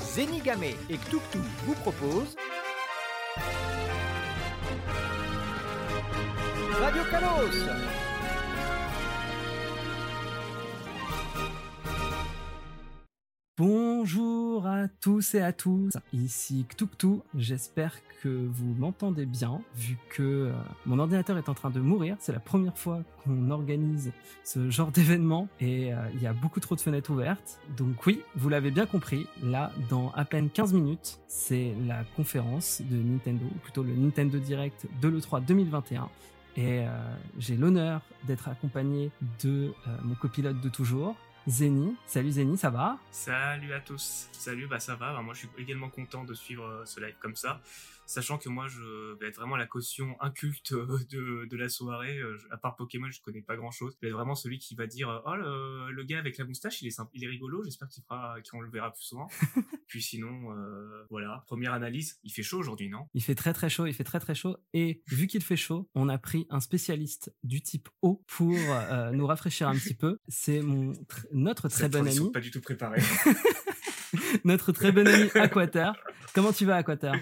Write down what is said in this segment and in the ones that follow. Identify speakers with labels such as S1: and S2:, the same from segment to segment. S1: Zenigame et Ktuktu vous proposent Radio Kalos
S2: Bonjour à tous et à tous, ici Ktuktu, j'espère que vous m'entendez bien vu que euh, mon ordinateur est en train de mourir, c'est la première fois qu'on organise ce genre d'événement et euh, il y a beaucoup trop de fenêtres ouvertes. Donc oui, vous l'avez bien compris, là dans à peine 15 minutes, c'est la conférence de Nintendo, ou plutôt le Nintendo Direct de l'E3 2021 et euh, j'ai l'honneur d'être accompagné de euh, mon copilote de toujours, Zeni. Salut Zeni, ça va
S3: Salut à tous. Salut, bah ça va. Bah, moi, je suis également content de suivre euh, ce live comme ça, sachant que moi, je vais être vraiment la caution inculte euh, de, de la soirée. Euh, je- à part Pokémon, je connais pas grand-chose. Je vais être vraiment celui qui va dire euh, "Oh le, le gars avec la moustache, il est sympa, il est rigolo. J'espère qu'il fera, qu'on le verra plus souvent." Puis sinon, euh, voilà. Première analyse. Il fait chaud aujourd'hui, non
S2: Il fait très très chaud, il fait très très chaud. Et vu qu'il fait chaud, on a pris un spécialiste du type eau pour euh, nous rafraîchir un petit peu. C'est mon tr- notre très
S3: Cette
S2: bon
S3: transition
S2: ami,
S3: Pas du tout préparé.
S2: notre très bon ami Aquater. Comment tu vas Aquater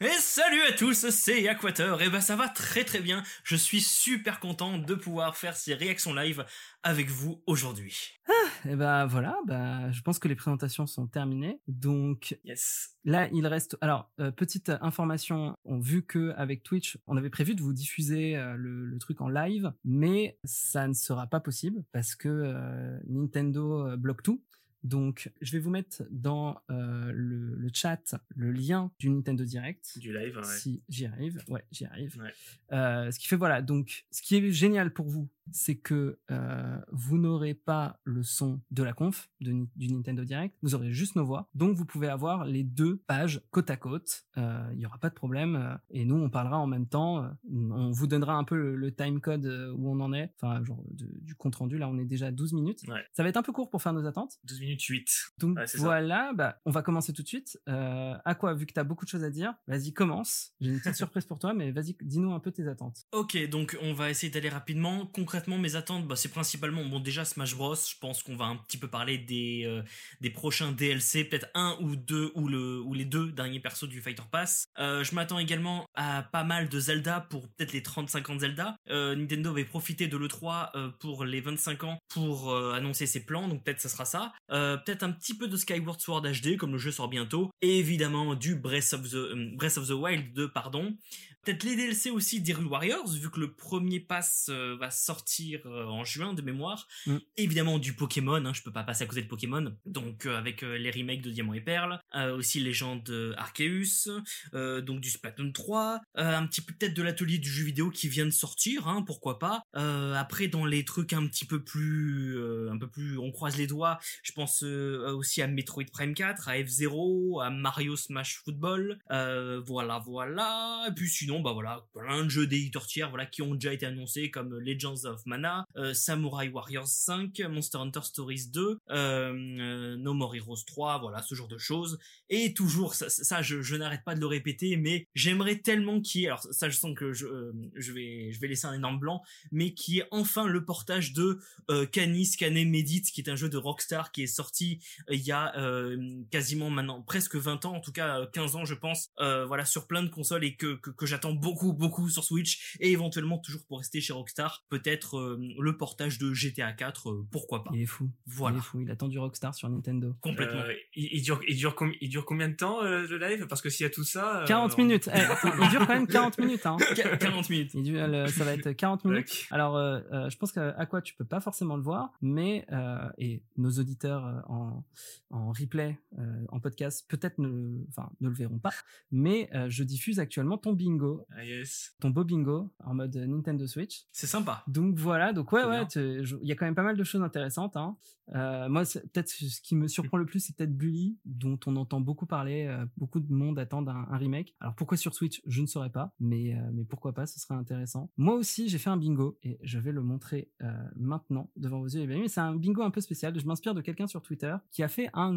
S4: Et salut à tous, c'est Aquator. Et bah ça va très très bien. Je suis super content de pouvoir faire ces réactions live avec vous aujourd'hui.
S2: Et ben voilà, bah, je pense que les présentations sont terminées. Donc
S3: yes.
S2: Là, il reste. Alors, euh, petite information. On vu que avec Twitch, on avait prévu de vous diffuser euh, le, le truc en live, mais ça ne sera pas possible parce que euh, Nintendo euh, bloque tout. Donc, je vais vous mettre dans euh, le, le chat le lien du Nintendo Direct.
S3: Du live. Ouais.
S2: Si j'y arrive, ouais, j'y arrive.
S3: Ouais.
S2: Euh, ce qui fait voilà. Donc, ce qui est génial pour vous, c'est que euh, vous n'aurez pas le son de la conf de Ni- du Nintendo Direct. Vous aurez juste nos voix. Donc, vous pouvez avoir les deux pages côte à côte. Euh, Il y aura pas de problème. euh, et nous, on parlera en même temps. euh, on vous donnera un peu le, le time code euh, où on en est. Enfin, genre de- du compte rendu. Là, on est déjà à 12 minutes.
S3: Ouais.
S2: Ça va être un peu court pour faire nos attentes.
S3: 12 minutes 8.
S2: Donc
S3: Ouais, c'est ça.
S2: voilà, bah, on va commencer tout de suite. Euh, à quoi, vu que tu as beaucoup de choses à dire, vas-y, commence. J'ai une petite surprise pour toi, mais vas-y, dis-nous un peu tes attentes.
S4: Ok, donc on va essayer d'aller rapidement. Concrètement, mes attentes, bah, c'est principalement bon déjà Smash Bros. Je pense qu'on va un petit peu parler des euh, des prochains DLC, peut-être un ou deux ou le ou les deux derniers persos du Fighter Pass. Euh, je m'attends également à pas mal de Zelda pour peut-être les 30-50 Zelda. Euh, Nintendo avait profité de le 3 pour les 25 ans pour euh, annoncer ses plans, donc peut-être ça sera ça. Euh, peut-être un petit peu de Skyward Sword HD comme le jeu sort bientôt. Et évidemment du Breath of the euh, Breath of the Wild 2, pardon. Peut-être les DLC aussi d'Hyrule Warriors, vu que le premier pass euh, va sortir euh, en juin de mémoire.
S2: Mm.
S4: Évidemment du Pokémon, hein, je peux pas passer à côté de Pokémon. Donc euh, avec euh, les remakes de Diamant et Perle, euh, aussi Légende euh, Arceus, euh, donc du Splatoon 3, euh, un petit peu peut-être de l'atelier du jeu vidéo qui vient de sortir, hein, pourquoi pas. Euh, après dans les trucs un petit peu plus, euh, un peu plus, on croise les doigts. Je pense euh, aussi à Metroid Prime 4, à F0, à Mario Smash Football. Euh, voilà, voilà. Et puis sinon, bah voilà, plein de jeux d'éditeurs tiers, voilà, qui ont déjà été annoncés comme Legends of Mana, euh, Samurai Warriors 5, Monster Hunter Stories 2, euh, euh, No More Heroes 3, voilà, ce genre de choses. Et toujours, ça, ça- ça, je, je n'arrête pas de le répéter, mais j'aimerais tellement qu'il y ait, alors ça je sens que je, euh, je, vais, je vais laisser un énorme blanc, mais qu'il y ait enfin le portage de euh, Canis Canem Medit, qui est un jeu de Rockstar qui est sorti euh, il y a euh, quasiment maintenant presque 20 ans, en tout cas euh, 15 ans je pense, euh, voilà, sur plein de consoles et que, que, que j'attends beaucoup, beaucoup sur Switch, et éventuellement toujours pour rester chez Rockstar, peut-être euh, le portage de GTA 4, euh, pourquoi pas.
S2: Il est fou. Il
S4: Voilà,
S2: est fou. Il attend du Rockstar sur Nintendo.
S4: complètement.
S3: Euh, il, il dure, il, dure com- il dure combien de temps euh, le live Parce que s'il y a tout ça. euh,
S2: 40
S3: on-
S2: minutes. Eh, il dure quand même 40 minutes. Hein.
S4: Qu- 40 minutes.
S2: Il dure, le- ça va être 40 minutes.
S3: Tac.
S2: Alors, euh, euh, je pense qu'à quoi tu peux pas forcément le voir, mais euh, et nos auditeurs euh, en, en replay, euh, en podcast, peut-être ne, enfin, ne le verront pas. Mais euh, je diffuse actuellement ton bingo,
S3: Ah yes.
S2: ton beau bingo en mode Nintendo Switch.
S4: C'est sympa.
S2: Donc voilà, donc ouais,
S4: Très
S2: ouais,
S4: bien.
S2: tu- je- il y a quand même pas mal de choses intéressantes. Hein. Euh, moi, c'est- peut-être ce qui me surprend le plus, c'est peut-être Bully, dont on entend beaucoup parler. euh, beaucoup de monde attend un, un remake. Alors pourquoi sur Switch, je ne saurais pas, mais euh, mais pourquoi pas, ce serait intéressant. Moi aussi, j'ai fait un bingo et je vais le montrer euh, maintenant devant vos yeux. les amis. Mais c'est un bingo un peu spécial. Je m'inspire de quelqu'un sur Twitter qui a fait un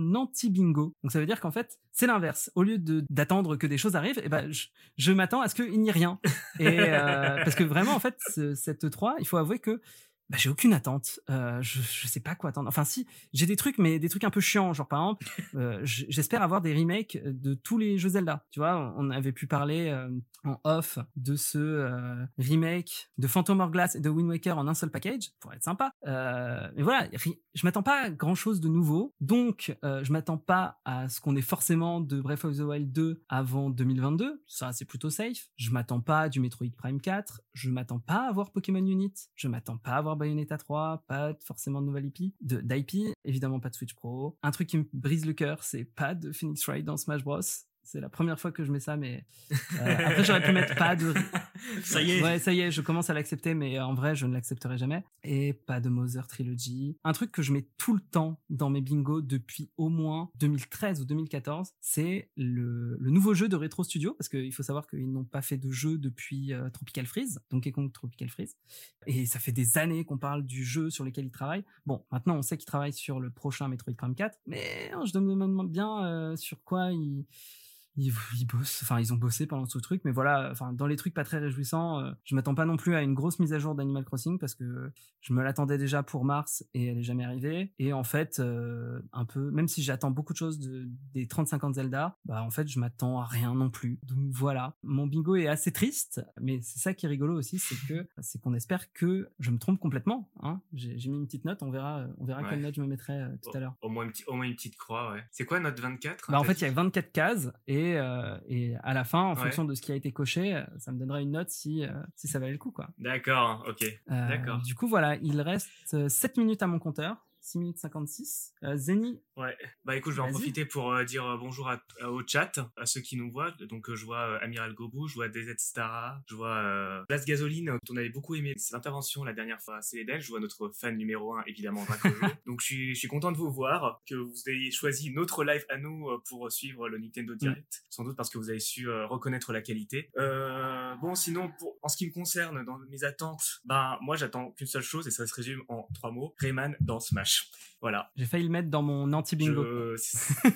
S2: anti-bingo. Donc ça veut dire qu'en fait, c'est l'inverse. Au lieu de d'attendre que des choses arrivent, eh ben je, je m'attends à ce qu'il n'y ait rien. Et euh, parce que vraiment, en fait, ce- cette 3, il E faut avouer que bah, j'ai aucune attente. Euh, je, je sais pas quoi attendre. Enfin, si, j'ai des trucs, mais des trucs un peu chiants. Genre, par exemple, euh, j- j'espère avoir des remakes de tous les jeux Zelda. Tu vois, on avait pu parler euh, en off de ce euh, remake de Phantom Hourglass et de Wind Waker en un seul package. Pourrait être sympa. Euh, mais voilà, ri- je m'attends pas à grand chose de nouveau. Donc, euh, je m'attends pas à ce qu'on ait forcément de Breath of the Wild 2 avant 2022. Ça, c'est plutôt safe. Je m'attends pas à du Metroid Prime 4. Je m'attends pas à voir Pokémon Unit. Je m'attends pas à voir Bayonetta 3. Pas forcément de nouvelle IP. De- D'IP. Évidemment, pas de Switch Pro. Un truc qui me brise le cœur, c'est pas de Phoenix Wright dans Smash Bros. C'est la première fois que je mets ça, mais euh, après j'aurais pu mettre pas de
S4: Ça y est.
S2: Ouais, ça y est, je commence à l'accepter, mais en vrai, je ne l'accepterai jamais. Et pas de Mother Trilogy. Un truc que je mets tout le temps dans mes bingos depuis au moins 2013 ou 2014, c'est le, le nouveau jeu de Retro Studio, parce qu'il faut savoir qu'ils n'ont pas fait de jeu depuis euh, Tropical Freeze, Donkey Kong Tropical Freeze. Et ça fait des années qu'on parle du jeu sur lequel ils travaillent. Bon, maintenant, on sait qu'ils travaillent sur le prochain Metroid Prime 4, mais hein, je me demande bien euh, sur quoi ils ils, ils bossent, enfin ils ont bossé pendant ce truc, mais voilà, enfin dans les trucs pas très réjouissants, euh, je m'attends pas non plus à une grosse mise à jour d'Animal Crossing parce que je me l'attendais déjà pour mars et elle est jamais arrivée. Et en fait, euh, un peu, même si j'attends beaucoup de choses de, des 30-50 Zelda, bah en fait je m'attends à rien non plus. Donc voilà, mon bingo est assez triste, mais c'est ça qui est rigolo aussi, c'est que c'est qu'on espère que je me trompe complètement. Hein. J'ai j'ai mis une petite note, on verra, euh, on verra quelle
S3: Ouais.
S2: note je me mettrai euh, tout à l'heure.
S3: Au moins, une petite- au moins une petite croix, ouais. C'est quoi notre 24
S2: Bah, en
S3: t'as
S2: fait,
S3: dit
S2: il y a 24 cases et, euh, et à la fin, en
S3: Ouais.
S2: fonction de ce qui a été coché, euh, ça me donnera une note si, euh, si ça valait le coup. quoi.
S3: D'accord, ok.
S2: Euh,
S3: D'accord.
S2: Du coup, voilà, il reste euh, 7 minutes à mon compteur, 6 minutes 56. Euh, Zeni,
S3: Bah écoute, je vais en
S2: Vas-y.
S3: profiter pour euh, dire euh, bonjour à, à- au chat, à ceux qui nous voient. Donc euh, je vois euh, Amiral Gobou, je vois DZ Stara, je vois euh, Blas Gasoline, euh, dont on avait beaucoup aimé ses interventions la dernière fois à Célédel. Je vois notre fan numéro 1, évidemment, Dracojo. Donc je suis, je suis content de vous voir, que vous ayez choisi notre live à nous euh, pour suivre le Nintendo Direct. Sans doute parce que vous avez su euh, reconnaître la qualité. Euh, bon, sinon, pour, en ce qui me concerne, dans mes attentes, bah moi j'attends qu'une seule chose et ça se résume en trois mots. Rayman dans Smash. Voilà.
S2: j'ai failli le mettre dans mon anti-bingo.
S3: Je- c'est-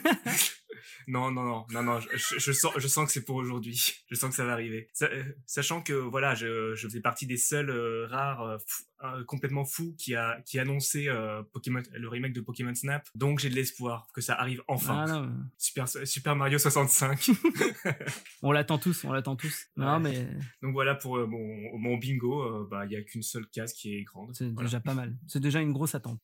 S3: non, non, non, non, non. Je, je- je sens, je sens que c'est pour aujourd'hui. Je sens que ça va arriver. Sa- euh, sachant que voilà, je, je fais partie des seuls euh, rares euh, fou- euh, complètement fous qui a qui a annoncé euh, Pokémon, le remake de Pokémon Snap. Donc j'ai de l'espoir que ça arrive
S2: Ah,
S3: enfin.
S2: non, mais
S3: Super, Super Mario 65.
S2: on l'attend tous, on l'attend tous. Non,
S3: Ouais.
S2: mais
S3: Donc voilà pour euh, mon, mon bingo. euh, bah il y a qu'une seule case qui est grande.
S2: c'est
S3: Voilà.
S2: déjà pas mal. C'est déjà une grosse attente.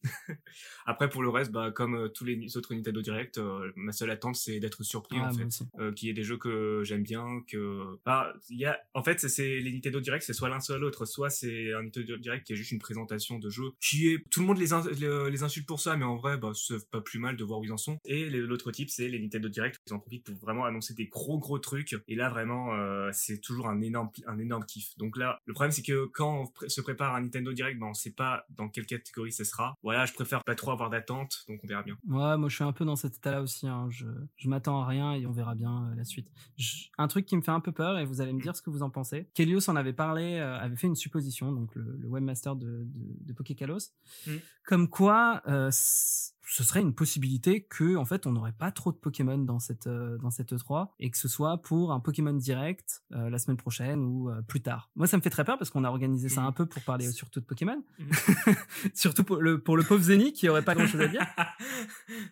S3: Après pour le reste, bah comme euh, tous les autres Nintendo Direct, euh, ma seule attente c'est d'être surpris
S2: Ah,
S3: en fait.
S2: moi aussi.
S3: euh, qu'il y ait des jeux que j'aime bien que ah il y a en fait c'est- c'est les Nintendo Direct c'est soit l'un soit l'autre soit c'est un Nintendo Direct qui est juste une présentation de jeux qui est tout le monde les, in- le- les insulte pour ça mais en vrai bah c'est pas plus mal de voir où ils en sont et les- l'autre type c'est les Nintendo Direct ils en profitent pour vraiment annoncer des gros gros trucs et là vraiment euh, c'est toujours un énorme un énorme kiff donc là le problème c'est que quand on pré- se prépare un Nintendo Direct bah on sait pas dans quelle catégorie ça sera voilà je préfère pas trop avoir d'attente donc on verra bien
S2: Ouais, moi je suis un peu dans cet état-là aussi. hein. Je, je m'attends à rien et on verra bien euh, la suite. Je- un truc qui me fait un peu peur, et vous allez me dire ce que vous en pensez. Kelios en avait parlé, euh, avait fait une supposition, donc le, le webmaster de, de, de Pokécalos,
S4: Mm.
S2: comme quoi euh, c- ce serait une possibilité que, en fait, on n'aurait pas trop de Pokémon dans cette, euh, dans cette E3 et que ce soit pour un Pokémon direct euh, la semaine prochaine ou euh, plus tard. Moi, ça me fait très peur parce qu'on a organisé ça
S4: Mm.
S2: un peu pour parler surtout de Pokémon,
S4: Mm.
S2: surtout pour le, pour le pauvre Zeny qui aurait pas grand chose à dire.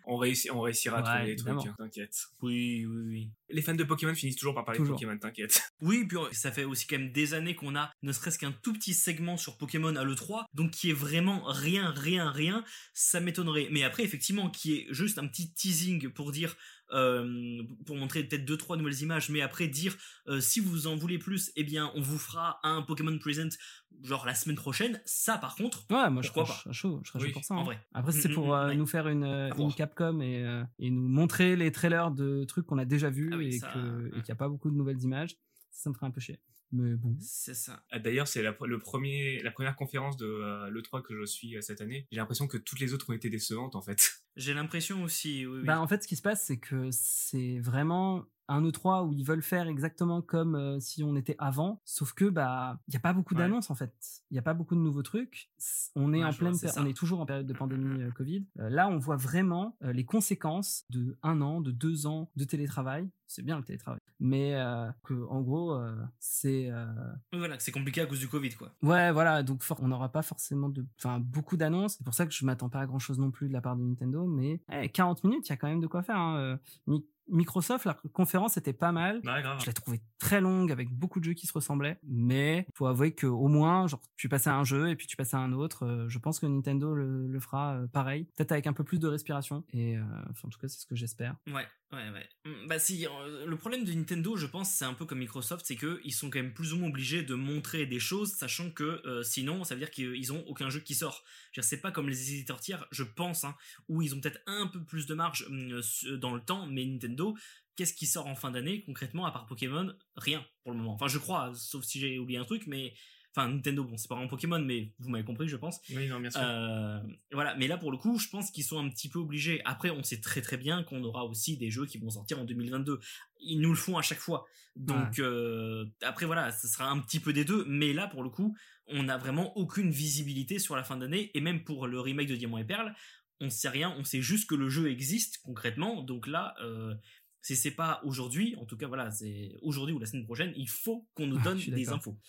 S3: on réussit on réussira à
S2: Ouais,
S3: trouver les
S2: évidemment.
S3: trucs hein, t'inquiète
S4: oui, oui, oui.
S3: Les fans de Pokémon finissent toujours par parler
S2: Toujours.
S3: de Pokémon, t'inquiète.
S4: Oui, puis euh, ça fait aussi quand même des années qu'on a ne serait-ce qu'un tout petit segment sur Pokémon à l'E3, donc qui est vraiment rien, rien, rien, ça m'étonnerait. Mais après, effectivement, qui est juste un petit teasing pour dire, euh, pour montrer peut-être deux, trois nouvelles images, mais après dire, euh, si vous en voulez plus, eh bien, on vous fera un Pokémon Present, genre la semaine prochaine. Ça, par contre,
S2: Ouais, moi je
S4: Pourquoi
S2: serais ch- chaud, je serais
S3: Oui,
S2: chaud pour ça.
S4: en
S2: hein.
S4: vrai.
S2: Après, si c'est
S4: Mm,
S2: pour
S4: mm,
S2: euh,
S4: ouais.
S2: nous faire une, euh,
S4: À
S2: une
S4: voir.
S2: Capcom et, euh, et nous montrer les trailers de trucs qu'on a déjà vus
S4: Ah oui,
S2: et
S4: ça,
S2: que- et qu'il
S4: ouais.
S2: n'y a pas beaucoup de nouvelles images, ça me ferait un peu chier. Mais bon.
S4: c'est ça.
S3: Ah, D'ailleurs, c'est la, le premier, la première conférence de l'E3 que je suis euh, cette année. J'ai l'impression que toutes les autres ont été décevantes, en fait.
S4: J'ai l'impression aussi, oui, oui.
S2: Bah, en fait, ce qui se passe, c'est que c'est vraiment un E3 où ils veulent faire exactement comme euh, si on était avant, sauf que bah il y a pas beaucoup
S3: Ouais.
S2: d'annonces en fait, il y a pas beaucoup de nouveaux trucs. S- On est
S4: Ouais,
S2: en
S4: je
S2: pleine,
S4: vois, c'est
S2: péri-
S4: ça. Mmh,
S2: on est toujours en période de pandémie euh, Covid. Euh, là, on voit vraiment euh, les conséquences de un an, de deux ans de télétravail. C'est bien le télétravail, mais euh, que, en gros euh, c'est euh,
S4: Oui, Voilà, que c'est compliqué à cause du Covid, quoi.
S2: Ouais, voilà, donc for- on n'aura pas forcément de, enfin, beaucoup d'annonces. C'est pour ça que je m'attends pas à grand chose non plus de la part de Nintendo, mais eh, 40 minutes, il y a quand même de quoi faire. hein. Euh, Mi- Microsoft, la conférence était pas mal.
S3: Ouais, Bah, grave.
S2: Je l'ai trouvée très longue avec beaucoup de jeux qui se ressemblaient, mais faut avouer que au moins, genre, tu passais à un jeu et puis tu passais à un autre. Euh, je pense que Nintendo le, le fera euh, pareil, peut-être avec un peu plus de respiration. Et euh, enfin, en tout cas, c'est ce que j'espère.
S4: Ouais, ouais, ouais. Mm, Bah si, euh, le problème de Nintendo, je pense, c'est un peu comme Microsoft, c'est que ils sont quand même plus ou moins obligés de montrer des choses, sachant que euh, sinon, ça veut dire qu'ils ont aucun jeu qui sort. Je veux dire, c'est pas comme les éditeurs tiers, je pense, hein, où ils ont peut-être un peu plus de marge mm, euh, su- dans le temps, mais Nintendo, qu'est-ce qui sort en fin d'année concrètement à part Pokémon Rien pour le moment. Enfin, je crois, sauf si j'ai oublié un truc, mais enfin Nintendo, bon, c'est pas vraiment Pokémon, mais vous m'avez compris, je pense.
S3: Oui, non, bien sûr.
S4: Euh, voilà, mais là pour le coup, je pense qu'ils sont un petit peu obligés. Après, on sait très très bien qu'on aura aussi des jeux qui vont sortir en 2022. Ils nous le font à chaque fois. Donc euh, après voilà, ce sera un petit peu des deux. Mais là pour le coup, on n'a vraiment aucune visibilité sur la fin d'année. Et même pour le remake de Diamant et Perle, on sait rien. On sait juste que le jeu existe concrètement. Donc là. Euh, si c'est pas aujourd'hui, en tout cas voilà, c'est aujourd'hui ou la semaine prochaine, il faut qu'on nous
S2: Ah,
S4: donne
S2: je suis
S4: des
S2: d'accord.
S4: infos.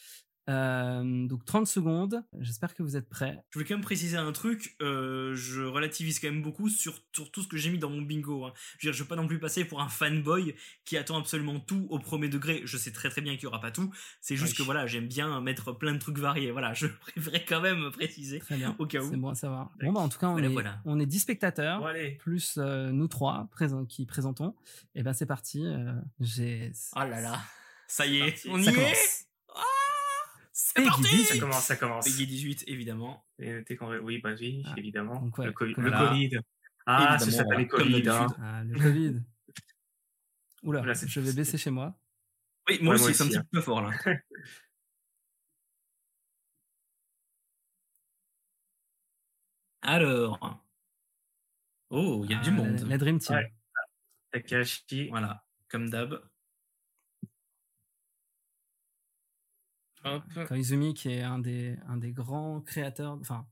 S2: Euh, donc 30 secondes. J'espère que vous êtes prêts.
S4: Je voulais quand même préciser un truc, euh, je relativise quand même beaucoup sur, sur tout ce que j'ai mis dans mon bingo. hein. Je veux dire, je veux pas non plus passer pour un fanboy qui attend absolument tout au premier degré. Je sais très très bien qu'il y aura pas tout. C'est juste
S3: Oui.
S4: que voilà, j'aime bien mettre plein de trucs variés. Voilà, je préférais quand même préciser.
S2: Très bien.
S4: Au cas où.
S2: C'est bon à savoir. Bon bah en tout cas, on
S4: Voilà,
S2: est
S4: voilà.
S2: on est 10 spectateurs.
S3: Bon, allez.
S2: plus euh, nous trois présent- qui présentons. Et ben c'est parti. euh, J'ai.
S3: Oh
S4: Ah là là, ça y est,
S3: parti.
S4: on y
S2: Ça
S4: est.
S2: commence.
S4: Ah, c'est
S2: Peggy
S4: parti.
S2: 18.
S3: Ça commence, ça commence.
S4: Peggy 18 évidemment.
S3: Et t'es con- Oui, bah oui,
S2: Ah.
S3: évidemment.
S2: Donc, ouais,
S3: le Covid.
S2: Covid.
S3: Le Covid. Ah, ça
S4: Évidemment,
S3: s'appelle
S4: voilà,
S3: le
S4: comme
S3: Covid. hein.
S4: d'habitude.
S2: Ah, le Covid. Oula,
S3: Oula, c'est-
S2: je vais baisser chez moi.
S4: Oui, moi
S3: Ouais,
S4: aussi,
S3: moi
S4: c'est un
S3: aussi,
S4: petit peu fort là. Alors. Oh, il y a du
S2: Ah, la-
S4: monde.
S2: La, Dream Team.
S3: Ouais. Takashi.
S4: Voilà, comme d'hab. Hop.
S2: Koizumi, qui est un des, un des grands créateurs, enfin,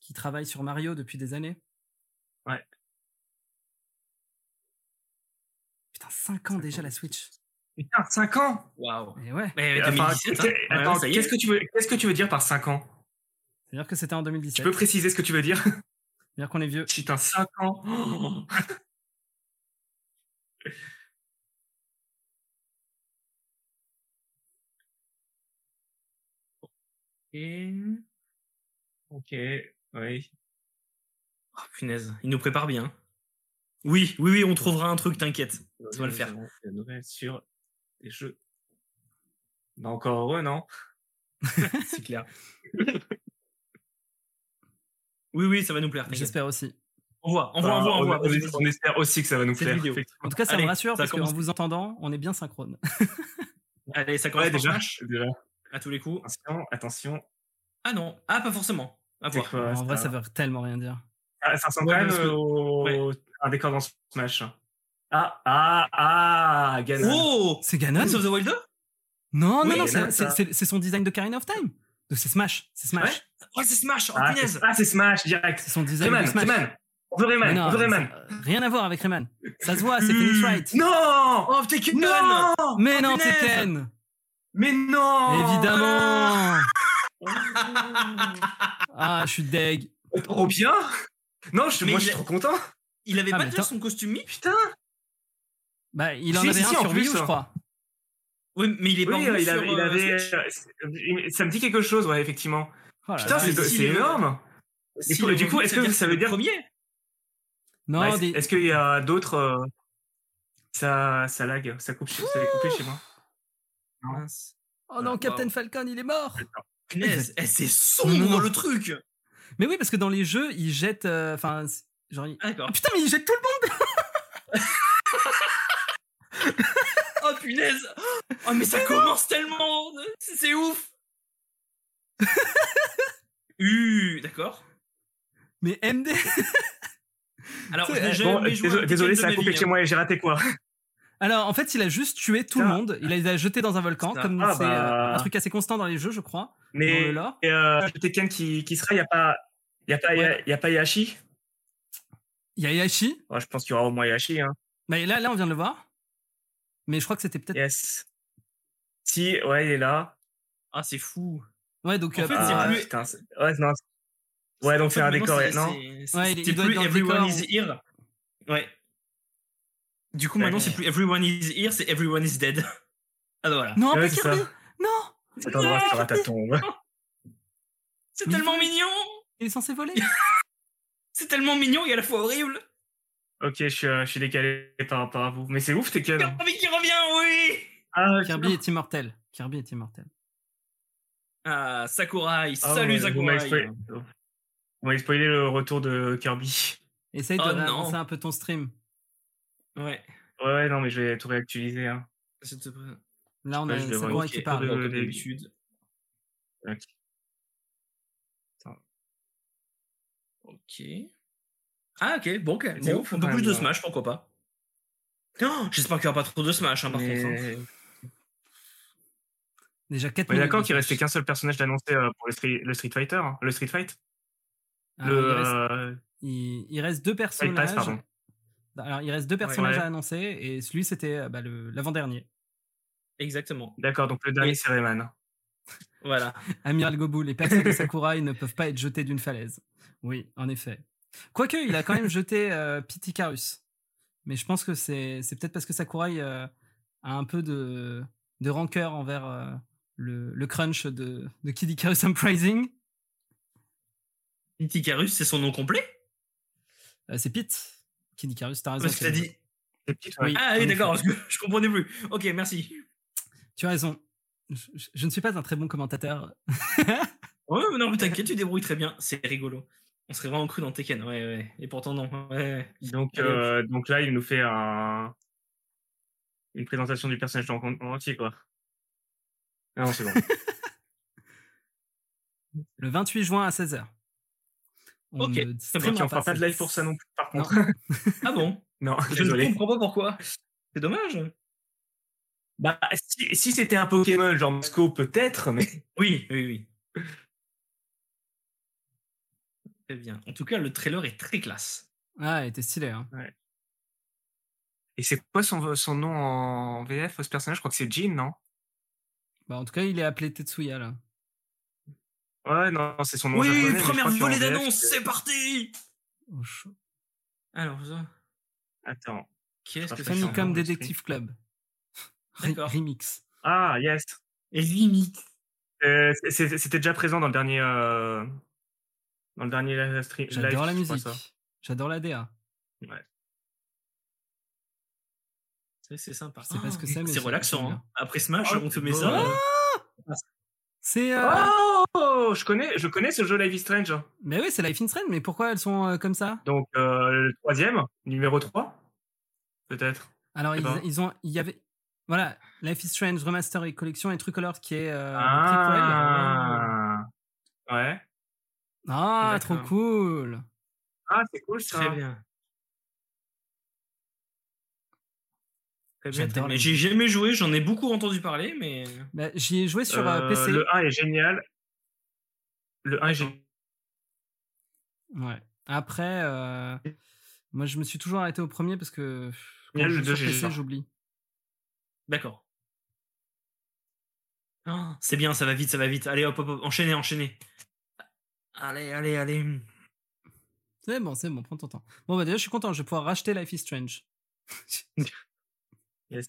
S2: qui travaille sur Mario depuis des années.
S3: Ouais.
S2: Putain, 5 ans déjà la Switch.
S3: Putain, 5 ans Eh,
S4: Waouh.
S2: Et ouais,
S4: Mais
S3: Enfin,
S4: 2017, hein. Ouais,
S3: Attends,
S4: ça y est.
S3: qu'est-ce que tu veux qu'est-ce que tu veux dire par 5 ans
S2: c'est-à-dire que c'était en 2017.
S3: Tu peux préciser ce que tu veux dire
S2: C'est-à-dire qu'on est vieux.
S3: Putain, 5 ans Oh.
S4: Et-
S3: Ok, oui.
S4: Oh, punaise, il nous prépare bien. Oui, oui, oui, on trouvera un truc, t'inquiète. Ça va le faire.
S3: Des nouvelles sur les jeux. Bah, encore heureux, non C'est clair.
S4: Oui, oui, ça va nous plaire. t'inquiète.
S2: J'espère aussi.
S4: Envoie, envoie, envoie,
S3: Enfin,
S4: envoie.
S3: Bah, on- on-
S4: vas-y,
S3: on,
S4: vas-y.
S3: espère aussi que ça va nous
S4: C'est la
S3: plaire.
S4: vidéo.
S3: effectivement.
S2: En tout cas, ça
S4: Allez,
S2: me rassure
S4: ça
S2: parce qu'en
S4: commence.
S2: vous entendant, on est bien synchrone.
S4: Allez, ça commence
S3: Ouais,
S4: par
S3: déjà,
S4: Smash,
S3: déjà.
S4: à tous les coups.
S3: Attention, attention.
S4: Ah non, ah pas forcément. À
S3: C'est
S4: voir.
S3: quoi,
S2: en vrai,
S3: ça
S2: ça veut tellement rien dire.
S3: Ah, ça ressemble
S4: Ouais,
S3: quand même
S4: parce que-
S3: au- un décor dans Smash. Ah, ah, ah, Ganon.
S4: Oh
S2: C'est Ganon
S4: Breath of the Wilder
S2: Non, non,
S3: Oui,
S2: non, c'est-
S3: Ganon,
S2: c'est
S3: ça.
S2: c'est- c'est son design de Karina of Time. Donc c'est Smash, c'est Smash.
S4: Oh, c'est Smash Oh,
S3: ah,
S4: punaise
S3: c'est- ah, c'est Smash, direct.
S2: C'est son design
S3: Rayman,
S2: de Smash.
S3: Rayman. On veut
S2: Mais
S3: Rayman,
S2: non,
S3: on veut Rayman. Hmm.
S2: ça- Rien à voir avec Rayman. Ça se voit, c'est Phoenix Wright.
S3: Non
S4: Oh, t'es Ken
S3: Euh, Non Oh.
S2: Mais non, c'est
S4: punaise
S2: Ken.
S3: Mais non
S2: Évidemment. Ah, je suis deg.
S3: Euh, Trop bien Non, je,
S4: Mais
S3: moi
S4: il
S3: je suis
S4: a-
S3: trop content.
S4: Il avait
S2: Ah,
S4: pas
S2: mais
S4: déjà
S2: attends.
S4: son costume Mi
S3: Putain
S2: Bah, il en
S3: Si,
S2: avait
S3: si,
S2: un
S3: si, en
S2: sur Wii
S3: plus,
S2: U, je
S3: hein.
S2: crois.
S4: Oui, mais il est pas
S3: Oui,
S4: revenu
S3: euh, il
S4: sur,
S3: avait, il
S4: euh,
S3: avait-
S4: Switch. Ah,
S3: euh, ça me dit quelque chose, ouais, effectivement.
S2: Oh là
S3: Putain,
S2: là.
S3: c'est
S4: si,
S3: c'est
S4: le-
S3: énorme.
S4: S'il
S3: coup-
S4: est
S3: euh, du coup,
S4: revenu,
S3: est-ce que ça veut
S4: c'est le
S3: dire-
S4: premier
S2: Non,
S3: Bah, est-ce-
S2: des-
S3: Est-ce qu'il y a d'autres euh, Ça, ça lag, ça coupe, chez- ça avait coupé chez moi. Non.
S4: Mince.
S2: oh non,
S4: Wow.
S2: Captain Falcon, il est mort.
S4: Punaise, eh, c'est
S2: Non, non,
S4: sombre
S2: non.
S4: le truc
S2: Mais oui, parce que dans les jeux, il jette, euh, enfin, c'est- genre, il-
S4: Ah, D'accord.
S2: ah putain, mais il jette tout le monde.
S4: Oh punaise Oh, mais ça commence tellement C'est c'est ouf Uh, d'accord.
S2: Mais MD.
S4: Alors,
S2: C'est-
S4: je n'ai
S2: eh,
S4: jamais
S3: Bon, euh,
S4: joué à
S3: désolé,
S4: un Tekken
S3: désolé,
S4: de
S3: ça a
S4: ma
S3: coupé
S4: vie,
S3: chez
S4: hein.
S3: moi et j'ai raté quoi
S2: Alors, en fait, il a juste tué tout le
S3: Putain.
S2: monde. Il les a jetés dans un volcan,
S3: Putain.
S2: comme
S3: Ah,
S2: c'est
S3: bah.
S2: euh, un truc assez constant dans les jeux, je crois. Dans le
S3: Mais
S2: lore.
S3: et, euh, Tekken qui, qui sera, il n'y a pas. Il n'y a, pas- y a, y a pas Yashi
S2: Il y a Yashi.
S3: Bon, Je pense qu'il y aura au moins Yashi. Hein.
S2: Mais là, là, on vient de le voir. Mais je crois que c'était peut-être.
S3: Yes. Si, ouais, il est là.
S4: Ah, c'est fou.
S2: Ouais, donc.
S4: En
S2: euh,
S4: fait,
S2: bah,
S4: c'est
S3: ah,
S4: plus-
S3: putain, c'est- ouais, non. Ouais, donc c'est un décor, ouais, non
S2: Ouais,
S4: Ouais,
S2: il- il
S4: c'est
S2: doit être
S4: plus
S2: dans le
S4: Everyone
S2: décor.
S4: is here. Ouais. Du coup, maintenant,
S3: Ouais.
S4: c'est plus Everyone is here, c'est Everyone is dead. Alors voilà.
S2: Non,
S3: Ouais,
S2: pas
S3: c'est
S2: Kirby
S3: ça.
S2: Non
S3: Cet endroit sera ta tombe.
S4: C'est
S2: Mais
S4: tellement
S2: oui.
S4: mignon
S2: Il est censé voler
S4: C'est tellement mignon et à la fois horrible
S3: Ok, je suis, euh, je suis décalé par rapport à vous. Mais c'est ouf, Tekken. hein.
S4: Kirby qui revient, oui
S3: Ah, ok.
S2: Kirby est immortel. Kirby est immortel.
S4: Ah, Sakurai,
S3: Ah,
S4: salut
S3: ouais, Vous m'avez
S4: Sakurai
S3: spoilé... vous m'avez spoilé le retour de Kirby.
S2: Essaye de
S4: Oh, non.
S2: relancer un peu ton stream.
S4: Ouais,
S3: Ouais, ouais, non, mais je vais tout réactualiser. Hein.
S4: s'il te plaît.
S2: Là, on
S3: Ouais,
S2: a
S3: je vais
S2: Sakurai
S3: voir.
S2: qui
S4: Ok,
S2: parle.
S3: euh,
S4: comme
S3: des-
S4: d'habitude.
S3: Ok.
S4: Ok. Ah, ok, bon, ok.
S3: C'est
S4: Bon,
S3: ouf, quand
S4: beaucoup
S3: même,
S4: de
S3: hein.
S4: Smash, pourquoi pas. Oh, J'espère qu'il n'y aura pas trop de Smash, hein, par
S3: Mais-
S4: contre. hein.
S2: Déjà 4
S3: On est d'accord qu'il restait qu'un seul personnage d'annoncé euh, pour le Street, le street Fighter, hein, le Street Fight.
S4: Ah,
S3: le,
S2: Ah il, reste,
S3: euh,
S2: il- il reste deux
S3: Fight Pass,
S2: personnages. Bah,
S3: pardon.
S2: Alors, il reste deux personnages
S3: Ouais.
S2: à annoncer. Et celui, c'était euh, bah, le- l'avant-dernier.
S4: Exactement.
S3: D'accord, donc le dernier c'est Rayman. hein.
S4: Voilà.
S2: Amiral Gobu, les persos de Sakurai ne peuvent pas être jetés d'une falaise. Oui, en effet. Quoique, il a quand même jeté euh, Piticarus. Mais je pense que c'est c'est peut-être parce que Sakurai euh, a un peu de, de rancœur envers euh, le, le crunch de, de Kid Icarus Uprising.
S4: Iticarus, c'est son nom complet
S2: Euh, c'est Pete. Kid Icarus, t'as raison.
S4: Parce que
S2: Ah, c'est
S4: t'as
S2: le-
S4: dit.
S3: C'est petit,
S2: Oui,
S4: Ah,
S2: en
S4: oui,
S2: effet.
S4: d'accord, parce que je comprenais plus. Ok, merci.
S2: Tu as raison. Je, je- je ne suis pas un très bon commentateur.
S4: Ouais, mais non, mais t'inquiète, tu débrouilles très bien. C'est rigolo. On serait vraiment cru dans Tekken, ouais, ouais. Et pourtant, non. Ouais.
S3: Donc,
S4: Allez, hop.
S3: euh, donc là, il nous fait un... une présentation du personnage en, en entier, quoi. Ah non, c'est bon.
S2: Le 28 juin à 16h. On
S4: Ok,
S2: ne
S4: très bien,
S3: Donc,
S2: streamera
S3: on fera pas de
S2: c'est-
S3: live pour ça non plus, par
S2: Non.
S3: contre.
S4: Ah bon
S3: Non,
S4: Je ne
S3: désolé.
S4: comprends pas pourquoi. C'est dommage.
S3: Bah, si, si c'était un Pokémon, genre Masco, peut-être, mais.
S4: Oui, oui, oui. Très bien. En tout cas, le trailer est très classe.
S2: Ah, il était stylé. hein.
S3: Et c'est quoi son, son nom en VF, ce personnage Je crois que c'est Jean, non
S2: Bah, en tout cas, il est appelé Tetsuya là.
S3: Ouais, non, c'est son nom
S4: oui,
S3: japonais. mais je
S4: première
S3: crois qu'en
S4: volée
S3: VF,
S4: d'annonce,
S3: c'est-
S4: c'est parti
S2: Au chaud.
S4: Alors, ça,
S3: Attends.
S4: qu'est-ce que
S3: Parfait,
S4: c'est que ça
S2: Famicom
S3: enregistré.
S2: Detective Club. Re-
S4: D'accord.
S2: Remix.
S3: Ah, yes.
S4: Remix.
S3: Euh, c'est- c'est- C'était déjà présent dans le dernier. euh, Dans le dernier live stream.
S2: J'adore la
S3: live, je crois,
S2: musique.
S3: ça.
S2: J'adore la DA.
S4: C'est- C'est sympa.
S2: Je sais pas ce que c'est, mais
S4: C'est
S2: c'est- c'est
S4: relaxant.
S2: bien.
S4: hein. Après Smash,
S3: Oh,
S4: on te
S3: c'est
S4: met
S3: beau.
S4: ça. euh,
S2: C'est. euh,
S3: Oh je connais, je connais ce jeu Life is Strange.
S2: Mais oui, c'est Life in Strange, mais pourquoi elles sont euh, comme ça
S3: Donc euh, le troisième, numéro 3, peut-être.
S2: Alors,
S3: sais
S2: ils,
S3: pas.
S2: ils ont. Il y avait. Voilà, Life is Strange Remaster et Collection et Truecolor qui est. euh, le préquel.
S3: ah, ouais.
S2: Ah, trop
S4: D'accord.
S2: cool
S3: Ah, c'est cool ça.
S4: Très bien.
S3: Eh
S4: Très bien,
S2: J'adore
S4: très bien.
S2: la
S4: J'ai jamais joué, j'en ai beaucoup entendu parler, mais.
S2: Bah, J'y ai joué sur euh,
S3: Euh,
S2: PC.
S3: Le 1 est génial. Le 1 est génial.
S2: Ouais. Après, euh, moi, je me suis toujours arrêté au premier parce que. pff,
S3: Il y a
S2: quand
S3: le
S2: je joue
S3: deux,
S2: sur
S3: j'ai
S2: PC,
S3: joué.
S2: j'oublie.
S4: D'accord. Ah, c'est bien, ça va vite, ça va vite. Allez, hop, hop, hop, enchaînez, enchaînez. Allez, allez, allez.
S2: C'est bon, c'est bon, prends ton temps. Bon, bah déjà, je suis content, je vais pouvoir racheter Life is Strange.
S3: Yes.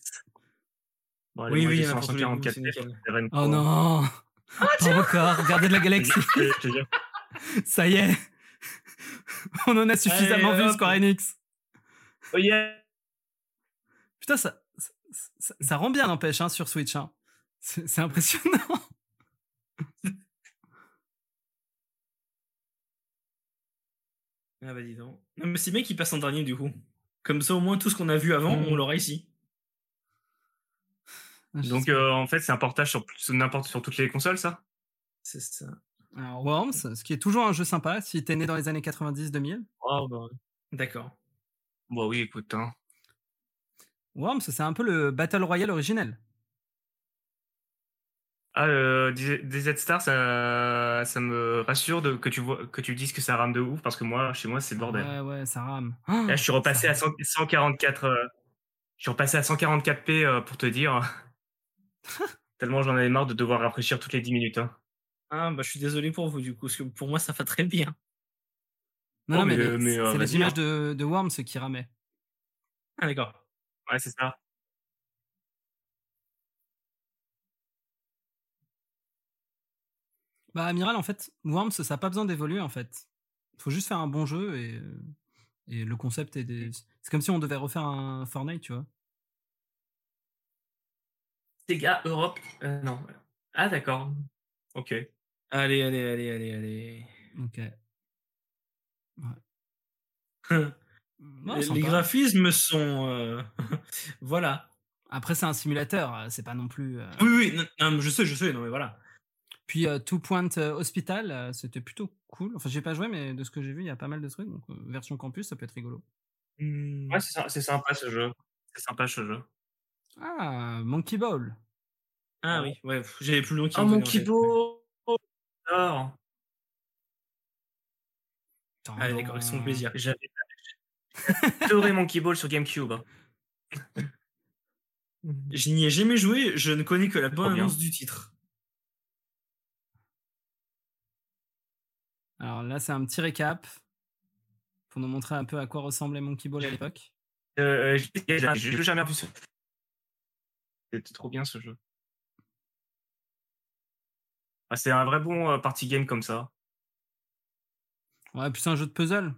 S3: Bon, hein,
S4: Oui, oui, n'importe où, c'est
S3: 144
S4: nickel.
S2: Oh
S3: Ah,
S2: non Pas encore, regardez de la galaxie,
S3: Je te jure.
S2: ça y est On en a suffisamment
S4: Allez,
S2: vu,
S4: hop.
S2: Square Enix.
S3: Oh, yeah.
S2: Putain, ça, ça, ça- ça rend bien, n'empêche, hein, sur Switch. hein. C'est c'est impressionnant.
S4: Ah bah dis donc. Non, mais c'est bien qu'il passe en dernier du coup. Comme ça, au moins, tout ce qu'on a vu avant,
S3: Mm.
S4: on l'aura ici.
S3: Donc euh, en fait, c'est un portage sur, plus- sur n'importe sur toutes les consoles, ça
S4: C'est ça.
S2: Alors, Worms, ce qui est toujours un jeu sympa, si t'es né dans les années 90-2000.
S4: Ah, bah D'accord.
S3: Bon, oui, écoute. Hein.
S2: Worms, c'est un peu le Battle Royale originel.
S3: Ah, euh, DZ Star, ça, ça me rassure de, que, tu vois, que tu dises que ça rame de ouf, parce que moi, chez moi, c'est le bordel.
S2: Ouais, ouais, ça rame.
S3: Là, je suis repassé à 100 144. euh, je suis repassé à 144p euh, pour te dire. Tellement j'en avais marre de devoir rafraîchir toutes les 10 minutes. hein.
S4: Ah, bah, je suis désolé pour vous, du coup, parce que pour moi, ça va très bien.
S2: Non,
S3: Oh,
S2: non, mais,
S3: mais,
S2: les-
S3: euh, mais, euh,
S2: c'est les
S3: vas-y,
S2: images de, de Worms qui ramaient.
S4: Ah, d'accord.
S3: Ouais, c'est ça.
S2: Bah, Amiral, en fait, Worms, ça n'a pas besoin d'évoluer, en fait. faut juste faire un bon jeu et, euh, et le concept est des... C'est comme si on devait refaire un Fortnite, tu vois.
S3: Sega Europe. euh, non. Ah, d'accord. Ok.
S4: Allez, allez, allez, allez,
S2: Ok.
S4: allez.
S2: Ouais,
S4: les,
S2: sympa.
S4: les graphismes sont. euh, voilà.
S2: Après, c'est un simulateur, euh, c'est pas non plus... euh,
S4: Oui, oui, non, non, mais je sais, je sais, non, mais voilà.
S2: Puis euh, Two Point euh, Hospital, euh, c'était plutôt cool. Enfin, j'ai pas joué, mais de ce que j'ai vu, il y a pas mal de trucs. Donc, euh, version campus, ça peut être rigolo.
S3: Ouais, c'est sy- c'est sympa ce jeu. C'est sympa ce jeu.
S2: Ah, Monkey Ball.
S4: Ah oui, ouais, pff, j'avais plus le nom qui
S3: Oh
S4: me venait
S3: mon
S4: en tête.
S3: kibo Alors,
S2: Attends,
S4: Allez, Ah, d'accord, ils sont
S2: dans-
S4: plaisir.
S3: j'avais adoré mon Ball sur GameCube.
S4: Je n'y ai jamais joué, je ne connais que la bonne
S3: bien.
S4: annonce du titre.
S2: Alors là, c'est un petit récap pour nous montrer un peu à quoi ressemblait Monkey Ball à l'époque.
S3: Euh, je je l'ai jamais vu ce C'était trop bien ce jeu. Ah, c'est un vrai bon euh, party game comme ça.
S2: Ouais, plus un jeu de puzzle.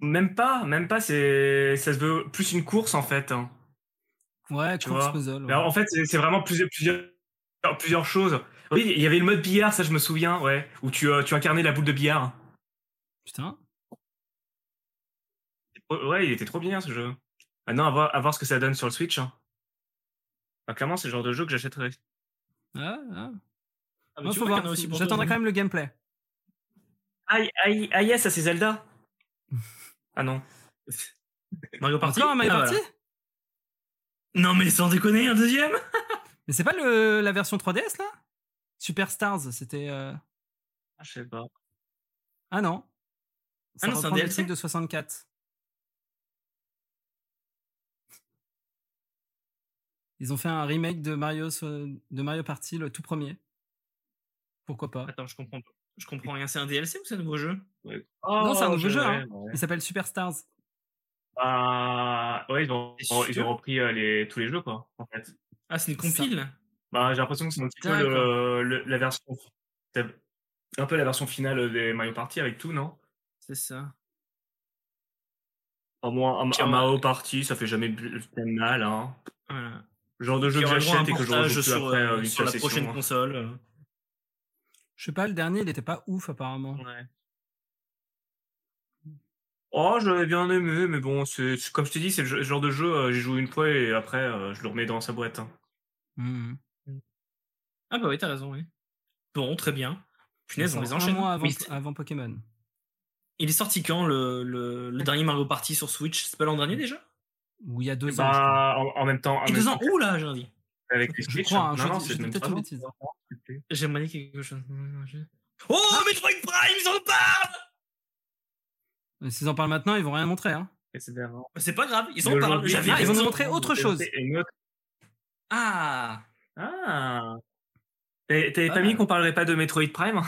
S3: Même pas, même pas, c'est ça se veut plus une course en fait. hein.
S2: Ouais,
S3: Tu
S2: course
S3: vois.
S2: puzzle. ouais.
S3: Mais en fait, c'est c'est vraiment plusieurs, plusieurs, plusieurs choses. Oui, il y avait le mode billard, ça je me souviens, ouais, où tu, euh, tu incarnais la boule de billard.
S2: Putain.
S3: Oh, Ouais, il était trop bien ce jeu. Maintenant, à voir, à voir ce que ça donne sur le Switch. hein. Bah, clairement, c'est le genre de jeu que j'achèterais.
S2: Ah, ah.
S4: Ah,
S2: Ouais, faut voir. J'attendrai quand même le gameplay.
S3: Aïe, aïe, aïe, ah, yes, ça c'est Zelda Ah non.
S4: Mario Party.
S2: Encore un Mario
S4: Ah,
S2: Party
S4: voilà. Non, mais sans déconner, un deuxième
S2: Mais c'est pas le, la version 3DS là Superstars, c'était. euh,
S3: Ah, Je sais pas.
S2: Ah non. Ça
S4: non, c'est un
S2: reprend des
S4: DLC?
S2: trucs de 64. Ils ont fait un remake de Mario, so- de Mario Party, le tout premier. Pourquoi pas
S4: Attends, je comprends pas. Je comprends rien, c'est un DLC ou c'est un nouveau jeu
S2: Non, c'est un
S3: Oh,
S2: nouveau
S3: je-
S2: jeu,
S3: ouais,
S2: hein.
S3: ouais.
S2: Il s'appelle Superstars.
S3: Bah, ouais, ils ont,
S4: T'es sûr
S3: ils ont repris euh, les, tous les jeux, quoi, en fait.
S4: Ah, c'est une
S2: Ça.
S4: compile
S3: Bah, j'ai l'impression que c'est un petit peu
S4: D'accord.
S3: le- le- la version. c'est un peu la version finale des Mario Party avec tout, non
S4: C'est ça.
S3: Au moins, un,
S4: Puis,
S3: un
S4: euh,
S3: Mario Party, ça fait jamais bu- mal, hein.
S4: Voilà.
S3: Le Genre de jeu que
S4: Puis il y aura
S3: j'achète
S4: un
S3: et que je rejoue
S4: portage
S3: plus
S4: sur,
S3: après,
S4: euh,
S3: euh, une
S4: sur la
S3: seule session,
S4: prochaine
S3: hein.
S4: console. euh.
S2: Je sais pas, le dernier, il était pas ouf apparemment.
S3: Oh, j'avais bien aimé, mais bon, c'est c'est- comme je t'ai dit, c'est le ge- genre de jeu, euh, j'y joue une fois et après, euh, je le remets dans sa boîte. hein.
S2: Mhm.
S4: Ah bah oui, t'as raison, oui. Bon, très bien. Punaise,
S2: Il
S4: on les
S2: sort un
S4: enchaîne.
S2: mois avant,
S4: Mais c'est-
S2: avant Pokémon.
S4: Il est sorti quand le, le, le dernier Mario Party sur Switch C'est pas l'an dernier déjà
S2: Ou il y a deux ans. je crois.
S3: Bah, en, en même temps, en
S4: Et
S3: même
S4: deux ans
S3: temps
S4: Ouh là, j'ai dit.
S3: avec les
S2: Je
S3: Switch,
S2: crois, hein,
S3: hein.
S2: je
S3: non, non,
S2: dis-
S3: c'est
S2: je dis
S3: même
S2: peut-être
S3: pas
S2: une
S3: mal.
S2: bêtise.
S4: J'aimerais dire quelque chose.
S2: Ah.
S4: Oh, Metroid Prime, ils en parlent
S2: Mais S'ils en parlent maintenant, ils vont rien montrer. Hein.
S3: Et c'est bien, hein.
S4: C'est pas grave, ils en
S3: Mais
S4: parlent.
S3: aujourd'hui,
S4: J'avais
S2: Ah, ils vont nous
S4: raison.
S2: montrer autre
S3: Et-
S2: chose.
S3: et une autre-
S4: Ah
S3: Ah T'avais t'avais
S2: Pas
S3: pas mis
S2: mal.
S3: qu'on parlerait pas de Metroid Prime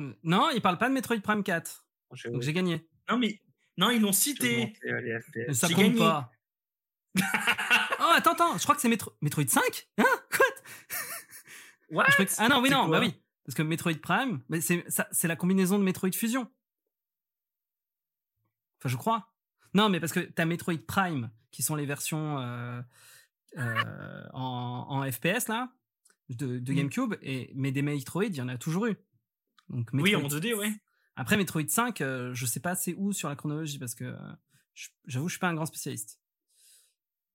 S2: Euh, Non, ils parlent pas de Metroid Prime 4.
S3: Je-
S2: Donc j'ai gagné.
S4: Non, mais. Non, ils l'ont
S3: je vais
S4: cité.
S3: monter, euh, les FPS.
S2: Mais ça
S4: J'ai
S2: compte
S4: gagné.
S2: pas. oh, attends, attends, je crois que c'est Metro- Metroid 5 Hein Quoi
S4: What
S2: Je crois que- Ah non, oui,
S4: C'est
S2: non, bah
S4: quoi
S2: oui. Parce que Metroid Prime, mais c'est ça- c'est la combinaison de Metroid Fusion. Enfin, je crois. Non, mais parce que t'as Metroid Prime, qui sont les versions euh, euh, en, en FPS, là, de, de
S4: Mm.
S2: GameCube, et, mais des Metroid, il y en a toujours eu. Donc,
S4: Oui,
S2: Metroid-
S4: en 2D, ouais.
S2: Après, Metroid 5, euh, je sais pas c'est où sur la chronologie, parce que euh, je- j'avoue, je suis pas un grand spécialiste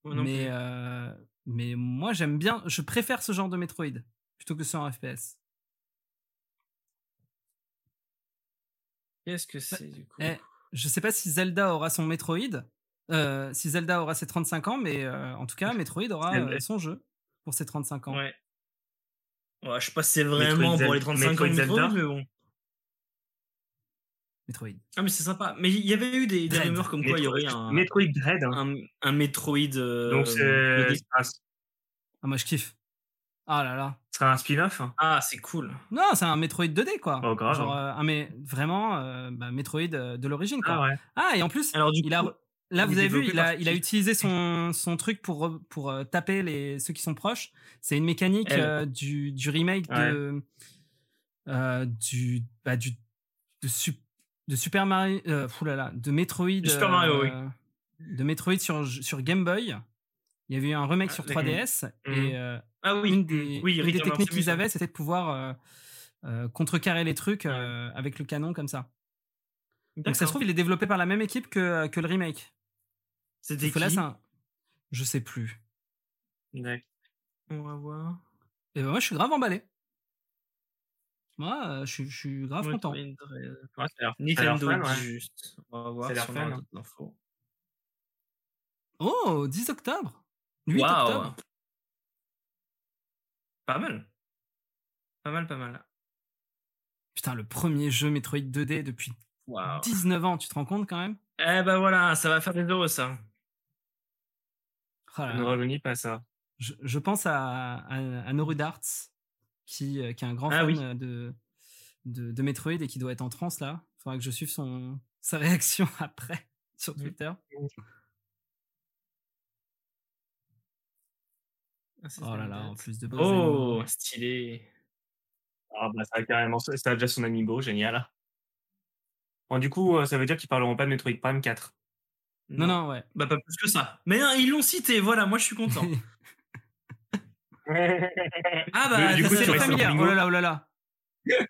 S4: Ouais, non
S2: mais,
S4: plus.
S2: euh, mais moi, j'aime bien, je préfère ce genre de Metroid plutôt que ceux en FPS.
S4: Qu'est-ce que c'est du coup
S2: Eh, je sais pas si Zelda aura son Metroid, euh, si Zelda aura ses 35 ans, mais euh, en tout cas, Metroid aura
S4: Zelda.
S2: euh, son jeu pour ses 35 ans.
S4: Ouais. Ouais, je sais pas si c'est vraiment
S3: Metroid
S4: pour les
S3: Zelda-
S4: 35 ans
S3: Metroid
S4: de Metroid,
S3: Zelda.
S4: mais bon.
S2: Metroid.
S4: Ah, mais c'est sympa. Mais il y avait eu des, des
S2: Dread.
S4: rumeurs comme quoi il y aurait un,
S3: Metroid Dread. hein.
S4: un, un Metroid. euh,
S3: Donc c'est
S4: Metroid-
S3: c'est un- ce
S2: Ah, moi, je kiffe. Ah là là.
S3: sera un spin-off. hein.
S4: Ah, c'est cool.
S2: Non, c'est un Metroid 2D, quoi.
S3: Oh, grave.
S2: Genre, euh, ah, mais vraiment, euh, bah, Metroid euh, de l'origine, quoi.
S3: Ah
S2: Ah,
S3: ouais.
S2: et en plus,
S4: Alors, du
S2: il a.
S4: coup,
S2: Là,
S4: il est
S2: vous avez vu,
S4: développé
S2: il a,
S4: par
S2: il a
S4: qui
S2: utilisé son, son truc pour, re- pour euh, taper les, ceux qui sont proches. C'est une mécanique
S4: Elle.
S2: euh, du, du remake
S3: Ouais.
S2: de, euh, du, bah, du, de, Sup- de Super Mario, euh, oulala, de Metroid,
S4: De Super Mario, oui.
S2: euh, de Metroid sur, sur Game Boy. Il y avait eu un remake
S4: Ah,
S2: sur
S4: d'accord.
S2: 3DS
S3: Mhm.
S2: et euh,
S4: ah oui,
S2: une des,
S4: oui,
S2: une
S4: Return
S2: des
S4: of
S2: techniques
S4: Samus,
S2: qu'ils
S4: ouais.
S2: avaient, c'était de pouvoir euh, euh, contrecarrer les trucs euh, avec le canon comme ça. Donc ça se
S4: D'accord.
S2: trouve, il est développé par la même équipe que, que le remake.
S4: C'était
S2: Sauf que là,
S4: qui
S2: c'est un- Je sais plus.
S3: Ouais.
S4: On va voir.
S2: Et ben moi, je suis grave emballé. Moi, euh, je, suis- je suis grave content.
S4: Metroid Dread.
S3: Ouais, ça a l'air- ça a l'air
S4: Nintendo
S3: fun,
S4: dit
S3: ouais.
S4: juste. On va voir
S3: Ça a l'air
S4: si on
S3: fun,
S4: a
S3: hein.
S4: d'autres infos.
S2: Oh, 10 octobre 8
S4: Waouh.
S2: octobre
S4: Pas mal. Pas mal, pas mal.
S2: Putain, le premier jeu Metroid 2D depuis
S4: Waouh.
S2: 19 ans, tu te rends compte quand même
S4: Eh ben voilà, ça va faire des euros ça.
S2: Oh là
S3: Ne
S2: là.
S3: revenez pas à ça.
S2: je, je pense à, à, à Noru Darts, qui, euh, qui est un grand
S4: Ah
S2: fan
S4: oui.
S2: euh, de, de, de Metroid et qui doit être en transe là. Faudra que je suive son, sa réaction après sur
S4: Mhm.
S2: Twitter.
S4: Ah, c'est
S2: Oh là
S4: une
S2: là,
S4: date.
S2: en plus de
S4: Oh, stylé.
S3: Ah bah ça a carrément, ça a déjà son amiibo, génial. Bon, du coup, euh, ça veut dire qu'ils parleront pas de Metroid Prime 4.
S2: Non, non, ouais.
S4: Bah pas plus que ça. Mais hein, ils l'ont cité, voilà, moi je suis content. Ah bah,
S3: Mais du
S4: ça,
S3: coup,
S4: c'est
S3: tu
S4: le
S3: restes
S4: familial.
S2: familière.
S3: Ringo.
S2: Oh là là, oh là là.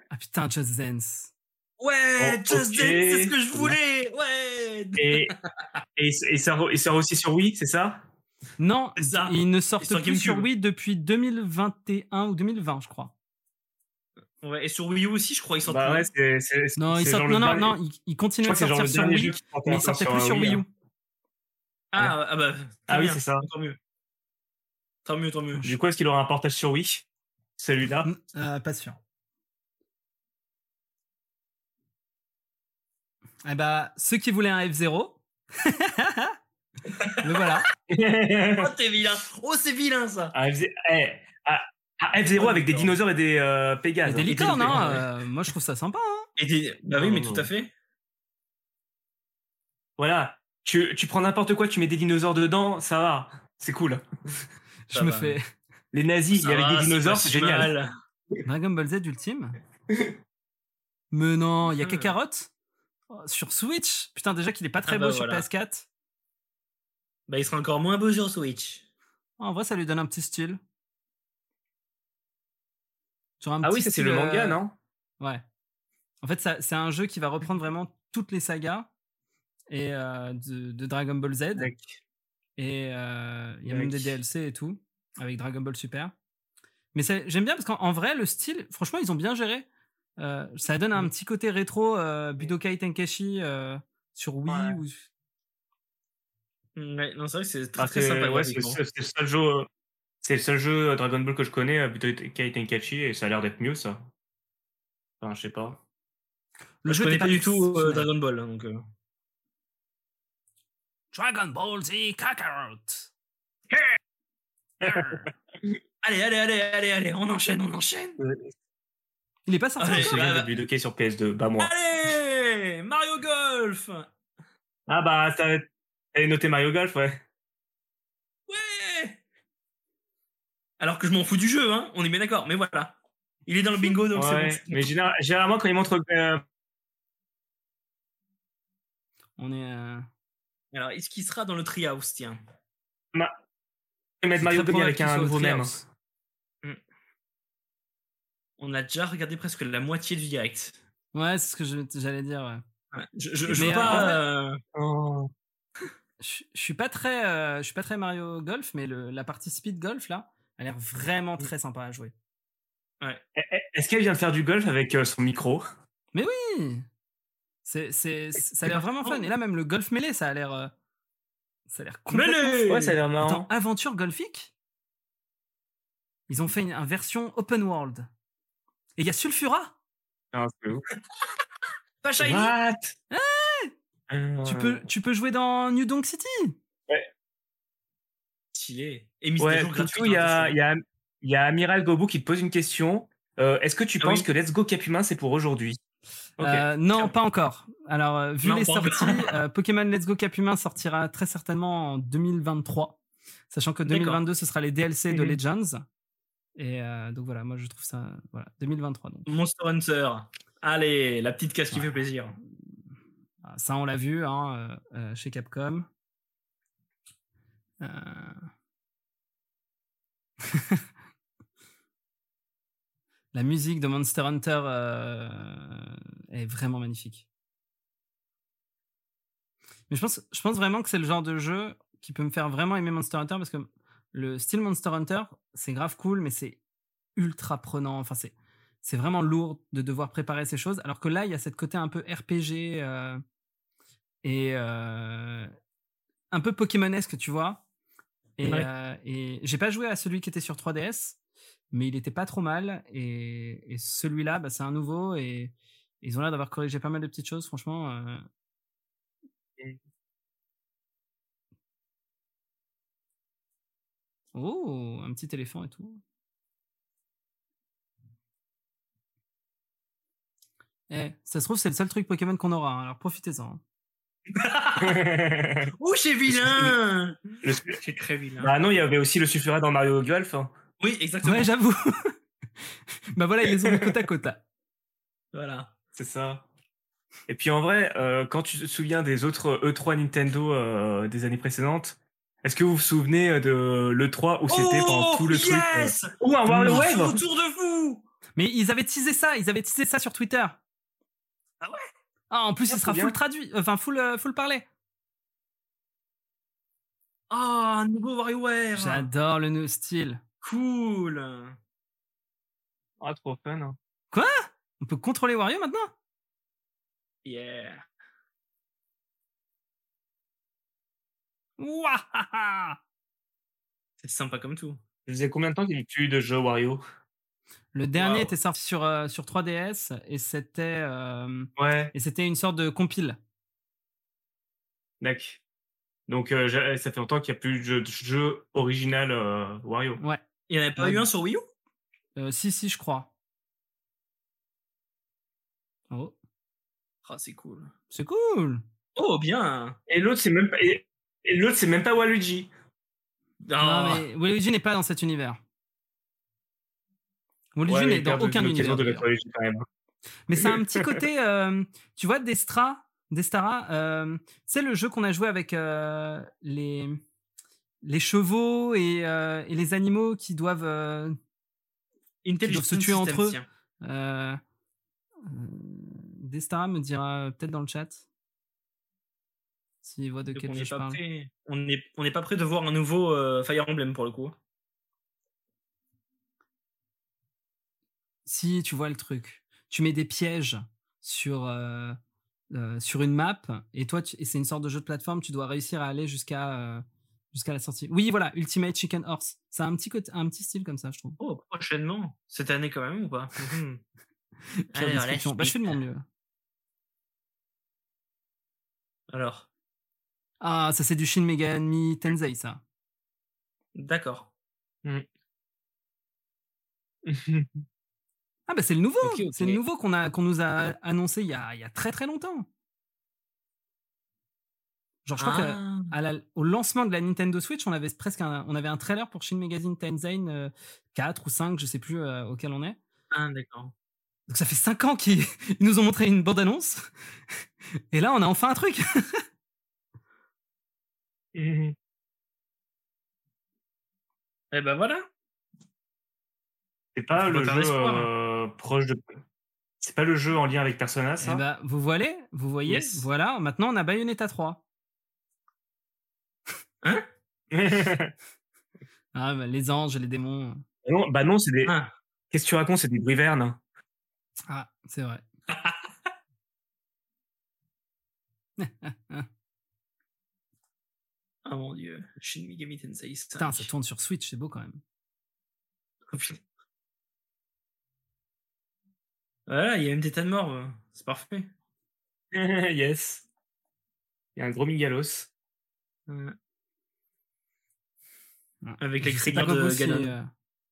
S2: Ah putain, Just Dance.
S4: Ouais,
S3: Oh,
S4: Just
S3: ok.
S4: Dance, c'est ce que je voulais. Ouais.
S3: et, et, et ça, re- et ça aussi sur Wii, c'est ça
S2: Non,
S4: C'est
S3: Ah,
S4: ça.
S2: ils ne sortent
S4: sur
S2: plus sur
S4: GameCube.
S2: Wii depuis 2021 ou 2020, je crois.
S4: Ouais, et sur Wii U aussi, je crois, ils sortent.
S3: Bah
S4: plus.
S3: ouais, c'est- c'est- c'est-
S2: Non, ils
S3: c'est
S2: sortent,
S3: genre le
S2: non, non,
S3: dernier-
S2: non, ils, ils
S3: je
S2: continuent
S3: crois
S2: de
S3: que c'est genre
S2: sortir
S3: le
S2: sur
S3: dernier
S2: Wii,
S3: jeu qui sortait
S2: mais ils
S3: encore
S2: sortaient
S3: sur
S2: plus sur Wii
S3: hein.
S2: U.
S4: ah, ah bah. très
S3: Ah oui,
S4: bien,
S3: c'est ça.
S4: Tant mieux. Tant mieux, tant mieux.
S3: hein. Du coup, est-ce qu'il aura un portage sur Wii Celui-là
S2: Euh, pas sûr. Eh bah, ceux qui voulaient un F0. le voilà. Mm.
S4: Oh, t'es vilain. Oh, c'est vilain ça.
S3: Ah, F0 eh, ah, ah, F0 avec des dinosaures et des
S2: Il y
S3: euh,
S2: a
S3: Pégases.
S2: des
S3: hein.
S2: licornes, hein.
S3: Ouais.
S2: euh, moi, je trouve ça sympa. hein.
S4: Et des- Bah oui,
S3: Non,
S4: mais
S3: non,
S4: tout
S3: non.
S4: à fait.
S3: Voilà, tu, tu prends n'importe quoi, tu mets des dinosaures dedans, ça va, c'est cool.
S2: Je
S4: Ça
S2: me
S4: va.
S2: fais
S3: Les nazis,
S4: Ça
S3: avec
S4: va,
S3: des dinosaures,
S4: pas
S3: c'est
S4: si
S3: génial.
S4: mal.
S2: Dragon Ball Z Ultime. Mais non,
S3: Euh.
S2: il y a que
S4: Hmm.
S2: carottes sur Switch. Putain, déjà qu'il est pas très
S4: Ah bah
S2: beau
S4: voilà.
S2: sur PS4.
S4: Bah, il sera encore moins beau sur Switch.
S2: En vrai, ça lui donne un petit style. Genre un
S3: Ah oui,
S2: petit
S3: ça c'est le
S2: style, euh,
S3: manga, non
S2: Ouais. En fait, ça- c'est un jeu qui va reprendre vraiment toutes les sagas et euh, de, de Dragon Ball Z. Et euh, il y a même des
S3: Mec.
S2: DLC et tout, avec Dragon Ball Super. Mais ça- j'aime bien parce qu'en en vrai, le style, franchement, ils ont bien géré. Euh, ça donne
S4: Mm.
S2: un petit côté rétro euh, Budokai Tenkashi euh, sur Wii.
S3: Ouais.
S2: Ou...
S4: Mm, Ouais, non, c'est vrai que c'est très,
S3: Ah,
S4: très
S3: c'est-
S4: sympa.
S3: ouais, c'est le
S4: graphiquement.
S3: seul- c'est le seul jeu. euh, C'est le seul jeu euh, Dragon Ball que je connais, euh, plutôt Kai Tenkachi, et ça a l'air d'être mieux ça. Enfin, je sais pas.
S2: Le
S4: je
S2: était
S4: connais pas du tout euh,
S2: exceptionnel.
S4: Dragon Ball. hein, donc, euh.
S2: Dragon Ball Z Kakarot.
S4: Allez, allez, allez, allez, allez, on enchaîne, on enchaîne.
S2: Il est pas sorti
S4: Ouais,
S3: Je
S2: encore
S3: sais
S4: bah, ah.
S3: rien
S4: bah.
S3: de Budokai sur PS2, bah moi.
S4: Allez, Mario Golf.
S3: Ah bah, t'as- t'avais noté Mario Golf, ouais.
S4: Ouais. Alors que je m'en fous du jeu, hein. On est bien d'accord. Mais voilà, il est dans le bingo, donc
S3: Ouais,
S4: c'est bon.
S3: Mais général- généralement, quand ils montrent. euh,
S2: On est. euh,
S4: Alors, est-ce qu'il sera dans le treehouse, tiens
S3: ils mettent
S2: c'est
S3: Mario
S2: très
S3: Golf avec
S2: probable
S3: un
S2: qu'il
S3: nouveau
S2: soit au
S4: hein.
S3: même.
S2: Treehouse.
S4: Hmm. On a déjà regardé presque la moitié du direct.
S2: Ouais, c'est ce que je- j'allais dire. ouais.
S4: Ouais, Je, je, je
S2: Mais,
S4: veux
S2: euh, en
S4: pas.
S2: vrai-
S4: euh,
S2: Je je suis pas très, euh, je suis pas très Mario Golf, mais le, la partie Speed Golf là, a l'air vraiment très sympa à jouer.
S3: Eh, eh, Est-ce qu'elle vient de faire du golf avec euh, son micro
S2: Oui, c'est, c'est, ça a l'air vraiment fun. Et là même le golf mêlé, ça a l'air, euh, Ça a l'air
S4: Mêlée
S2: complètement
S3: Ouais, ça a l'air marrant.
S2: Attends, Aventure Golfic Ils ont fait une, une version open world. Et il y a Sulfura
S3: Ah, c'est ouf.
S4: Pas shiny
S3: What Ah,
S2: tu, peux, tu peux jouer dans New Donk City
S4: Stylé. Et mise à
S3: Ouais,
S4: jour gratuite,
S3: surtout, il y
S4: hein,
S3: a,
S4: attention.
S3: il y, a, il y a Amiral Gobu qui te pose une question. Euh, Est-ce que tu
S4: Ah
S3: penses
S4: oui.
S3: que Let's Go Capumin, c'est pour aujourd'hui Ok.
S2: Euh, non, pas encore. Alors, euh, vu
S4: Non,
S2: les
S4: pas encore.
S2: sorties, euh, Pokémon Let's Go Capumin sortira très certainement en 2023, sachant que
S4: D'accord.
S2: 2022, ce sera les DLC de
S3: Mhm.
S2: Legends. Et euh, donc voilà, moi je trouve ça... Voilà, 2023 donc.
S4: Monster Hunter. Allez, la petite casse qui
S2: Ouais.
S4: fait plaisir.
S2: Ah, Ça, on l'a vu hein, euh, euh, chez Capcom. Euh, La musique de Monster Hunter euh, est vraiment magnifique. Mais je pense, je pense vraiment que c'est le genre de jeu qui peut me faire vraiment aimer Monster Hunter parce que le style Monster Hunter, c'est grave cool, mais c'est ultra prenant. Enfin, c'est c'est vraiment lourd de devoir préparer ces choses. Alors que là, il y a cette côté un peu RPG euh, et euh, un peu Pokémonesque, tu vois. Et,
S4: Ouais.
S2: euh, et j'ai pas joué à celui qui était sur 3DS, mais il était pas trop mal. Et, et celui-là, bah, c'est un nouveau et ils ont l'air d'avoir corrigé pas mal de petites choses. Franchement, euh, Oh, un petit éléphant et tout. Eh, ça se trouve, c'est le seul truc Pokémon qu'on aura, hein, alors profitez-en.
S3: Le-
S4: Oh, c'est vilain C'est très vilain.
S3: Bah non, il y avait aussi le sulfurat dans Mario Golf. hein.
S4: Oui, exactement.
S2: Ouais, j'avoue. bah voilà, ils les ont mis côte à côte. là.
S4: voilà.
S3: C'est ça. Et puis en vrai, euh, quand tu te souviens des autres E3 Nintendo euh, des années précédentes, est-ce que vous vous souvenez euh, de l'E3 où c'était pendant tout le truc euh,
S4: Oh, yes
S3: Oh, un World
S4: Ils
S3: Wave
S4: sont autour de vous
S2: Mais ils avaient teasé ça, ils avaient teasé ça sur Twitter.
S4: Ah ouais
S2: Ah, en plus,
S3: Ah,
S2: il sera
S3: c'est
S2: full
S3: bien.
S2: traduit, enfin full, euh, full parlé.
S4: Ah, un nouveau WarioWare
S2: J'adore le nouveau style.
S4: Cool
S3: Ah, trop fun. hein.
S2: On peut contrôler Wario maintenant
S4: Yeah
S2: Ouahaha
S4: C'est sympa comme tout.
S3: Je faisais combien de temps qu'il n'y avait plus de jeux Wario
S2: Le dernier
S3: Waouh.
S2: était sorti sur, euh, sur 3DS et c'était euh,
S3: Ouais,
S2: et c'était une sorte de compile.
S3: d'accord. Donc euh, j'ai- ça fait longtemps qu'il n'y a plus de jeu, de jeu original euh, Wario.
S2: Ouais.
S4: Il y en avait pas
S2: Ouais.
S4: eu un sur Wii U
S2: Euh, si, si, je crois. Oh,
S4: Ah, c'est cool.
S2: c'est cool.
S4: Oh, bien
S3: Et l'autre, c'est même pas. Et... et l'autre, c'est même pas Waluigi.
S4: Ah,
S2: Non, mais Waluigi n'est pas dans cet univers. Waluigi
S3: Ouais,
S2: n'est
S3: il
S2: dans
S3: perd de-
S2: aucun
S3: de l'occasion
S2: univers.
S3: de
S2: d'ailleurs.
S3: mettre Waluigi quand même.
S2: Mais c'est un petit côté, euh, tu vois, Destra, Destara, euh, c'est le jeu qu'on a joué avec euh, les, les chevaux et, euh, et les animaux qui doivent euh,
S4: Intelligent
S2: se tuer entre
S4: System,
S2: eux.
S4: tiens.
S2: Euh, euh, Destara me dira peut-être dans le chat s'il voit de
S4: Donc,
S2: quel
S4: on
S2: jeu
S4: n'est
S2: je
S4: pas
S2: parle.
S4: prêt- on n'est on n'est pas prêt de voir un nouveau euh, Fire Emblem pour le coup.
S2: Si tu vois le truc, tu mets des pièges sur, euh, euh, sur une map et toi, tu- et c'est une sorte de jeu de plateforme, tu dois réussir à aller jusqu'à euh, jusqu'à la sortie. Oui, voilà, Ultimate Chicken Horse. Ça a un petit, côté, un petit style comme ça, je trouve.
S4: Oh, prochainement Cette année quand même ou pas Mhm.
S2: Pire
S4: Alors, la
S2: description. Bah, je fais de
S4: suite.
S2: mon mieux.
S4: Alors,
S2: Ah, ça c'est du Shin Megami Tensei, ça.
S4: d'accord.
S2: Ah bah c'est le nouveau,
S3: Ok, ok.
S2: c'est le nouveau qu'on a qu'on nous a annoncé il y a, il y a très très longtemps. Genre je crois que
S4: Ah.
S2: à la- au lancement de la Nintendo Switch, on avait presque un, on avait un trailer pour Shin Megazine Tensei euh, 4 ou 5, je sais plus euh, auquel on est.
S4: Ah, d'accord.
S2: Donc ça fait 5 ans qu'ils ils nous ont montré une bande annonce et là on a enfin un truc.
S3: Mhm.
S4: Eh ben voilà.
S3: C'est pas
S4: Faut
S3: le
S4: faire hein.
S3: jeu
S4: l'espoir.
S3: euh, proche de. C'est pas le jeu en lien avec Persona, ça
S2: Eh ben, vous voyez, vous voyez,
S3: Yes.
S2: voilà, maintenant on a Bayonetta 3.
S4: Eh ben.
S2: Ah, bah, les anges, les démons.
S3: Non, bah non, c'est des.
S4: Ah.
S3: Qu'est-ce que tu racontes C'est des brivernes.
S2: Ah, c'est vrai.
S4: Ah mon dieu, Shin Megami Tensei 5.
S2: Putain, ça tourne sur Switch, c'est beau quand même.
S4: Oh, putain. Voilà, il y a même des tas de morts, euh, c'est parfait.
S3: yes. Il y a un gros Mingalos.
S4: Ouais. Avec la
S2: je, sais pas
S4: crinière de
S2: Gobo si,
S4: Ganon.
S2: euh,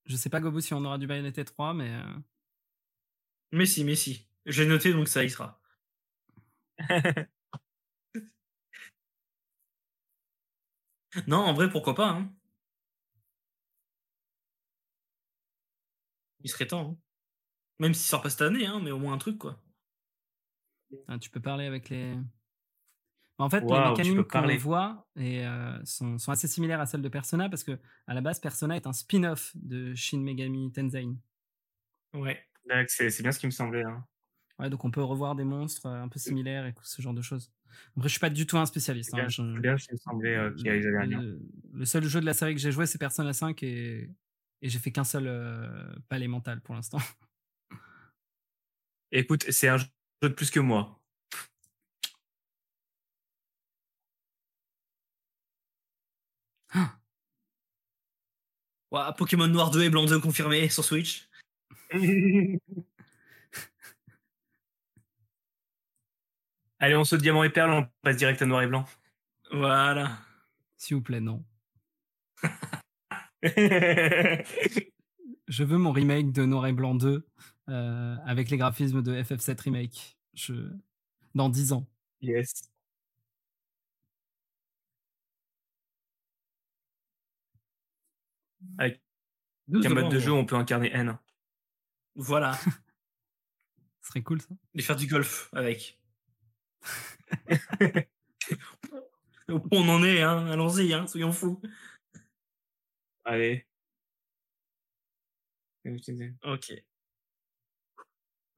S2: je sais pas Gobo si on aura du Bayonetta 3, mais euh,
S4: Mais si, mais si. J'ai noté, donc ça y sera. non, en vrai, pourquoi pas. hein. Il serait temps. hein. Même s'il sort pas cette année, hein, mais au moins un truc, quoi.
S2: hein, tu peux parler avec les. En fait,
S3: Waouh, tu
S2: les
S3: peux
S2: mécanismes qu'on
S3: parler.
S2: voit et, euh, sont, sont assez similaires à celles de Persona parce que à la base, Persona est un spin-off de Shin Megami Tensei.
S4: Ouais.
S3: Là, C'est c'est bien ce qui me semblait. hein.
S2: Ouais, donc on peut revoir des monstres euh, un peu similaires et ce genre de choses. Après, je suis pas du tout un spécialiste.
S3: C'est
S2: hein,
S3: bien,
S2: je-
S3: c'est bien ce qui me semblait euh,
S4: Mm.
S3: qu'il y avait un lien.
S2: le, le seul jeu de la série que j'ai joué, c'est Persona 5 et, et j'ai fait qu'un seul euh, palais mental pour l'instant.
S3: Écoute, c'est un jeu de plus que moi.
S4: Ouah, Pokémon Noir 2 et Blanc 2 confirmé sur Switch.
S3: Allez, on saute diamant et perle, on passe direct à noir et blanc.
S4: Voilà.
S2: S'il vous plaît, non.
S3: Allez,
S2: Je veux mon remake de Noir et Blanc 2 euh, avec les graphismes de FF7 Remake. Je... Dans 10 ans.
S3: yes. Avec un mode de jeu, on peut incarner N.
S4: Voilà.
S2: Ce serait cool ça.
S4: Et faire du golf avec. on en est, hein. Allons-y, hein. Soyons fous.
S3: Allez.
S4: Ok.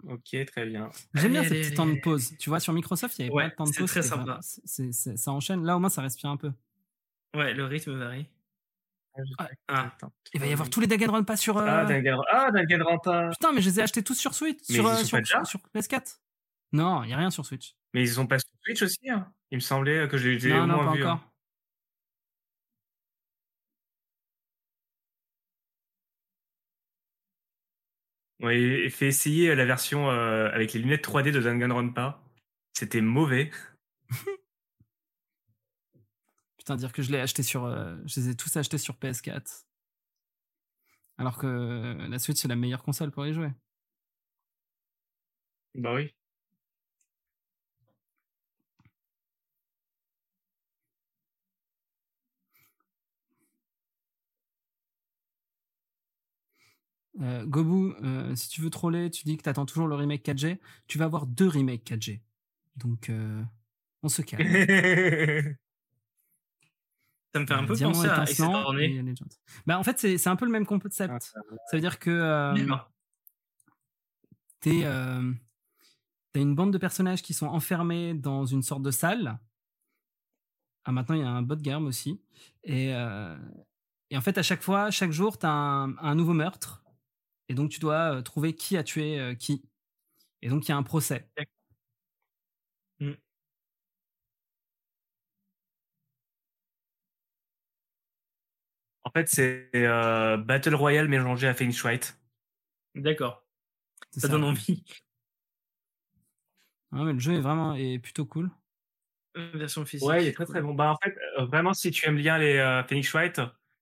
S3: Ok, très bien.
S2: J'aime bien
S4: Allez,
S2: ces
S4: allez,
S2: petits temps de
S4: allez,
S2: pause. Tu vois, sur Microsoft, il n'y avait
S4: Ouais,
S2: pas de temps de
S4: c'est
S2: pause.
S4: très
S2: c'était
S4: sympa.
S2: vraiment- c'est- c'est- ça enchaîne. Là, au moins, ça respire un peu.
S4: Ouais, le rythme varie. Ah.
S2: Il va y avoir tous les Dagenron pas sur. euh,
S3: Ah, Dangan- ah, Danganronpa.
S2: Putain, mais je les ai achetés tous sur Switch.
S3: Mais
S2: sur,
S3: ils y
S2: euh,
S3: sont
S2: sur,
S3: pas déjà
S2: sur PS4. Non, il n'y a rien sur Switch.
S3: Mais ils ont pas sur Twitch aussi, hein Il me semblait que j'ai j'ai au
S2: Non, non,
S3: moins
S2: pas
S3: vu. hein.
S2: encore.
S3: Ouais, et fait essayer la version euh, avec les lunettes 3D de Danganronpa. C'était mauvais.
S2: Putain, dire que je l'ai acheté sur. euh, je les ai tous achetés sur PS4. Alors que euh, la Switch, c'est la meilleure console pour y jouer.
S3: Bah oui.
S2: Euh, Gobu, euh, si tu veux troller, tu dis que t'attends toujours le remake 4G. Tu vas avoir deux remakes 4G. Donc, euh, on se calme.
S4: Ça me fait un peu
S2: Euh, Diamant
S4: penser à Ace
S2: étincelant
S4: Attorney.
S2: et Legend. Bah, en fait, c'est c'est un peu le même concept.
S3: Ah,
S2: Ça veut dire que euh,
S4: D'accord.
S2: t'es, euh, t'as une bande de personnages qui sont enfermés dans une sorte de salle. Ah, maintenant, il y a un bot game aussi. Et, euh, et en fait, à chaque fois, chaque jour, t'as un, un nouveau meurtre. Et donc, tu dois euh, trouver qui a tué euh, qui. Et donc, il y a un procès.
S3: En fait, c'est euh, Battle Royale mélangé à Phoenix Wright.
S4: D'accord.
S2: C'est
S4: Ça donne envie.
S2: Ouais, mais le jeu est vraiment est plutôt cool.
S4: Version physique.
S3: Ouais, il est très très bon. Bah, en fait, euh, vraiment, si tu aimes bien les euh, Phoenix Wright,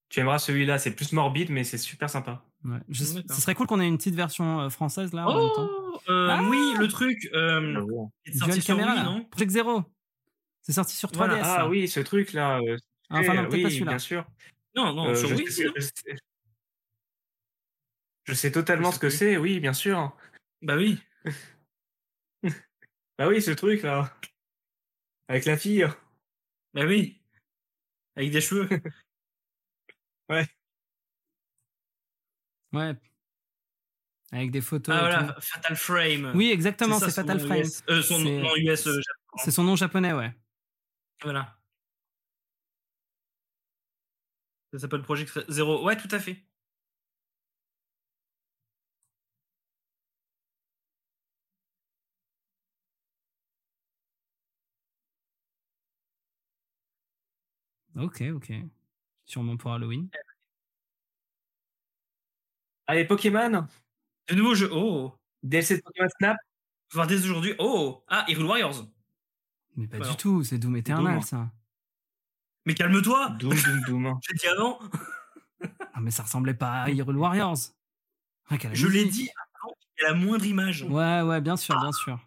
S3: tu aimeras celui-là. C'est plus morbide, mais c'est super sympa.
S2: Ouais. Je-
S4: D'accord.
S2: ce serait cool qu'on ait une petite version euh, française là en même temps.
S4: Oh euh,
S2: Ah
S4: oui, le truc. Euh, il est sorti
S2: Dual
S4: sur
S2: caméra,
S4: Wii,
S2: là.
S4: non
S2: Project Zero. C'est sorti sur 3DS.
S4: Voilà.
S3: Ah
S2: ça.
S3: oui, ce truc-là. euh,
S2: Ah, Enfin, non,
S3: eh,
S2: peut-être
S3: oui,
S2: pas celui-là.
S3: bien sûr.
S4: Non, non,
S3: Euh,
S4: Oh, sur
S3: je,
S4: Wii.
S3: sais,
S4: sinon.
S3: je sais- je sais totalement
S4: Je
S3: ce que
S4: sais
S3: c'est, oui, bien sûr.
S4: Bah oui.
S3: Bah oui, ce truc-là. Avec la fille.
S4: Bah oui. Avec des cheveux.
S2: Ouais. Avec des photos.
S4: ah
S2: et
S4: voilà, Fatal Frame.
S2: tout. Oui, exactement,
S4: ça,
S2: c'est
S4: son
S2: Fatal
S4: nom
S2: Frame.
S4: US, euh, son
S2: C'est-
S4: nom US, euh, j'appelle,
S2: C'est son nom japonais, ouais.
S4: voilà. Ça s'appelle Project Zero. Ouais, tout à fait.
S2: Ok, ok. Sûrement pour Halloween.
S3: Allez, Pokémon
S4: De nouveau jeu. Oh
S3: DLC de Pokémon Snap
S4: Voir dès aujourd'hui. Oh Ah, Hyrule Warriors.
S2: Mais pas
S4: Bah
S2: du
S4: non.
S2: tout, c'est Doom Eternal,
S3: Doom.
S4: hein.
S2: ça.
S4: Mais calme-toi
S3: Doom, Doom, Doom.
S4: J'ai dit avant
S2: Ah, mais ça ressemblait pas à Hyrule Warriors. Ah, quelle
S4: Je l'ai
S2: musique.
S4: dit avant Il y a la moindre image. Ouais,
S2: Ouais, ouais, bien sûr, bien sûr.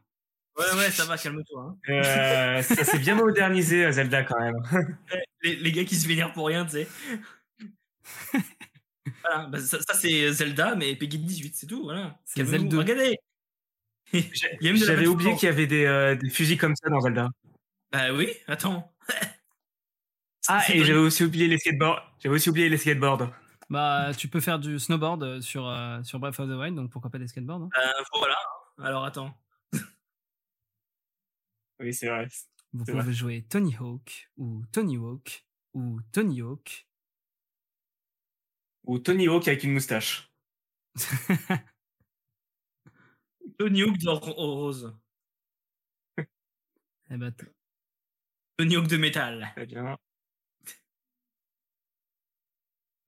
S4: ouais, ça va, calme-toi. hein.
S3: Euh, ça s'est bien modernisé, euh, Zelda, quand même.
S4: Les, les gars qui se vénèrent pour rien, tu sais. voilà, bah, ça, ça, c'est Zelda, mais Peggy 18, c'est tout, voilà.
S2: C'est
S4: Calmez-vous.
S2: Zelda.
S4: Regardez Il y a même de la
S3: J'avais
S4: peinture
S3: oublié
S4: blanche.
S3: qu'il y avait des, euh, des fusils comme ça dans Zelda.
S4: Bah oui, attends.
S3: Ah,
S4: C'est
S3: et
S4: pas-
S3: j'avais aussi oublié les skateboards. J'avais aussi oublié les skateboards.
S2: Bah, tu peux faire du snowboard euh, sur, euh, sur Breath of the Wild, donc pourquoi pas des skateboards hein
S4: Bah, voilà, alors attends.
S3: Oui, c'est vrai.
S2: Vous
S3: C'est
S2: pouvez jouer Tony Hawk ou Tony Hawk ou Tony Hawk.
S3: Ou Tony Hawk avec une moustache.
S4: Tony Hawk d'or au rose.
S2: Eh ben, t-
S4: Tony Hawk de métal.
S3: Très bien.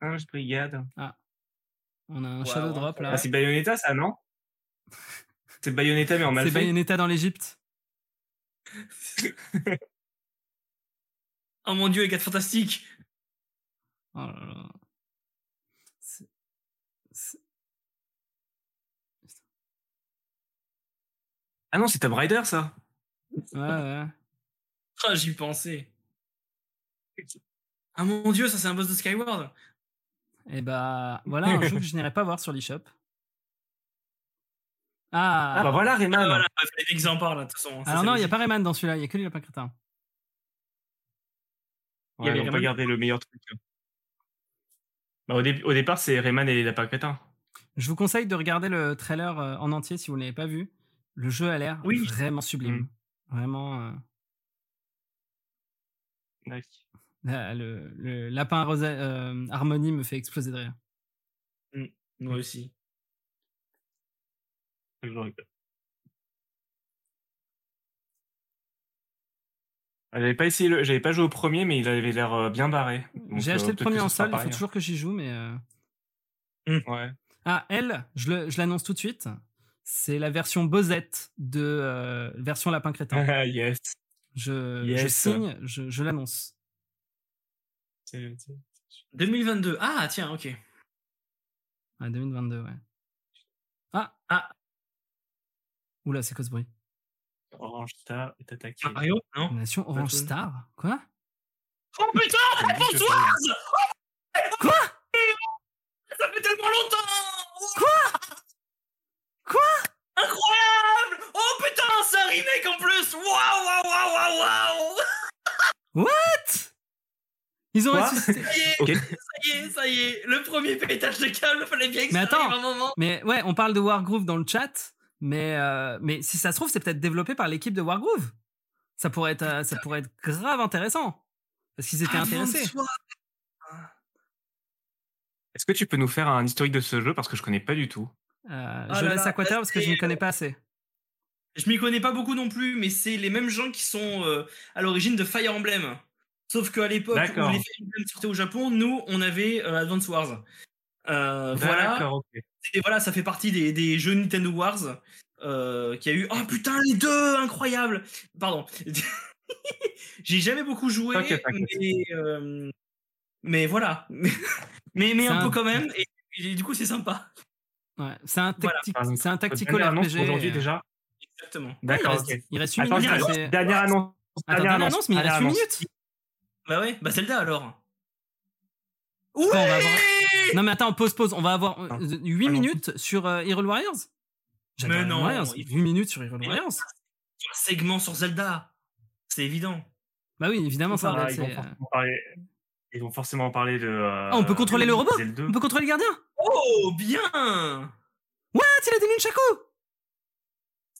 S3: Singe brigade.
S2: on a un
S4: Ouais,
S2: shadow
S4: ouais,
S2: drop
S4: ça va.
S2: là.
S3: Ah, c'est Bayonetta, ça, non C'est Bayonetta, mais en mal
S2: C'est
S3: fait.
S2: Bayonetta dans l'Egypte.
S4: Oh mon dieu, les 4 fantastiques
S2: Oh là là. C'est- c'est-
S3: Ah non, c'est Tomb Raider, ça.
S2: Ouais, ouais.
S4: Ah, j'y pensais. Ah mon dieu, ça c'est un boss de Skyward.
S2: Et bah, voilà un jeu que je n'irai pas voir sur l'eShop. Ah,
S3: Ah, bah voilà, Rayman.
S4: voilà, il fallait bien qu'ils en parlent, de toute façon. Ça,
S2: Alors non, il
S4: c'est
S2: n'y a
S4: logique.
S2: pas Rayman dans celui-là, il n'y a que les lapins crétins.
S3: Ouais,
S4: Il y avait
S3: ils ont pas
S4: Rayman.
S3: gardé le meilleur truc. Bah, au, dé- au départ, c'est Rayman et les lapins crétins.
S2: Je vous conseille de regarder le trailer euh, en entier si vous ne l'avez pas vu. Le jeu a l'air
S4: Oui.
S2: vraiment
S3: Mm.
S2: sublime. Vraiment, euh, là, Ah, le, le lapin rosa, euh, harmonie me fait exploser de rire.
S4: Moi aussi.
S3: J'avais pas essayé, le- j'avais pas joué au premier, mais il avait l'air euh, bien barré. Donc,
S2: J'ai
S3: euh,
S2: acheté le
S3: peut-être
S2: premier
S3: que
S2: en
S3: ce sera
S2: salle, il faut
S3: pareil,
S2: toujours que j'y joue, mais... euh,
S3: hein. Ouais.
S2: Ah, elle, je le- je l'annonce tout de suite, c'est la version Bosette de euh, version lapin crétin.
S3: Ah, yes.
S2: Je, je
S3: Yes.
S2: signe, je, je l'annonce.
S3: C'est- c'est-
S4: 2022. Ah tiens, ok.
S2: Ah, 2022, ouais. Ah, ah. Oula, c'est quoi ce bruit
S3: Orange Star est attaqué.
S2: Ah,
S4: Mario Non
S2: Nation Orange
S4: Platoon.
S2: Star Quoi
S4: Oh putain
S3: Comme dit,
S2: ah,
S3: je
S4: Bonsoir
S3: connais.
S2: Quoi
S4: Ça fait tellement longtemps
S2: Quoi Quoi
S4: Incroyable Oh putain, c'est un remake en plus Waouh, waouh, waouh, waouh, waouh
S2: Ils ont
S3: Quoi
S2: ressuscité.
S4: Ça y est,
S3: Ok.
S4: ça y est, ça y est Le premier pétage de câble, fallait bien que
S2: Mais
S4: ça
S2: attends.
S4: arrive un moment
S2: Mais ouais, on parle de Wargroove dans le chat, mais, euh, mais si ça se trouve, c'est peut-être développé par l'équipe de Wargroove. Ça pourrait être, euh, ça pourrait être grave intéressant. Parce qu'ils étaient
S4: Ah,
S2: intéressés.
S4: bonsoir.
S3: Est-ce que tu peux nous faire un historique de ce jeu parce que je connais pas du tout
S2: Euh,
S4: Oh
S2: je
S4: là
S2: laisse
S4: là,
S2: à Quater parce que je
S4: c'est- euh,
S2: ne connais pas assez.
S4: Je m'y connais pas beaucoup non plus, mais c'est les mêmes gens qui sont euh, à l'origine de Fire Emblem. Sauf qu'à l'époque où les Fire
S3: D'accord.
S4: Emblem sortaient au Japon, nous, on avait euh, Advance Wars. Euh, voilà,
S3: D'accord, ok.
S4: Et voilà, ça fait partie des, des jeux Nintendo Wars euh, qu'il y a eu. Oh putain, les deux, incroyable Pardon. J'ai jamais beaucoup joué,
S3: T'inquiète, t'inquiète.
S4: mais, euh, mais voilà. mais mais
S2: C'est
S4: un,
S2: un-
S4: peu quand même, et, et du coup, c'est sympa.
S2: Ouais, c'est un,
S4: Voilà.
S2: tactique,
S3: Pardon.
S2: c'est un tactico
S3: Dernière annonce
S2: RPG.
S3: pour aujourd'hui déjà.
S4: Exactement.
S3: D'accord,
S2: Ah, il reste,
S3: ok.
S2: il reste une
S3: Attends,
S2: minute.
S3: dernière
S2: là,
S3: annonce.
S2: c'est-
S3: Dernière annonce.
S2: Attends,
S3: dernière
S2: dernière annonce, mais il
S3: dernière
S2: reste une
S3: annonce.
S2: minute.
S4: Bah ouais, bah Zelda alors. Ouais
S2: on va avoir- Non, mais attends, pause, pause. On va avoir
S3: Ah.
S2: 8
S3: Ah non.
S2: minutes sur euh, Hyrule Warriors J'adore
S4: Mais
S2: Hyrule
S4: non,
S2: Warriors.
S4: il-
S2: 8 minutes sur Hyrule
S4: Mais-
S2: Warriors
S4: Un segment sur Zelda. C'est évident.
S2: Bah oui, évidemment, ça
S3: Ah,
S2: va
S3: ils,
S2: être. euh,
S3: vont forcément parler... ils vont forcément parler de. euh,
S2: Ah, on peut contrôler le robot
S3: Zelda.
S2: On peut contrôler le gardien
S4: Oh, bien
S2: What Il a des nunchaku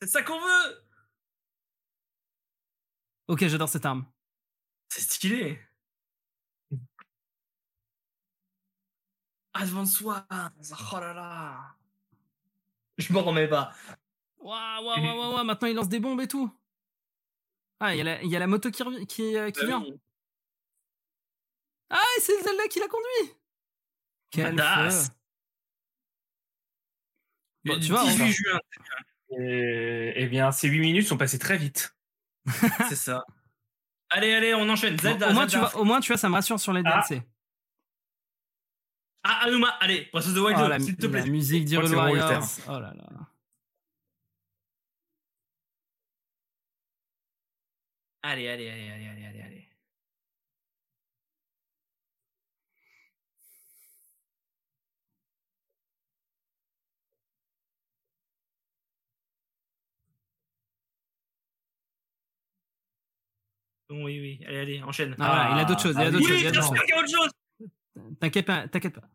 S4: C'est ça qu'on veut
S2: Ok, j'adore cette arme.
S4: C'est stylé. Advance Wars. Oh là là. Je m'en remets pas.
S2: Waouh, waouh, waouh, waouh, waouh, maintenant il lance des bombes et
S4: Bah
S2: tout. Ah, il y, a la- il y a la moto qui, revi- qui, euh, qui vient. Ah, et c'est Zelda qui l'a conduit Quel
S4: Badass.
S2: feu. Bon, tu vois,
S4: 18
S2: enfin.
S4: juin,
S3: Et, eh bien, ces 8 minutes sont passées très vite.
S4: c'est ça. Allez, allez, on enchaîne.
S2: Bon,
S4: Zelda,
S2: au, moins, tu
S4: Zelda.
S2: vois, au moins, tu vois, ça me rassure sur les
S3: Ah.
S2: DLC.
S4: Ah, Anuma, allez, Breath of the Wild
S2: Oh,
S4: 2,
S2: la,
S4: s'il te
S2: la
S4: plaît.
S2: musique
S3: Je
S2: d'Hyrule
S3: crois que c'est vraiment le
S2: Warriors. Oh là là.
S4: Allez, allez, allez, allez, allez, allez, allez. Bon, oui, oui, allez, allez, enchaîne.
S2: Ah, voilà, il a d'autres choses, il a
S3: ah
S2: d'autres
S4: oui,
S2: choses, il a
S4: bien
S2: d'autres
S4: sûr
S2: choses.
S4: qu'il y a autre chose
S2: T'inquiète pas, t'inquiète pas.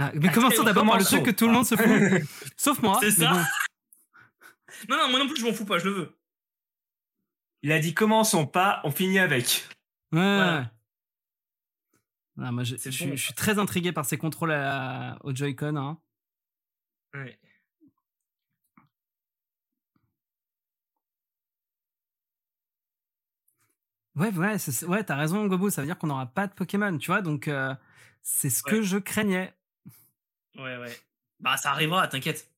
S2: Ah, mais commençons d'abord par le
S3: commençons.
S2: truc que tout le monde se fout. Sauf moi.
S4: C'est
S2: mais
S4: ça
S2: bon.
S4: Non, non, moi non plus, je m'en fous pas, je le veux.
S3: Il a dit commençons pas, on finit avec.
S2: Ouais,
S4: Voilà.
S2: ouais. Ah, moi, je,
S4: C'est
S2: je
S4: bon.
S2: suis- je suis très intrigué par ces contrôles à- au Joy-Con. hein.
S4: Ouais.
S2: Ouais, ouais, c'est- c'est- ouais, t'as raison, Gobo. Ça veut dire qu'on n'aura pas de Pokémon, tu vois. Donc, euh, c'est ce que
S4: Ouais.
S2: je craignais.
S4: Ouais, ouais. Bah, ça arrivera, t'inquiète.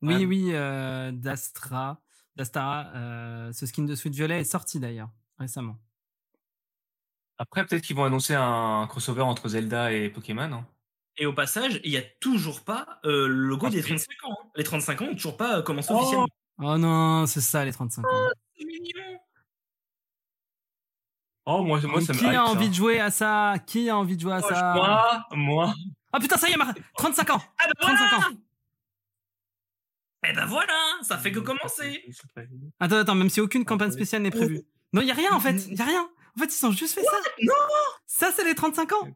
S2: Oui,
S4: Ouais.
S2: oui, euh, d'Astra. D'Astara, euh, ce skin de Sweet Violet est sorti d'ailleurs, récemment.
S3: Après, peut-être qu'ils vont annoncer un crossover entre Zelda et Pokémon. hein.
S4: Et au passage, il n'y a toujours pas euh, le logo
S3: Ah,
S4: des
S3: c'est-
S4: 35 ans. hein. Les 35 ans ont toujours pas euh, commencé
S3: Oh
S4: officiellement.
S2: Oh non, c'est ça, les 35 ans.
S4: C'est mignon. Ah, bah
S3: Oh, moi, moi
S2: Mais
S3: ça me
S2: qui
S3: hype,
S2: a
S3: ça.
S2: envie de jouer à ça Qui a envie de jouer à
S3: Oh,
S2: ça
S3: Moi, moi.
S2: Ah putain, ça y est, Mar- 35 ans
S4: Ah bah voilà
S2: 35 ans
S4: Eh ben voilà, ça fait que commencer.
S2: Attends, attends, même si aucune campagne
S3: oui.
S2: spéciale n'est prévue. Non, y a rien en fait, y a rien. En fait, ils ont juste fait ça.
S4: Non
S2: Ça, c'est les 35 ans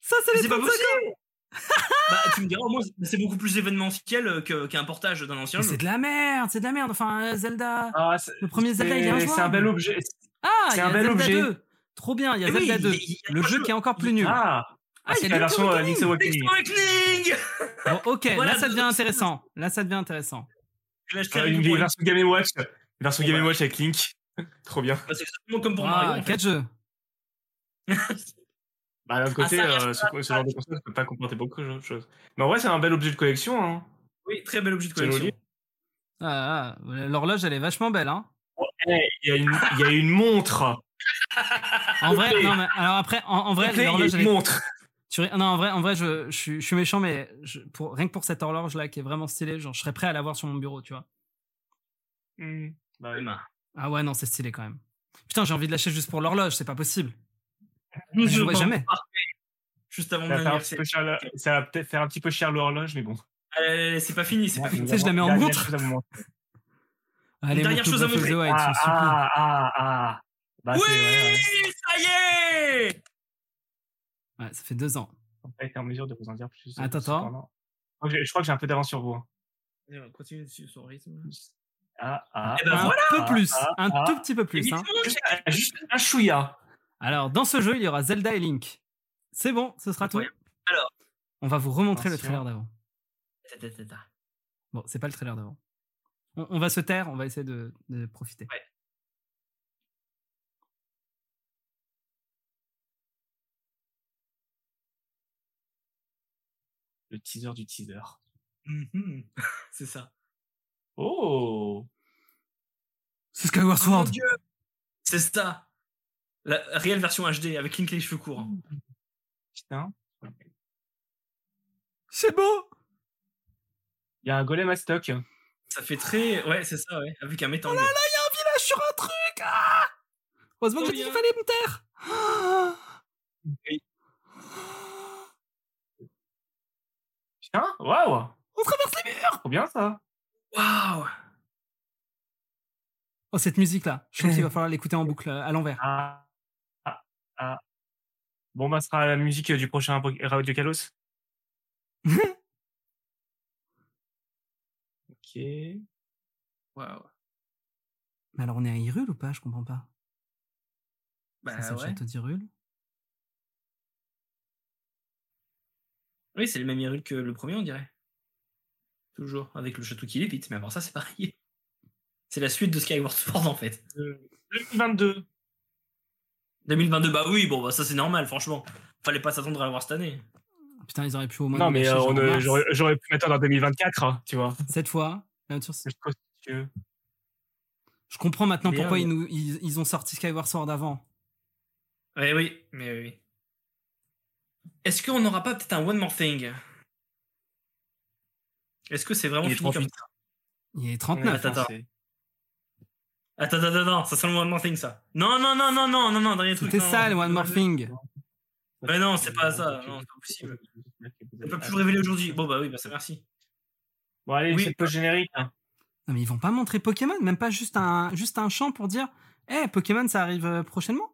S2: Ça,
S4: Mais
S2: c'est les
S4: C'est pas
S2: 35 ans
S4: possible Bah tu me diras, au moins c'est beaucoup plus événementiel euh, que- qu'un portage d'un ancien
S2: Mais
S4: jeu.
S2: C'est de la merde, c'est de la merde. Enfin, euh, Zelda,
S3: Ah, c'est-
S2: le premier Zelda, il est
S3: c'est
S2: injouable.
S3: c'est un bel objet.
S2: Ah,
S3: c'est
S2: il y
S3: un
S2: a
S3: bel
S2: Zelda
S3: objet.
S2: 2. Trop bien, il y a
S4: Eh oui,
S2: Zelda 2.
S4: il y a- il y a
S2: Le
S4: pas
S2: jeu
S4: de
S2: qui est encore plus
S4: Il-
S2: nul.
S3: Ah,
S2: Ah, il y
S3: c'est
S2: a
S3: la
S2: Link's
S3: version euh,
S2: Awakening.
S3: Link's Awakening.
S4: Link's Awakening
S2: Bon, ok,
S4: Voilà,
S2: là ça devient
S4: deux-
S2: intéressant. Là ça devient intéressant.
S4: Je l'ai acheté à
S3: Ah, une
S4: Lyon pour
S3: version Game Watch. Une version
S4: Bon,
S3: Game
S4: bah.
S3: Watch avec Link. Trop bien.
S4: Bah, C'est exactement comme pour
S2: Ah,
S4: Mario. en fait.
S2: quatre jeux.
S3: Bah, d'un côté,
S4: Ah, ça,
S3: euh, ce, ce genre de console ne peut pas comporter beaucoup de choses. Mais en vrai, c'est un bel objet de collection. Hein.
S4: Oui, très bel objet de
S3: C'est joli.
S4: collection.
S2: Ah, ah, L'horloge, elle est vachement belle. Hein.
S3: Eh, Il y, a une- il y a une montre.
S2: En vrai, non, mais alors après, en, en vrai,
S3: Ok, il
S2: l'horloge,
S3: y a
S2: elle
S3: une
S2: est
S3: montre.
S2: Tu ri- non, en vrai, en vrai je, je, suis- je suis méchant, mais je- pour, rien que pour cette horloge-là qui est vraiment stylée, genre, je serais prêt à l'avoir sur mon bureau, tu vois.
S3: Hmm. Bah, oui.
S4: Mmh. Emma.
S2: Ah ouais, non, c'est stylé quand même. Putain, j'ai envie de l'acheter juste pour l'horloge, c'est pas possible.
S4: Nous
S2: Je
S4: y
S2: vois
S4: sommes
S2: jamais.
S4: parfaits. Juste avant
S3: Ça
S4: mon
S3: va faire un petit
S4: anniversaire.
S3: peu cher la- ça va peut-être faire un petit peu cher l'horloge, mais bon.
S4: Allez, allez, allez, c'est pas fini, c'est pas fini.
S2: Tu sais, je la mets en
S3: Dernière
S2: montre.
S3: chose à vous montrer.
S2: Allez,
S4: dernière
S2: mon
S4: chose à
S2: Breath of the
S4: montrer.
S2: Wild, je
S3: Ah,
S2: te supplie.
S3: ah, ah, ah. Bah,
S4: Oui,
S3: c'est ouais, ouais.
S4: ça y est
S2: Ouais, ça fait deux ans.
S3: On n'a pas été en mesure de vous en dire plus. euh,
S2: Attends, attends.
S3: cependant. Moi, Je je crois que j'ai un peu d'avance sur vous. hein.
S4: Allez, on Continue sur son rythme.
S3: Ah, ah.
S4: Eh ben,
S2: un
S4: voilà.
S2: peu plus,
S3: ah,
S2: un
S3: ah.
S2: tout petit peu plus. hein.
S4: Évidemment,
S3: Juste, un- juste un chouïa.
S2: Alors, dans ce jeu, il y aura Zelda et Link. C'est bon, ce sera tout.
S4: Incroyable. Alors.
S2: On va vous remontrer le
S3: Attention.
S2: trailer d'avant.
S4: j'ai- ta, ta, ta, ta.
S2: Bon, c'est pas le trailer d'avant. On, on va se taire, on va essayer de, de profiter.
S4: Ouais.
S3: Le teaser du teaser.
S4: Mhm. C'est ça.
S3: Oh
S2: C'est Skyward
S4: Oh mon
S2: Sword
S4: Dieu. C'est ça. La réelle version HD avec Link les cheveux courts.
S3: Putain.
S2: C'est beau
S3: Il y a un golem à stock.
S4: Ça fait très. Ouais, c'est ça, ouais. Avec un
S2: Oh
S4: métal.
S2: village sur un truc ah Heureusement que j'ai dit qu'il
S4: Combien
S2: fallait me taire Ah
S3: Putain, waouh
S2: On traverse les murs
S3: Trop bien ça
S4: Waouh
S2: Oh, cette musique-là, je trouve qu'il va falloir l'écouter en boucle euh, à l'envers.
S3: ah, ah, ah. Bon, bah, ce sera la musique euh, du prochain po- Radio Kalos. ok.
S4: Waouh.
S2: Mais alors, on est à Hyrule ou pas Je comprends pas.
S4: Bah
S2: Ça, c'est le
S4: ouais.
S2: château d'Hyrule
S4: Oui, c'est le même Hyrule que le premier, on dirait. Toujours. Avec le château qui lévite, mais à part ça, c'est pareil. C'est la suite de Skyward Sword, en fait.
S3: Euh, 2022.
S4: 2022, bah oui, bon, bah ça c'est normal, franchement. Fallait pas s'attendre à l'avoir cette année.
S2: Ah, Putain, ils auraient pu au moins.
S5: Non,
S2: nous
S5: mais
S2: lâcher
S5: euh, on,
S2: genre en
S5: euh,
S2: mars.
S5: j'aurais j'aurais pu m'attendre en 2024, hein, tu vois.
S2: Cette fois, bien sûr, c'est-
S5: Je pense que-
S2: je comprends maintenant
S4: Bien,
S2: pourquoi
S4: mais-
S2: ils, nous, ils, ils ont sorti Skyward Sword avant.
S4: Oui, oui, mais oui, oui. Est-ce qu'on n'aura pas peut-être un One More Thing Est-ce que c'est vraiment
S5: Il est
S4: fini comme
S5: 38.
S4: ça
S2: Il est
S5: On est
S2: 39.
S4: attends,
S5: français.
S4: Attends, attends, attends, ça sent le One More Thing ça. Non, non, non, non, non, non, non, dernier truc.
S2: C'était
S4: non,
S2: ça,
S4: non,
S2: le One
S4: non,
S2: More
S4: non.
S2: Thing.
S4: Mais non, c'est pas ça, non, c'est pas possible. On peut plus le révéler aujourd'hui. Bon, bah oui, bah ça merci.
S5: Bon, allez,
S4: Oui.
S5: c'est peu générique. hein.
S2: Non, mais ils vont pas montrer Pokémon, même pas juste un, juste un champ pour dire Eh, Pokémon, ça arrive euh, prochainement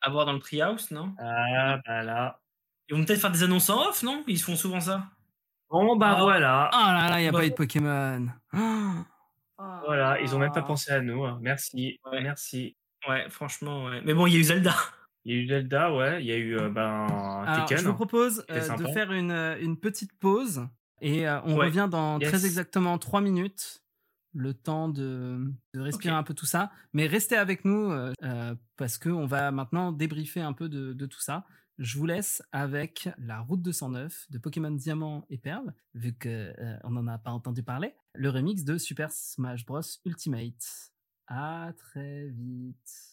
S4: À voir dans le Treehouse, non
S5: Ah, bah là.
S4: Ils vont peut-être faire des annonces en off, non Ils font souvent ça.
S5: Bon, bah
S4: Ah.
S5: voilà.
S2: Oh là là, il a
S4: Bah-
S2: pas eu de Pokémon. Ah.
S5: Voilà, ils ont même pas pensé à nous. hein. Merci,
S4: Ouais.
S5: merci.
S4: Ouais, franchement, ouais. Mais bon, il y a eu Zelda.
S5: Il y a eu Zelda, ouais. Il y a eu euh, ben,
S2: Alors,
S5: Tekken.
S2: je vous
S5: hein.
S2: propose
S5: C'était
S2: euh, de
S5: sympa.
S2: faire une, euh, une petite pause et euh, on
S4: Ouais.
S2: revient dans
S5: Yes.
S2: très exactement 3 minutes. Le temps de, de respirer
S4: Ok.
S2: un peu tout ça. Mais restez avec nous euh, euh, parce qu'on va maintenant débriefer un peu de, de tout ça. Je vous laisse avec la route 209 de Pokémon Diamant et Perle, vu qu'on n'en a pas entendu parler. Le remix de Super Smash Bros. Ultimate. À très vite.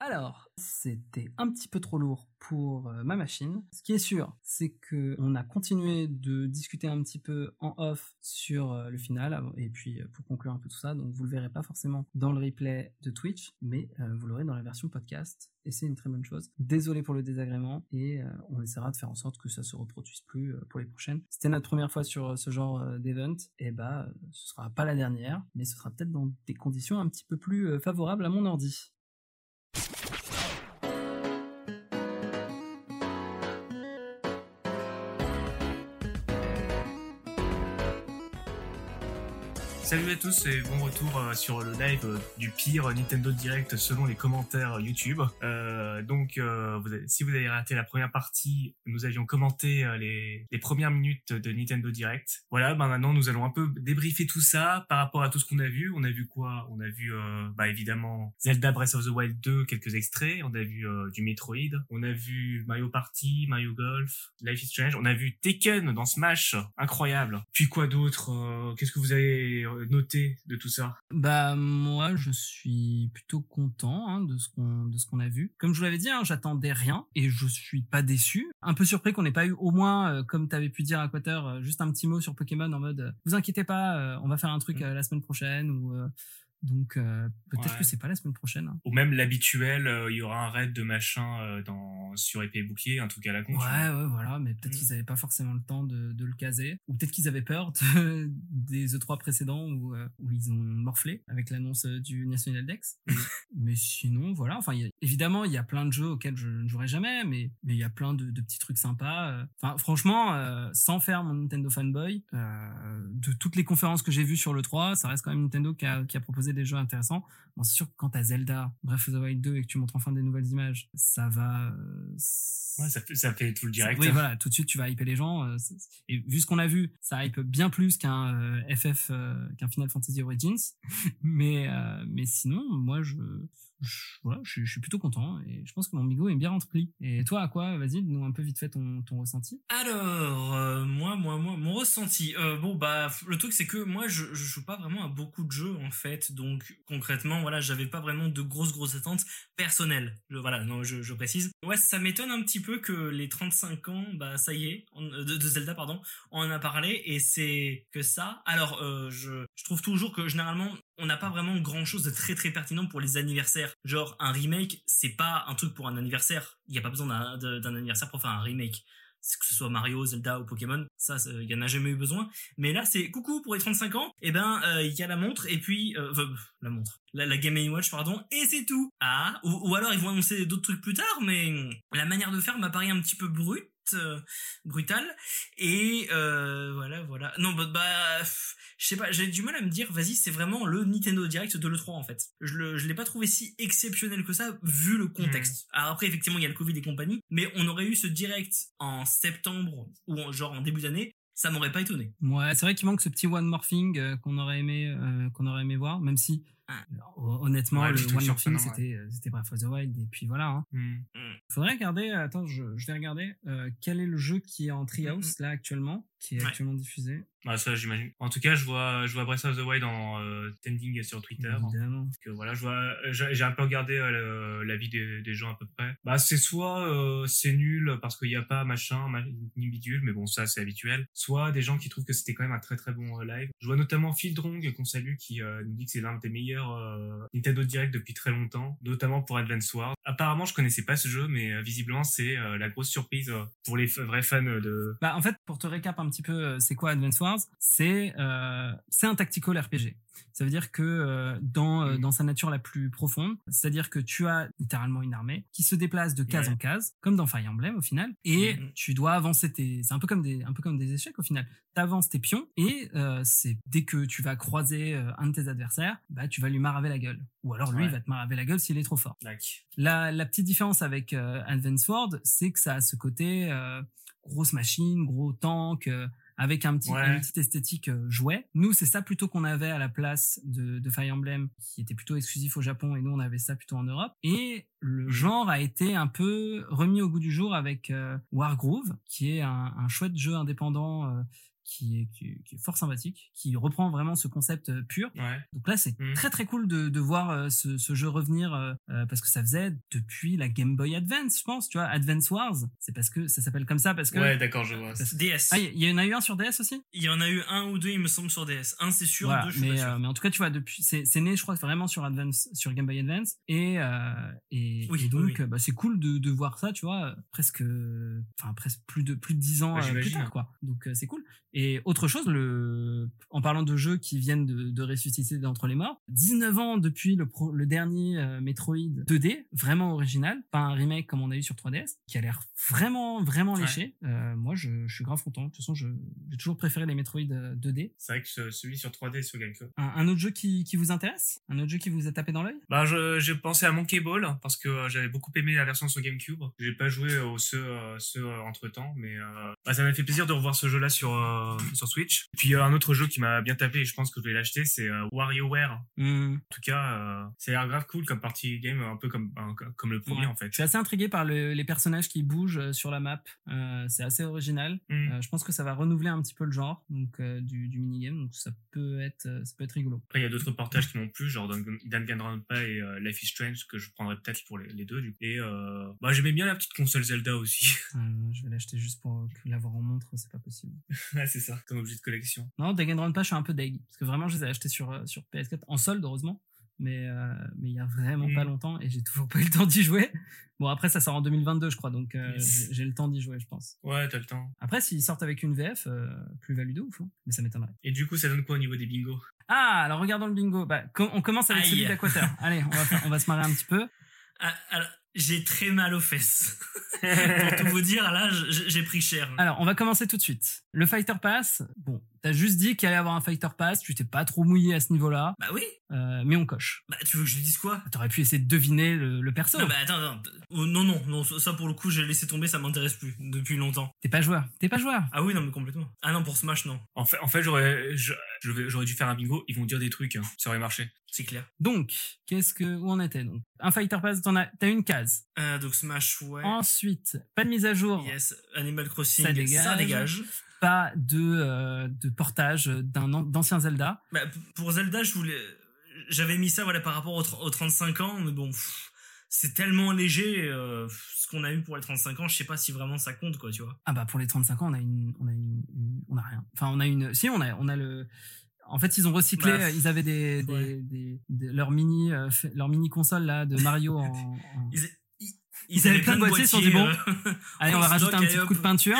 S2: Alors, c'était un petit peu trop lourd pour euh, ma machine. Ce qui est sûr, c'est que on a continué de discuter un petit peu en off sur euh, le final avant- et puis euh, pour conclure un peu tout ça. Donc vous le verrez pas forcément dans le replay de Twitch, mais euh, vous l'aurez dans la version podcast et c'est une très bonne chose. Désolé pour le désagrément et euh, on essaiera de faire en sorte que ça se reproduise plus euh, pour les prochaines. C'était notre première fois sur euh, ce genre euh, d'event et bah euh, ce sera pas la dernière, mais ce sera peut-être dans des conditions un petit peu plus euh, favorables à mon ordi.
S3: Salut à tous et bon retour euh, sur le live euh, du pire Nintendo Direct selon les commentaires YouTube. Euh, donc, euh, vous avez- si vous avez raté la première partie, nous avions commenté euh, les, les premières minutes de Nintendo Direct. Voilà, bah, maintenant nous allons un peu débriefer tout ça par rapport à tout ce qu'on a vu. On a vu quoi On a vu euh, bah, évidemment Zelda Breath of the Wild 2, quelques extraits. On a vu euh, du Metroid. On a vu Mario Party, Mario Golf, Life is Strange. On a vu Tekken dans Smash, incroyable. Puis quoi d'autre Euh, Qu'est-ce que vous avez euh, noté de tout ça
S2: Bah moi je suis plutôt content hein, de ce qu'on de ce qu'on a vu. Comme je vous l'avais dit, hein, j'attendais rien et je suis pas déçu. Un peu surpris qu'on n'ait pas eu au moins, euh, comme t'avais pu dire à Quater, euh, juste un petit mot sur Pokémon en mode euh, vous inquiétez pas, euh, on va faire un truc euh, la semaine prochaine ou euh, donc euh, peut-être
S3: Ouais.
S2: que c'est pas la semaine prochaine. hein.
S3: Ou même l'habituel, euh, il y aura un raid de machin euh, dans sur épée et bouclier, un truc à la con. tu vois.
S2: Ouais, ouais, voilà, mais peut-être
S3: Mhm.
S2: qu'ils avaient pas forcément le temps de, de le caser, ou peut-être qu'ils avaient peur de- des E3 précédents où, euh, où ils ont morflé avec l'annonce euh, du National Dex. mais sinon, voilà, enfin, il y a- évidemment, il y a plein de jeux auxquels je ne jouerai jamais, mais mais il y a plein de, de petits trucs sympas. euh. Enfin, franchement, euh, sans faire mon Nintendo fanboy, euh, de toutes les conférences que j'ai vues sur le 3, ça reste quand même Nintendo qui a, qui a proposé des jeux intéressants. Bon, c'est sûr que quand t'as Zelda, Breath of the Wild 2 et que tu montres enfin des nouvelles images, ça va. euh, s-
S3: Ouais, ça, fait, ça fait tout le direct.
S2: oui, voilà, tout de suite, tu vas hyper les gens. euh, c'est- Et vu ce qu'on a vu, ça hype bien plus qu'un euh, FF, euh, qu'un Final Fantasy Origins. Mais, euh, mais sinon, moi, je, je, voilà, je, suis- je suis plutôt content et je pense que mon bigot est bien rempli. Et toi, à quoi Vas-y, nous un peu vite fait ton, ton ressenti.
S4: Alors, euh, moi, moi, moi, mon ressenti. euh, bon, bah, f- le truc, c'est que moi, je, je joue pas vraiment à beaucoup de jeux, en fait. Donc, concrètement, voilà, j'avais pas vraiment de grosses, grosses attentes personnelles. Je- voilà, non, je, je précise. Ouais, ça m'étonne un petit peu que les 35 ans, bah, ça y est, on- euh, de, de Zelda, pardon, on en a parlé, et c'est que ça. Alors, euh, je, je trouve toujours que généralement, on n'a pas vraiment grand chose de très très pertinent pour les anniversaires. Genre, un remake, c'est pas un truc pour un anniversaire. Il n'y a pas besoin d'un de- d'un anniversaire pour faire un remake que ce soit Mario, Zelda ou Pokémon, ça, ça, il y en a jamais eu besoin. Mais là, c'est coucou pour les 35 ans, et ben, euh, il y a la montre, et puis, euh, enfin, la montre, la, la Game Watch, pardon, et c'est tout. Ah, ou, ou alors ils vont annoncer d'autres trucs plus tard, mais euh, la manière de faire m'apparaît un petit peu brute, euh, brutale, et euh, voilà, voilà. Non, bah, bah, pff, je sais pas, j'ai du mal à me dire, vas-y, c'est vraiment le Nintendo Direct de l'E3 en fait. Je le, je l'ai pas trouvé si exceptionnel que ça, vu le contexte. Alors après, effectivement, il y a le Covid et compagnie, mais on aurait eu ce Direct en septembre, ou en- genre en début d'année, ça m'aurait pas étonné.
S2: Ouais, c'est vrai qu'il manque ce petit one morphing euh, qu'on aurait aimé euh, qu'on aurait aimé voir, même si euh,
S4: Ah.
S2: hon- honnêtement
S3: Ouais, le
S2: le
S3: truc
S2: one morphing
S3: surprenant, ouais.
S2: c'était euh, c'était Breath of the Wild et puis voilà. hein.
S3: Hmm.
S2: Faudrait regarder, euh, attends, je, je vais regarder euh, quel est le jeu qui est en Treehouse là actuellement, qui est
S4: Ouais.
S2: actuellement diffusé.
S3: Ah, ça, j'imagine. En tout cas, je vois, je vois Breath of the Wild en euh, trending sur Twitter.
S2: Évidemment.
S3: que voilà, je vois, j'ai j'ai un peu regardé euh, le- la vie des, des gens à peu près. Bah, c'est soit euh, c'est nul parce qu'il n'y a pas machin, ma- ni bidule, mais bon, ça c'est habituel. Soit des gens qui trouvent que c'était quand même un très très bon euh, live. Je vois notamment Phil Drong qu'on salue qui euh, nous dit que c'est l'un des meilleurs euh, Nintendo Direct depuis très longtemps, notamment pour Advance Wars. Apparemment, je connaissais pas ce jeu, mais euh, visiblement c'est euh, la grosse surprise euh, pour les f- vrais fans euh, de.
S2: Bah, en fait, pour te récap un petit peu, euh, c'est quoi Advance Wars C'est euh, c'est un tactical RPG. Ça veut dire que euh, dans, euh,
S3: Mhm.
S2: dans sa nature la plus profonde, c'est-à-dire que tu as littéralement une armée qui se déplace de case
S3: Ouais. Mm.
S2: en case, comme dans Fire Emblem au final, et
S4: Mhm.
S2: tu dois avancer tes. C'est un peu comme des un peu comme des échecs au final. T'avances tes pions et euh, c'est dès que tu vas croiser euh, un de tes adversaires, bah tu vas lui maraver la gueule. Ou alors lui
S3: Ouais.
S2: il va te maraver la gueule s'il est trop fort. La, la petite différence avec euh, Advance Ward, c'est que ça a ce côté euh, grosse machine, gros tank, euh, avec un petit,
S3: Ouais.
S2: une petite esthétique euh, jouet. Nous, c'est ça plutôt qu'on avait à la place de, de Fire Emblem, qui était plutôt exclusif au Japon, et nous, on avait ça plutôt en Europe. Et le genre a été un peu remis au goût du jour avec euh, Wargroove, qui est un, un chouette jeu indépendant. euh, qui est, qui, est- qui est fort sympathique, qui reprend vraiment ce concept euh, pur
S3: Ouais.
S2: donc là, c'est
S3: Mm.
S2: très très cool de, de voir euh, ce, ce jeu revenir euh, euh, parce que ça faisait depuis la Game Boy Advance, je pense, tu vois, Advance Wars. C'est parce que ça s'appelle comme ça parce que.
S3: Ouais, d'accord, je vois.
S4: DS.
S2: Ah, il y, y en a eu un sur DS aussi.
S4: Il y en a eu un ou deux, il me semble, sur DS. Un, c'est sûr,
S2: Voilà,
S4: deux, je suis
S2: mais,
S4: pas sûr.
S2: euh, mais en tout cas, tu vois, depuis, c'est c'est né, je crois, vraiment sur Advance, sur Game Boy Advance, et euh, et,
S4: Oui,
S2: et donc,
S4: oui, oui.
S2: euh, bah, c'est cool de, de voir ça, tu vois, euh, presque, euh, enfin presque plus de plus de dix ans
S3: Ouais,
S2: euh, plus
S3: j'imagine.
S2: tard, quoi. Donc euh, c'est cool. Et autre chose, le... en parlant de jeux qui viennent de, de ressusciter d'entre les morts, 19 ans depuis le, pro- le dernier euh, Metroid 2D, vraiment original, pas un remake comme on a eu sur 3DS, qui a l'air vraiment, vraiment
S3: Ouais.
S2: léché. Euh, moi, je, je suis grave content. De toute façon, je- j'ai toujours préféré les Metroid euh, 2D.
S3: C'est vrai que ce- celui sur 3D et sur GameCube.
S2: Un, un autre jeu qui, qui vous intéresse Un autre jeu qui vous a tapé dans l'œil
S3: Bah, je, j'ai pensé à Monkey Ball parce que euh, j'avais beaucoup aimé la version sur GameCube. J'ai pas joué au ce, euh, ce entre temps, mais euh, bah, ça m'a fait plaisir de revoir ce jeu-là sur euh, sur Switch. Et puis euh, un autre jeu qui m'a bien tapé et je pense que je vais l'acheter, c'est euh, WarioWare. En
S2: Hmm.
S3: tout cas, euh, ça a l'air grave cool comme partie game, un peu comme un- comme le premier
S2: Ouais.
S3: en fait.
S2: Je suis assez intrigué par le- les personnages qui bougent euh, sur la map. Euh, c'est assez original.
S3: Hmm.
S2: Euh, je pense que ça va renouveler un petit peu le genre donc, euh, du, du minigame, donc ça peut être, euh, ça peut être rigolo.
S3: Après, il y a d'autres portages qui m'ont plu, genre Dan- Danganronpa et euh, Life is Strange, que je prendrais peut-être pour les, les deux. Du coup. Et euh, bah, j'aimais bien la petite console Zelda aussi.
S2: Euh, je vais l'acheter juste pour que l'avoir en montre, c'est pas possible.
S3: ah, c'est ça, comme objet de collection.
S2: Non, Danganronpa, je suis un peu deg parce que vraiment, je les ai achetés sur, euh, sur PS4 en solde, heureusement. Mais euh, mais il y a vraiment
S3: Hmm.
S2: pas longtemps et j'ai toujours pas eu le temps d'y jouer. Bon après ça sort en 2022 je crois donc euh,
S3: Yes.
S2: j'ai- j'ai le temps d'y jouer je pense.
S3: Ouais, t'as le temps.
S2: Après s'ils sortent avec une VF plus value de ouf hein. mais ça m'étonnerait.
S3: Et du coup, ça donne quoi au niveau des bingos
S2: Ah, alors regardons le bingo. Bah, com- on commence avec
S4: Aïe.
S2: celui d'Aquater. Allez, on va, faire- on va se marrer un petit peu.
S4: Ah, alors, j'ai très mal aux fesses. Pour tout vous dire, là, j- j- j'ai pris cher.
S2: Alors, on va commencer tout de suite. Le Fighter Pass, bon, t'as juste dit qu'il allait y avoir un Fighter Pass, tu t'es pas trop mouillé à ce niveau-là,
S4: Bah oui,
S2: euh, mais on coche.
S4: bah tu veux que je dise quoi
S2: T'aurais pu essayer de deviner le, le perso.
S4: non, bah attends, attends. Oh, non, non, non, ça pour le coup, j'ai laissé tomber, ça m'intéresse plus depuis longtemps.
S2: T'es pas joueur, t'es pas joueur.
S4: Ah oui, non, mais complètement. Ah non, pour Smash, non,
S3: En fait, en fait j'aurais, je- je vais- j'aurais dû faire un bingo, ils vont dire des trucs, hein. ça aurait marché.
S4: c'est clair.
S2: Donc, qu'est-ce que, où on était donc Un Fighter Pass, t'en as, t'as une case.
S4: Euh, donc Smash, ouais.
S2: Ensuite, pas de mise à jour,
S4: Yes, Animal Crossing,
S2: Ça dégage.
S4: Ça dégage.
S2: pas de, euh, de portage d'un an- d'ancien Zelda.
S4: Bah, p- pour Zelda, je voulais, j'avais mis ça voilà par rapport aux, tr- aux 35 ans, mais bon, pff, c'est tellement léger euh, pff, ce qu'on a eu pour les 35 ans. Je sais pas si vraiment ça compte quoi, tu vois.
S2: Ah bah pour les 35 ans, on a une, on a une, une- on a rien. Enfin, on a une. Si on a, on a le. En fait, ils ont recyclé.
S4: Bah,
S2: euh, ils avaient des, des,
S4: ouais.
S2: des- des- leur mini, euh, fait- leur mini console là de Mario. en, en-
S4: Ils, ils,
S2: Ils avaient plein de boîtiers, ils se sont dit, bon,
S4: euh,
S2: Allez, on va
S4: en stock,
S2: rajouter un
S4: et
S2: petit
S4: hop.
S2: coup de peinture.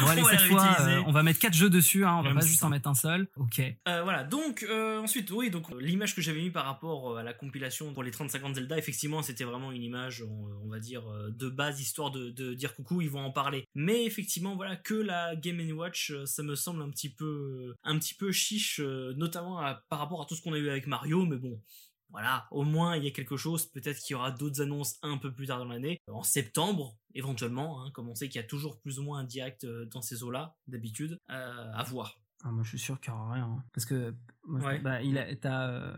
S2: Bon, allez,
S4: On va
S2: cette
S4: la
S2: fois,
S4: réutiliser.
S2: euh, on va mettre quatre jeux dessus. Hein, on va
S4: Même
S2: pas juste
S4: ça.
S2: en mettre un seul. Ok.
S4: Euh, voilà, donc euh, ensuite, oui, donc euh, l'image que j'avais mis par rapport euh, à la compilation pour les 35 ans de Zelda, effectivement, c'était vraiment une image, on, on va dire, euh, de base, histoire de, de dire coucou, ils vont en parler. Mais effectivement, voilà, que la Game Watch, euh, ça me semble un petit peu, euh, un petit peu chiche, euh, notamment à- par rapport à tout ce qu'on a eu avec Mario, mais bon. Voilà, au moins il y a quelque chose, peut-être qu'il y aura d'autres annonces un peu plus tard dans l'année, en septembre éventuellement, hein, comme on sait qu'il y a toujours plus ou moins un direct euh, dans ces eaux-là, d'habitude, Euh, à voir.
S2: Ah, moi, je suis sûr qu'il n'y aura rien. hein. Parce que moi, je-
S4: Ouais.
S2: bah, il a, t'as euh,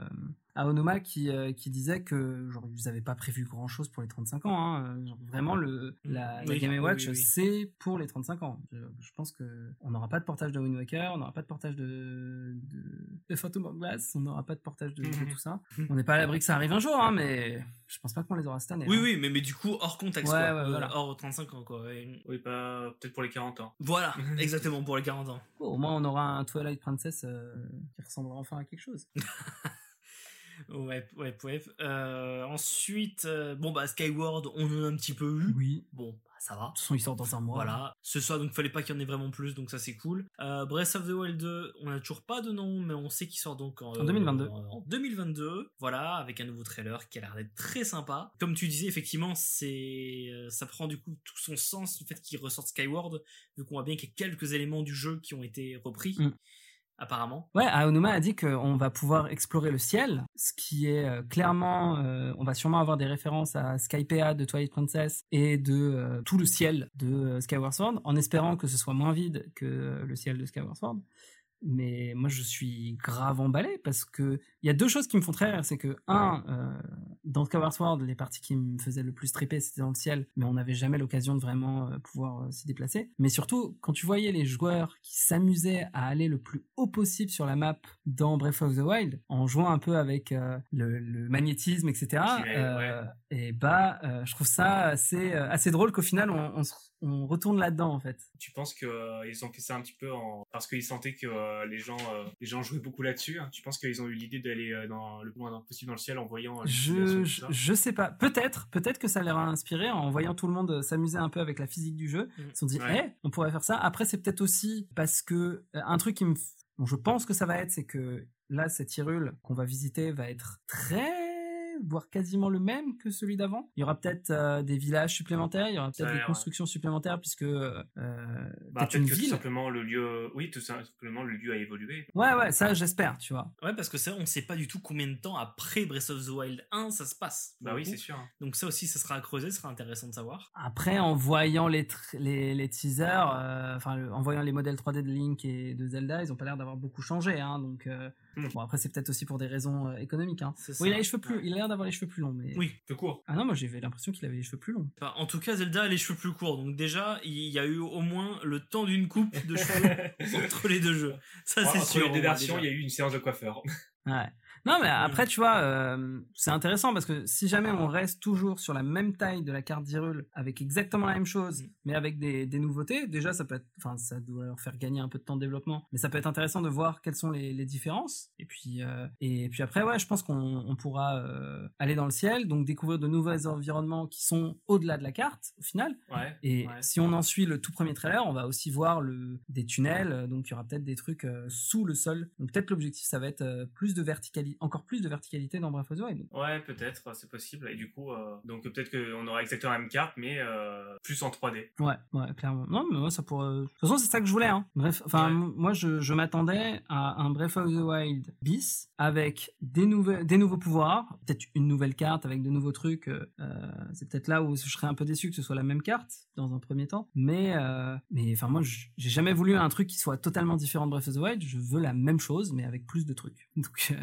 S2: Aonoma qui, euh, qui disait que genre, ils n'avaient pas prévu grand-chose pour les 35 ans. hein. Euh, genre, vraiment, le, la, la
S4: Mm. Oui,
S2: Game
S4: oui,
S2: Watch,
S4: oui, oui.
S2: c'est pour les 35 ans. Je, je pense qu'on n'aura pas de portage de Wind Waker, on n'aura pas de portage de, de, de Phantom of Glass, on n'aura pas de portage de, de
S3: Mhm.
S4: Mm-hmm.
S2: tout ça. On n'est pas à l'abri que ça arrive un jour, hein, mais je pense pas qu'on les aura cette année.
S4: Oui,
S2: hein.
S4: oui, mais, mais du coup, hors contexte,
S2: Ouais,
S4: quoi.
S2: ouais,
S4: Euh,
S2: voilà.
S4: hors 35 ans, quoi. Et-
S3: Oui, pas peut-être pour les 40 ans.
S4: Voilà, exactement, pour les 40 ans.
S2: Bon, au moins, on aura un Twilight Princess euh, qui ressemblera enfin à quelque chose.
S4: Ouais, ouais, ouais. Euh, ensuite, euh, bon, bah, Skyward, on en a un petit peu eu.
S2: Oui.
S4: Bon, bah, ça va.
S2: De toute façon, ils sortent dans un mois.
S4: Voilà, ce soir, donc fallait pas qu'il y en ait vraiment plus, donc ça c'est cool. Euh, Breath of the Wild 2, on a toujours pas de nom, mais on sait qu'il sort donc en,
S2: En 2022.
S4: en- en 2022, voilà, avec un nouveau trailer qui a l'air d'être très sympa. Comme tu disais, effectivement, c'est, euh, ça prend du coup tout son sens le fait qu'il ressorte Skyward, vu qu'on voit bien qu'il y a quelques éléments du jeu qui ont été repris,
S2: Mm.
S4: apparemment.
S2: Ouais, Aonuma a dit qu'on va pouvoir explorer le ciel, ce qui est euh, clairement, euh, on va sûrement avoir des références à Skypea de Twilight Princess et de euh, tout le ciel de euh, Skyward Sword, en espérant que ce soit moins vide que euh, le ciel de Skyward Sword. Mais moi, je suis grave emballé parce que il y a deux choses qui me font très rire. C'est que, un, euh, dans Skyward Sword, les parties qui me faisaient le plus triper, c'était dans le ciel, mais on n'avait jamais l'occasion de vraiment euh, pouvoir euh, s'y déplacer. Mais surtout, quand tu voyais les joueurs qui s'amusaient à aller le plus haut possible sur la map dans Breath of the Wild, en jouant un peu avec euh, le, le magnétisme, etc.,
S3: Ouais,
S2: euh, et Et bah, euh, je trouve ça assez, euh, assez drôle qu'au final, on, on, se- on retourne là-dedans, en fait.
S3: Tu penses qu'ils ont fait ça un petit peu en... parce qu'ils sentaient que euh, les, gens, euh, les gens jouaient beaucoup là-dessus hein. Tu penses qu'ils ont eu l'idée d'aller euh, dans le plus loin possible dans le ciel en voyant euh,
S2: Je,
S3: l'utilisation de
S2: je,
S3: ça
S2: je sais pas. Peut-être, peut-être que ça leur a inspiré en voyant tout le monde euh, s'amuser un peu avec la physique du jeu.
S4: Mhm.
S2: Ils se sont dit,
S3: Ouais.
S2: Eh, on pourrait faire ça. Après, c'est peut-être aussi parce que euh, un truc qui me, f- bon, je pense que ça va être, c'est que là, cette Hyrule qu'on va visiter va être très voire quasiment le même que celui d'avant. Il y aura peut-être euh, des villages supplémentaires, il y aura
S3: Ça a
S2: peut-être des
S3: l'air,
S2: constructions supplémentaires puisque euh,
S3: Bah,
S2: peut-être une
S3: Peut-être que tout
S2: ville.
S3: simplement le lieu, oui, tout simplement le lieu a évolué.
S2: Ouais ouais, ça j'espère, tu vois.
S4: Ouais, parce que ça, on sait pas du tout combien de temps après Breath of the Wild 1 ça se passe.
S3: Bah
S4: pour
S3: oui,
S4: le coup.
S3: c'est sûr.
S4: Donc ça aussi, ça sera à creuser, ça sera intéressant de savoir.
S2: Après, en voyant les, tr- les, les teasers, euh, enfin, le- en voyant les modèles 3D de Link et de Zelda, ils ont pas l'air d'avoir beaucoup changé. Hein, donc, euh,
S3: Hmm.
S2: bon, après, c'est peut-être aussi pour des raisons euh, économiques. Hein.
S4: C'est
S2: Oui, il
S4: ça.
S2: a les cheveux plus, il a l'air d'avoir les cheveux plus longs. Mais...
S4: Oui.
S3: Peu court.
S2: Ah non, moi j'avais l'impression qu'il avait les cheveux plus longs.
S4: Enfin, en tout cas, Zelda a les cheveux plus courts. Donc déjà, il y a eu au moins le temps d'une coupe de cheveux entre les deux jeux. Ça,
S3: Entre
S4: c'est sûr.
S3: les deux
S4: au moins,
S3: versions, il
S4: déjà.
S3: y a eu une séance de coiffeur.
S2: Ouais. Non, mais après, tu vois, euh, c'est intéressant parce que si jamais on reste toujours sur la même taille de la carte d'Irule avec exactement la même chose, mais avec des, des nouveautés, déjà, ça peut être, enfin, ça doit leur faire gagner un peu de temps de développement, mais ça peut être intéressant de voir quelles sont les, les différences. Et puis, euh, et puis après, ouais, je pense qu'on on pourra euh, aller dans le ciel, donc découvrir de nouveaux environnements qui sont au-delà de la carte, au final.
S3: Ouais.
S2: Et
S3: Ouais.
S2: si on en suit le tout premier trailer, on va aussi voir le, des tunnels, euh, donc il y aura peut-être des trucs euh, sous le sol. Donc peut-être l'objectif, ça va être euh, plus de verticalité, encore plus de verticalité dans Breath of the Wild.
S3: Ouais, peut-être, c'est possible. Et du coup, euh, donc peut-être qu'on aura exactement la même carte, mais euh, plus en 3D.
S2: Ouais, ouais, clairement. Non, mais moi, ça pourrait. euh, De toute façon, c'est ça que je voulais. Hein. Bref, enfin,
S3: Ouais.
S2: m- moi, je, je m'attendais à un Breath of the Wild bis avec des, nouvelles, des nouveaux pouvoirs, peut-être une nouvelle carte avec de nouveaux trucs. euh, euh, c'est peut-être là où je serais un peu déçu que ce soit la même carte dans un premier temps. Mais, euh, mais enfin, moi, j- j'ai jamais voulu un truc qui soit totalement différent de Breath of the Wild. Je veux la même chose, mais avec plus de trucs. Donc, euh,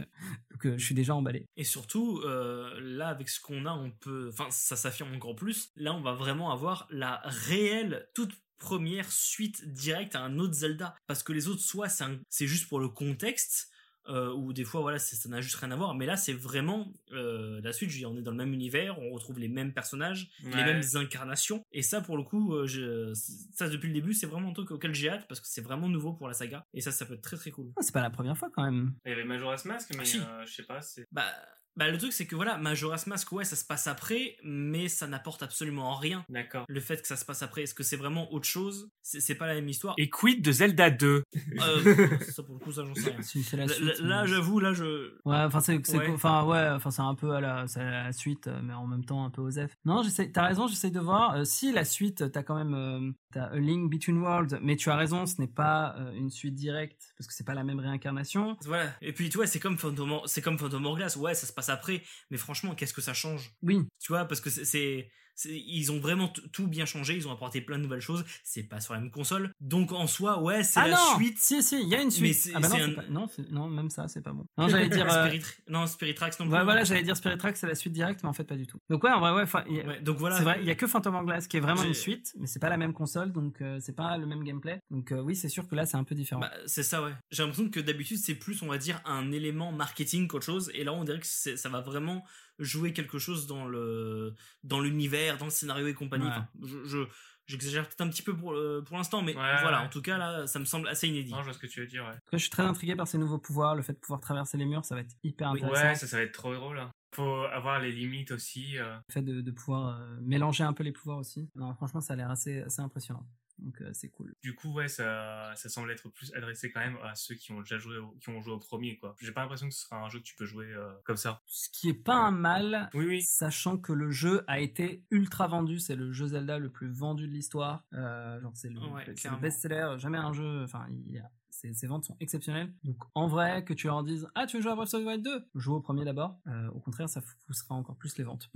S2: donc, euh, je suis déjà emballé.
S4: Et surtout, euh, là, avec ce qu'on a, on peut. Enfin, ça s'affirme encore plus. Là, on va vraiment avoir la réelle, toute première suite directe à un autre Zelda. Parce que les autres, soit c'est un- c'est juste pour le contexte, euh, ou des fois, voilà, c'est- ça n'a juste rien à voir. Mais là, c'est vraiment euh, la suite. Je veux dire, on est dans le même univers, on retrouve les mêmes personnages, les
S3: Ouais.
S4: mêmes incarnations. Et ça, pour le coup, euh, je... ça, depuis le début, c'est vraiment un truc auquel j'ai hâte, parce que c'est vraiment nouveau pour la saga. Et ça, ça peut être très très cool.
S2: Ah, C'est pas la première fois quand même.
S3: Il y avait Majora's Mask, mais
S4: Ah, si.
S3: euh, je sais pas, c'est.
S4: Bah, bah le truc c'est que voilà, Majora's Mask, ouais, ça se passe après, mais ça n'apporte absolument rien.
S3: D'accord.
S4: Le fait que ça se passe après, est-ce que c'est vraiment autre chose C'est c'est pas la même histoire.
S5: Et quid de Zelda 2
S4: Euh, ça pour le coup, ça j'en sais rien.
S2: C'est c'est la
S4: Là,
S2: suite, euh,
S4: là,
S2: mais-
S4: j'avoue, là je.
S2: Ouais, enfin c'est c'est-
S4: Ouais.
S2: enfin ouais, enfin c'est un peu à la, c'est à la suite, euh, mais en même temps un peu aux F. Non, j'essaie. T'as raison, j'essaie de voir. Euh, si la suite, euh, t'as quand même euh, t'as a link between worlds, mais tu as raison, ce n'est pas euh, une suite directe parce que c'est pas la même réincarnation.
S4: Voilà. Et puis tu vois, c'est comme Phantom, Hor- c'est comme Phantom Hourglass. Ouais, ça se passe après, mais franchement, qu'est-ce que ça change
S2: Oui,
S4: Tu vois, parce que c'est- c'est. c'est- Ils ont vraiment t- tout bien changé, ils ont apporté plein de nouvelles choses, c'est pas sur la même console, donc en soi, ouais, c'est
S2: ah
S4: la
S2: non,
S4: suite.
S2: si si, il y a une
S4: Mais
S2: suite.
S4: c'est-
S2: Ah bah non,
S4: c'est
S2: c'est
S4: un-
S2: pas- non, c'est- non, même ça, c'est pas bon. Non, j'allais dire. euh,
S4: Spirit... Non, Spirit Tracks non plus.
S2: ouais, voilà, j'allais dire Spirit Tracks, c'est la suite directe, mais en fait pas du tout. Donc ouais, en vrai, ouais, enfin, il y a-
S4: Ouais, donc voilà.
S2: C'est vrai, il y a que Phantom Hourglass qui est vraiment
S4: J'ai-
S2: une suite, mais c'est pas la même console, donc euh, c'est pas le même gameplay. Donc euh, oui, c'est sûr que là c'est un peu différent.
S4: Bah, c'est ça, ouais. J'ai l'impression que d'habitude, c'est plus, on va dire, un élément marketing qu'autre chose. Et là, on dirait que c'est- ça va vraiment jouer quelque chose dans le dans l'univers, dans le scénario et compagnie.
S2: Ouais.
S4: Enfin, je, je- j'exagère peut-être un petit peu pour, le- pour l'instant, mais
S3: Ouais,
S4: voilà,
S3: ouais.
S4: en tout cas, là, ça me semble assez inédit.
S3: Non, je vois ce que tu veux dire, ouais.
S2: En tout cas, je suis très intrigué par ces nouveaux pouvoirs, le fait de pouvoir traverser les murs, ça va être hyper
S4: Oui.
S2: intéressant.
S3: Ouais, ça, ça va être trop drôle. hein. Faut avoir les limites aussi. euh.
S2: Le fait de, de pouvoir euh, mélanger un peu les pouvoirs aussi. Non, franchement, ça a l'air assez, assez impressionnant. Donc euh, c'est cool.
S3: Du coup, ouais, ça, ça semble être plus adressé quand même à ceux qui ont déjà joué, au- qui ont joué au premier, quoi. J'ai pas l'impression que ce sera un jeu que tu peux jouer euh, comme ça.
S2: Ce qui est pas un mal,
S3: Oui, oui.
S2: sachant que le jeu a été ultra vendu, c'est le jeu Zelda le plus vendu de l'histoire. Euh, genre c'est le,
S4: Ouais,
S2: c'est le
S4: clairement.
S2: best-seller, jamais un jeu. Enfin, il y a- ses, ses ventes sont exceptionnelles. Donc en vrai, que tu leur dises ah tu veux jouer à Breath of the Wild 2, joue au premier d'abord. Euh, au contraire, ça poussera encore plus les ventes.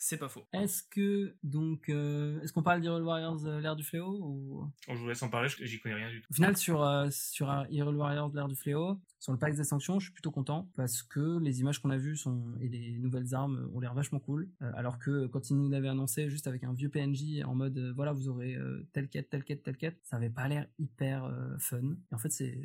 S4: C'est pas faux.
S2: Est-ce que donc euh, est-ce qu'on parle d'Hyrule Warriors euh, l'ère du fléau ou
S3: On jouait sans parler, je- j'y connais rien du tout.
S2: Au final, sur, euh, sur euh, Hyrule Warriors de l'ère du fléau, sur le pack des sanctions, je suis plutôt content parce que les images qu'on a vues sont, et les nouvelles armes ont l'air vachement cool. euh, alors que quand ils nous l'avaient annoncé juste avec un vieux PNJ en mode euh, voilà, vous aurez euh, telle quête, telle quête, telle quête, ça avait pas l'air hyper euh, fun. Et en fait, c'est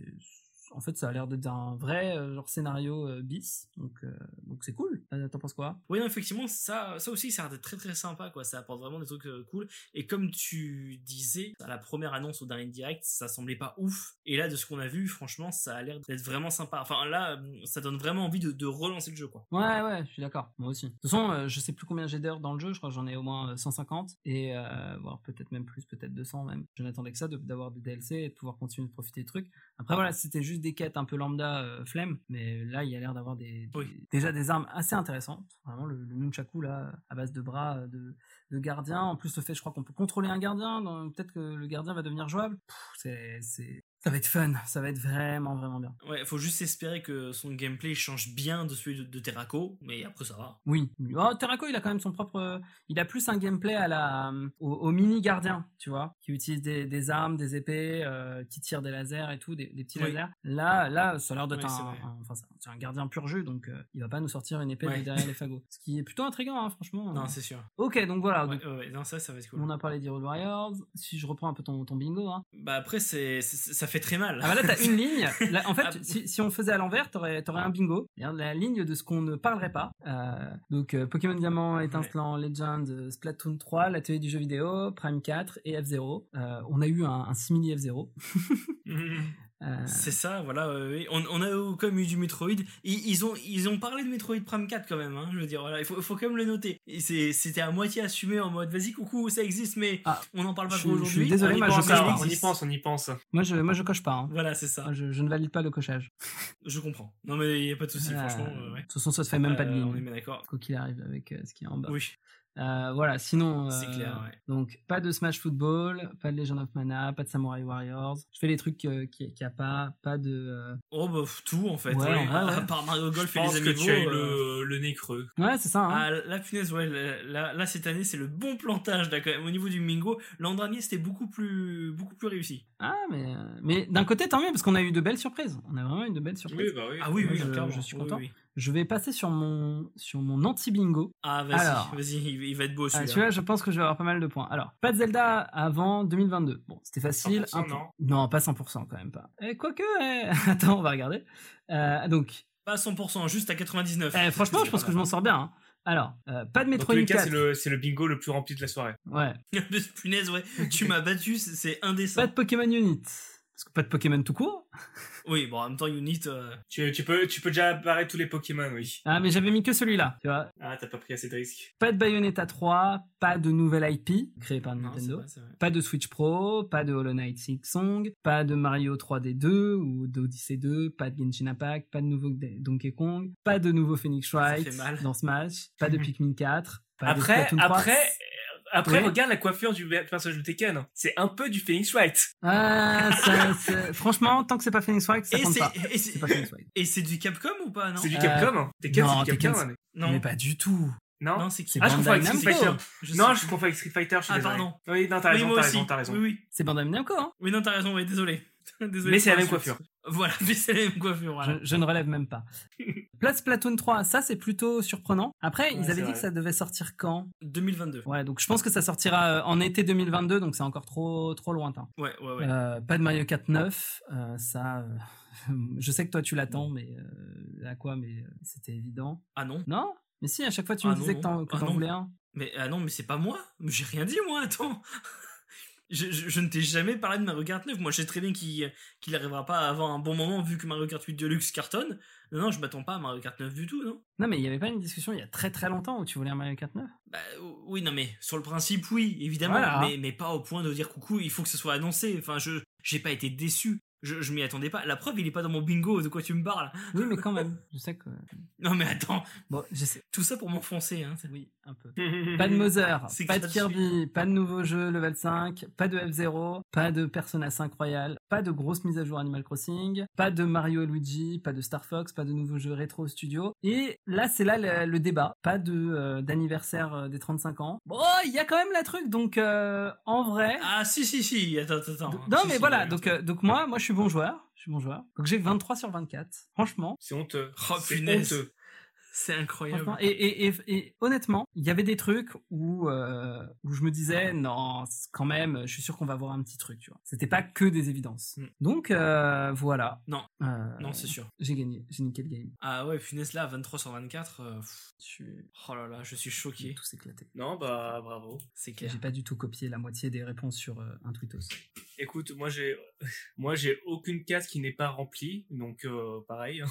S2: en fait, ça a l'air d'être un vrai euh, genre scénario euh, bis, donc euh, donc c'est cool. Euh, T'en penses quoi
S4: Oui, non, effectivement, ça, ça aussi, ça a l'air d'être très très sympa, quoi. Ça apporte vraiment des trucs euh, cool. Et comme tu disais, à la première annonce au dernier direct, ça semblait pas ouf. Et là, de ce qu'on a vu, franchement, ça a l'air d'être vraiment sympa. Enfin, là, hum, ça donne vraiment envie de, de relancer le jeu, quoi.
S2: Ouais, ouais, je suis d'accord, moi aussi. De toute façon, euh, je sais plus combien j'ai d'heures dans le jeu, je crois que j'en ai au moins euh, 150, et euh, voire peut-être même plus, peut-être 200 même. Je n'attendais que ça de- d'avoir des DLC et de pouvoir continuer de profiter des trucs. Après, voilà, c'était juste des quêtes un peu lambda euh, flemme, mais là, il y a l'air d'avoir des, des-
S4: Oui.
S2: déjà des armes assez intéressantes. Vraiment, le, le nunchaku, là, à base de bras euh, de, de gardien. En plus, le fait, je crois qu'on peut contrôler un gardien, donc peut-être que le gardien va devenir jouable. Pff, C'est. c'est- Ça va être fun, ça va être vraiment, vraiment bien.
S4: Ouais, faut juste espérer que son gameplay change bien de celui de, de Terraco, mais après ça va.
S2: Oui. Oh, Terraco, il a quand même son propre. euh, Il a plus un gameplay à la, euh, au, au mini gardien, tu vois, qui utilise des, des armes, des épées, euh, qui tire des lasers et tout, des, des petits
S4: Oui.
S2: lasers. Là, là, ça a l'air d'être
S4: Oui, c'est
S2: un,
S4: vrai.
S2: un- enfin, c'est un- c'est un gardien pur jus, donc euh, il va pas nous sortir une épée de
S4: Ouais.
S2: derrière les fagots. Ce qui est plutôt intriguant, hein, franchement.
S4: Non, c'est sûr.
S2: ok, donc voilà.
S4: Ouais,
S2: Ah, donc,
S4: ouais, ouais, non, ça, ça va être cool.
S2: on a parlé d'Hero Warriors. Si je reprends un peu ton, ton bingo, hein.
S4: Bah après, c'est, c'est- ça fait très mal.
S2: Ah bah là, t'as une ligne. Là, en fait,
S4: Ah.
S2: si, si on faisait à l'envers, t'aurais t'aurais un bingo. Il y a La ligne de ce qu'on ne parlerait pas. Euh, donc, euh,
S4: Ah,
S2: Pokémon Diamant, Étincelant, Legend, euh, Splatoon 3, l'atelier du jeu vidéo, Prime 4 et F0. on a eu un, un simili F0. Euh,
S4: C'est ça, voilà. euh, oui. on, on a eu- comme eu du Metroid. Ils, ils ont, ils ont parlé de Metroid Prime 4 quand même. hein, je veux dire, voilà, il faut, faut quand même le noter. Et c'est- C'était à moitié assumé en mode, vas-y, coucou, ça existe, mais
S2: Ah,
S4: on n'en parle pas
S2: je-
S4: trop
S2: je suis
S4: aujourd'hui.
S2: désolé,
S5: on, y
S2: moi, je
S5: pense,
S2: sais
S5: hein,
S2: pas.
S5: on y pense, on y pense.
S2: moi, je, moi, je coche pas. hein.
S4: Voilà, c'est ça.
S2: Moi, Je, je ne valide pas le cochage.
S4: Je comprends. Non, mais il n'y a pas de souci,
S2: Euh,
S4: franchement. euh,
S2: De
S4: ouais.
S2: toute façon, ça se fait même pas de
S4: Euh,
S2: ligne.
S4: On est bien d'accord.
S2: Quoi qu'il arrive avec euh, ce qui est en bas.
S4: Oui,
S2: Euh, voilà, sinon.
S4: c'est
S2: euh,
S4: clair, ouais.
S2: Donc, pas de Smash Football, pas de Legend of Mana, pas de Samurai Warriors. Je fais les trucs euh, qu'il n'y a pas, pas de. euh,
S4: Oh, bah, pff, tout en fait.
S2: Ouais,
S4: oui.
S2: ouais, ouais.
S4: À part Mario
S5: Je
S4: Golf et
S5: pense
S4: les
S5: que
S4: Amiibo.
S5: tu as eu
S4: euh,
S5: le, le nez creux.
S2: Ouais, c'est ça. hein.
S4: Ah, la punaise, ouais, là, là- là, cette année, c'est le bon plantage, là, quand même, au niveau du Mingo. L'an dernier, c'était beaucoup plus, beaucoup plus réussi.
S2: Ah, mais, euh, mais d'un côté, tant mieux, parce qu'on a eu de belles surprises. On a vraiment eu de belles surprises.
S5: bah oui.
S4: Ah oui,
S2: Moi,
S4: oui,
S2: je-
S4: clairement.
S2: je suis
S4: Oui,
S2: content.
S4: oui.
S2: Je vais passer sur mon, sur mon anti-bingo.
S4: Ah,
S2: Alors.
S4: vas-y, vas-y, il il va être beau
S2: Ah,
S4: celui-là.
S2: celui-là, je pense que je vais avoir pas mal de points. Alors, pas de Zelda avant 2022. Bon, c'était facile.
S5: 100%,
S2: un point. Non, pas 100% quand même pas. Eh, quoique, eh, attends, on va regarder. Euh, donc,
S4: Pas à 100%, juste à 99.
S2: eh, franchement, je pense que je m'en sors bien. hein. Alors, euh, pas de
S5: Dans
S2: Metroid
S5: tous les cas,
S2: 4.
S5: c'est le, c'est le bingo le plus rempli de la soirée.
S2: Ouais.
S4: Punaise, ouais, tu m'as battu, c'est- c'est
S2: Pas
S4: indécent.
S2: de Pokémon Unit. Parce que pas de Pokémon tout court.
S4: Oui, bon, en même temps, Unit. euh,
S5: Tu, tu peux, tu peux déjà apparaître tous les Pokémon, oui.
S2: Ah, mais j'avais mis que celui-là, tu vois.
S5: Ah, t'as pas pris assez de risques.
S2: Pas de Bayonetta 3, pas de nouvelle IP créée par
S4: non, c'est
S2: Nintendo.
S4: vrai, c'est vrai.
S2: Pas de Switch Pro, pas de Hollow Knight Six Song, pas de Mario 3D2 ou d'Odyssey 2, pas de Genshin Impact, pas de nouveau D- Donkey Kong, pas de nouveau Phoenix Wright
S4: fait mal.
S2: dans Smash, pas de Pikmin 4, pas
S5: Après,
S2: de Splatoon 3.
S5: après, après,
S2: Oui.
S5: regarde la coiffure du personnage de Tekken. C'est un peu du Phoenix Wright.
S2: Ah, ça- ça- franchement, tant que c'est pas Phoenix Wright, ça
S4: Et
S2: compte
S4: c'est-
S2: pas.
S4: et
S2: C'est
S4: c'est-
S2: pas Phoenix Wright.
S4: Et c'est du Capcom ou pas, non
S5: C'est du
S2: Euh,
S5: Capcom. hein. Tekken,
S2: non,
S5: c'est du Capcom.
S2: Tekken,
S5: hein.
S4: Non,
S2: Mais pas du tout.
S5: Non,
S4: non c'est qui
S2: C'est
S5: Ah, je confonds avec
S2: Bandai
S5: Street Fighter.
S2: Namco.
S4: Je
S5: Non,
S4: sais.
S5: je confonds avec Street Fighter. Je suis
S4: Ah,
S5: désolé.
S4: pardon.
S5: Oui, non, t'as
S4: Oui,
S5: raison,
S4: moi
S5: t'as
S4: aussi.
S5: raison, t'as raison.
S4: Oui, oui.
S2: C'est Bandai Namco, hein.
S4: Oui, non, t'as raison, oui, désolé. Désolé
S5: Mais
S4: pour
S5: c'est la même
S4: l'insulte.
S5: coiffure.
S4: Voilà, mais c'est la même coiffure, voilà.
S2: Je, je ne relève même pas. Place Platoon 3, ça c'est plutôt surprenant. Après,
S5: Ouais,
S2: ils avaient
S5: c'est
S2: dit
S5: vrai.
S2: que ça devait sortir quand
S4: 2022.
S2: Ouais, donc je pense que ça sortira euh, en été 2022, donc c'est encore trop trop lointain.
S4: Ouais, ouais, ouais.
S2: Euh, pas de Mario Kart 9, euh, ça, euh, je sais que toi tu l'attends, mais euh, à quoi Mais euh, c'était évident.
S4: Ah non
S2: Non Mais si, à chaque fois tu me
S4: Ah non,
S2: disais que t'en
S4: non.
S2: que
S4: Ah
S2: t'en
S4: non.
S2: voulais un.
S4: Mais ah non, mais c'est pas moi. Mais J'ai rien dit moi. Attends. Je, je- je ne t'ai jamais parlé de Mario Kart 9. Moi, je sais très bien qu'il qu'il arrivera pas avant un bon moment vu que Mario Kart 8 Deluxe cartonne. Non, non, je m'attends pas à Mario Kart 9 du tout, non
S2: Non, mais il y avait pas une discussion il y a très très longtemps où tu voulais un Mario Kart 9
S4: Bah oui, non, mais sur le principe, oui, évidemment,
S2: Voilà.
S4: mais, mais pas au point de dire coucou. Il faut que ce soit annoncé. Enfin, je j'ai pas été déçu. Je, je m'y attendais pas. La preuve, il est pas dans mon bingo. De quoi tu me parles
S2: Oui, mais quand même, je sais que.
S4: Non, mais attends.
S2: Bon, je sais.
S4: Tout ça pour m'enfoncer, hein.
S2: Oui, un peu. Pas
S5: Pas
S2: de Mother,
S4: Mhm. C'est
S2: pas de
S4: gratuit.
S2: Kirby, pas de nouveau jeu level 5, pas de F0, pas de Persona 5 Royal, pas de grosse mise à jour Animal Crossing, pas de Mario et Luigi, pas de Star Fox, pas de nouveau jeu rétro studio. Et là, c'est là le, le débat. Pas de euh, d'anniversaire euh, des 35 ans. Bon, il y a quand même la truc, donc euh, en vrai.
S4: Ah si si si. Attends attends. attends.
S2: donc- non,
S4: Si,
S2: mais
S4: si,
S2: voilà.
S4: oui,
S2: Donc,
S4: oui.
S2: euh, donc moi, moi, je suis bon joueur. Je suis bon joueur. Donc j'ai 23 sur 24. Franchement,
S5: C'est honteux.
S4: Oh,
S5: C'est
S4: punaise.
S5: honteux.
S4: C'est incroyable.
S2: Franchement, Et, et- et- et honnêtement, il y avait des trucs où, euh, où je me disais, non, c'est quand même, je suis sûr qu'on va voir un petit truc, tu vois. C'était pas que des évidences.
S4: Mm.
S2: Donc, euh, voilà.
S4: Non.
S2: Euh,
S4: Non, c'est sûr.
S2: J'ai gagné, j'ai niqué le game.
S4: Ah ouais, funès là, 23 sur 24. euh, pff,
S2: Je suis
S4: oh là là, je suis choqué.
S2: tous éclaté.
S3: Non, bah bravo.
S4: C'est clair.
S2: J'ai pas du tout copié la moitié des réponses sur euh, un tweetos.
S3: Écoute, moi j'ai moi j'ai aucune case qui n'est pas remplie, donc euh,
S5: hein.
S3: pareil.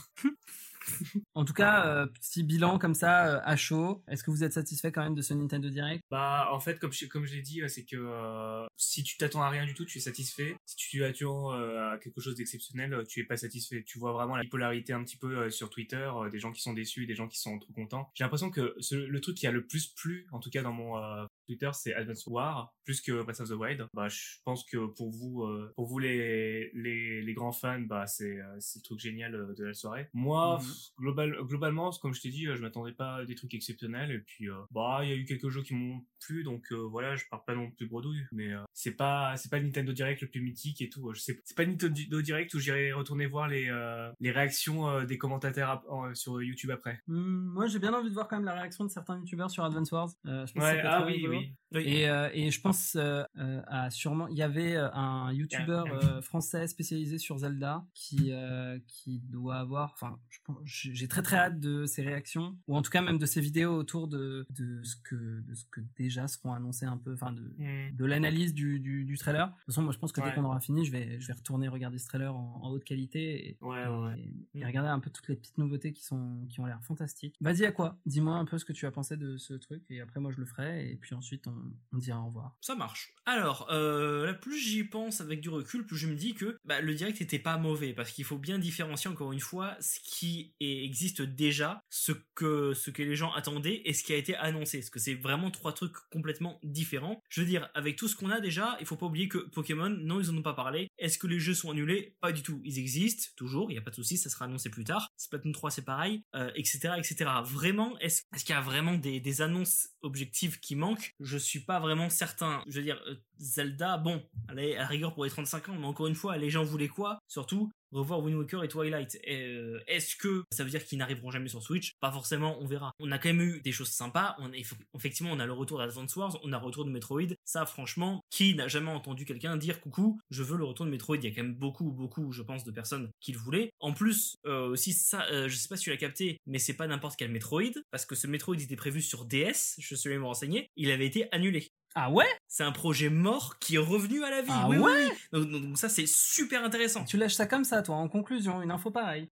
S2: En tout cas, euh, petit bilan comme ça, euh, à chaud. Est-ce que vous êtes satisfait quand même de ce Nintendo Direct
S3: Bah, en fait, comme je, comme je l'ai dit, euh, c'est que euh, si tu t'attends à rien du tout, tu es satisfait. Si tu attends euh, à quelque chose d'exceptionnel, euh, tu es pas satisfait. Tu vois vraiment la polarité un petit peu euh, sur Twitter, euh, des gens qui sont déçus, des gens qui sont trop contents. J'ai l'impression que ce- le truc qui a le plus plu, en tout cas dans mon euh, Twitter, c'est Advance War, plus que Breath of the Wild. Bah, je pense que pour vous, euh, pour vous les, les, les grands fans, bah, c'est euh, c'est le truc génial euh, de la soirée. Moi,
S4: Mhm.
S3: pff, global, globalement, comme je t'ai dit, euh, je m'attendais pas à des trucs exceptionnels. Et puis, euh, bah, il y a eu quelques jeux qui m'ont plu, donc euh, voilà, je pars pas non plus bredouille. Mais euh, c'est pas, c'est pas le Nintendo Direct le plus mythique et tout. euh, je sais, c'est pas le Nintendo Direct où j'irai retourner voir les, euh, les réactions euh, des commentateurs ap- en- sur YouTube après.
S2: Hmm, Moi, j'ai bien envie de voir quand même la réaction de certains youtubeurs sur Advance Wars. Euh, je pense que
S3: Ouais,
S2: ça peut être
S3: ah
S2: très
S3: oui,
S2: rigolo.
S3: oui.
S4: Oui.
S2: Et, euh, et je pense euh, euh, à sûrement. Il y avait euh, un youtubeur euh, français spécialisé sur Zelda qui, euh, qui doit avoir. Enfin, je pense- j'ai j'ai très très hâte de ses réactions, ou en tout cas même de ses vidéos autour de, de, ce, que, de ce que déjà seront annoncés un peu. Enfin, de,
S3: Hmm.
S2: de l'analyse du, du, du trailer. De toute façon, moi je pense que dès
S3: Ouais.
S2: qu'on aura fini, je vais, je vais retourner regarder ce trailer en, en haute qualité. Et...
S3: Ouais, ouais, ouais.
S2: et- et regarder un peu toutes les petites nouveautés qui, sont, qui ont l'air fantastiques. Vas-y, à quoi Dis-moi un peu ce que tu as pensé de ce truc, et après, moi, je le ferai, et puis ensuite, on, on dira au revoir.
S4: Ça marche. Alors, euh, là, plus j'y pense avec du recul, plus je me dis que bah, le direct était pas mauvais, parce qu'il faut bien différencier encore une fois ce qui est- existe déjà, ce que, ce que les gens attendaient et ce qui a été annoncé, parce que c'est vraiment trois trucs complètement différents. Je veux dire, avec tout ce qu'on a déjà, il faut pas oublier que Pokémon, non, ils en ont pas parlé. Est-ce que les jeux sont annulés Pas du tout. Ils existent, toujours, il y a pas de souci, ça sera annoncé plus tard. Splatoon 3, c'est pareil, euh, etc., etc. Vraiment, est-ce est-ce qu'il y a vraiment des, des annonces objectives qui manquent Je suis pas vraiment certain. Je veux dire, euh, Zelda, bon, elle est à la rigueur pour les 35 ans, mais encore une fois, les gens voulaient quoi Surtout revoir Wind Waker et Twilight. Et, euh, Est-ce que ça veut dire qu'ils n'arriveront jamais sur Switch Pas forcément, on verra. On a quand même eu des choses sympas. On, eff- effectivement, on a le retour d'Advance Wars, on a le retour de Metroid. Ça, franchement, qui n'a jamais entendu quelqu'un dire coucou, je veux le retour de Metroid Il y a quand même beaucoup, beaucoup, je pense, de personnes qui le voulaient. En plus, euh, aussi, ça, euh, je sais pas si tu l'as capté, mais c'est pas n'importe quel Metroid, parce que ce Metroid était prévu sur DS, je suis allé me renseigner, il avait été annulé.
S2: Ah ouais
S4: C'est un projet mort qui est revenu à la vie.
S2: Ah
S4: oui, oui,
S2: ouais
S4: oui. Donc, donc- donc ça, c'est super intéressant.
S2: Tu lâches ça comme ça, toi, en conclusion, une info pareille.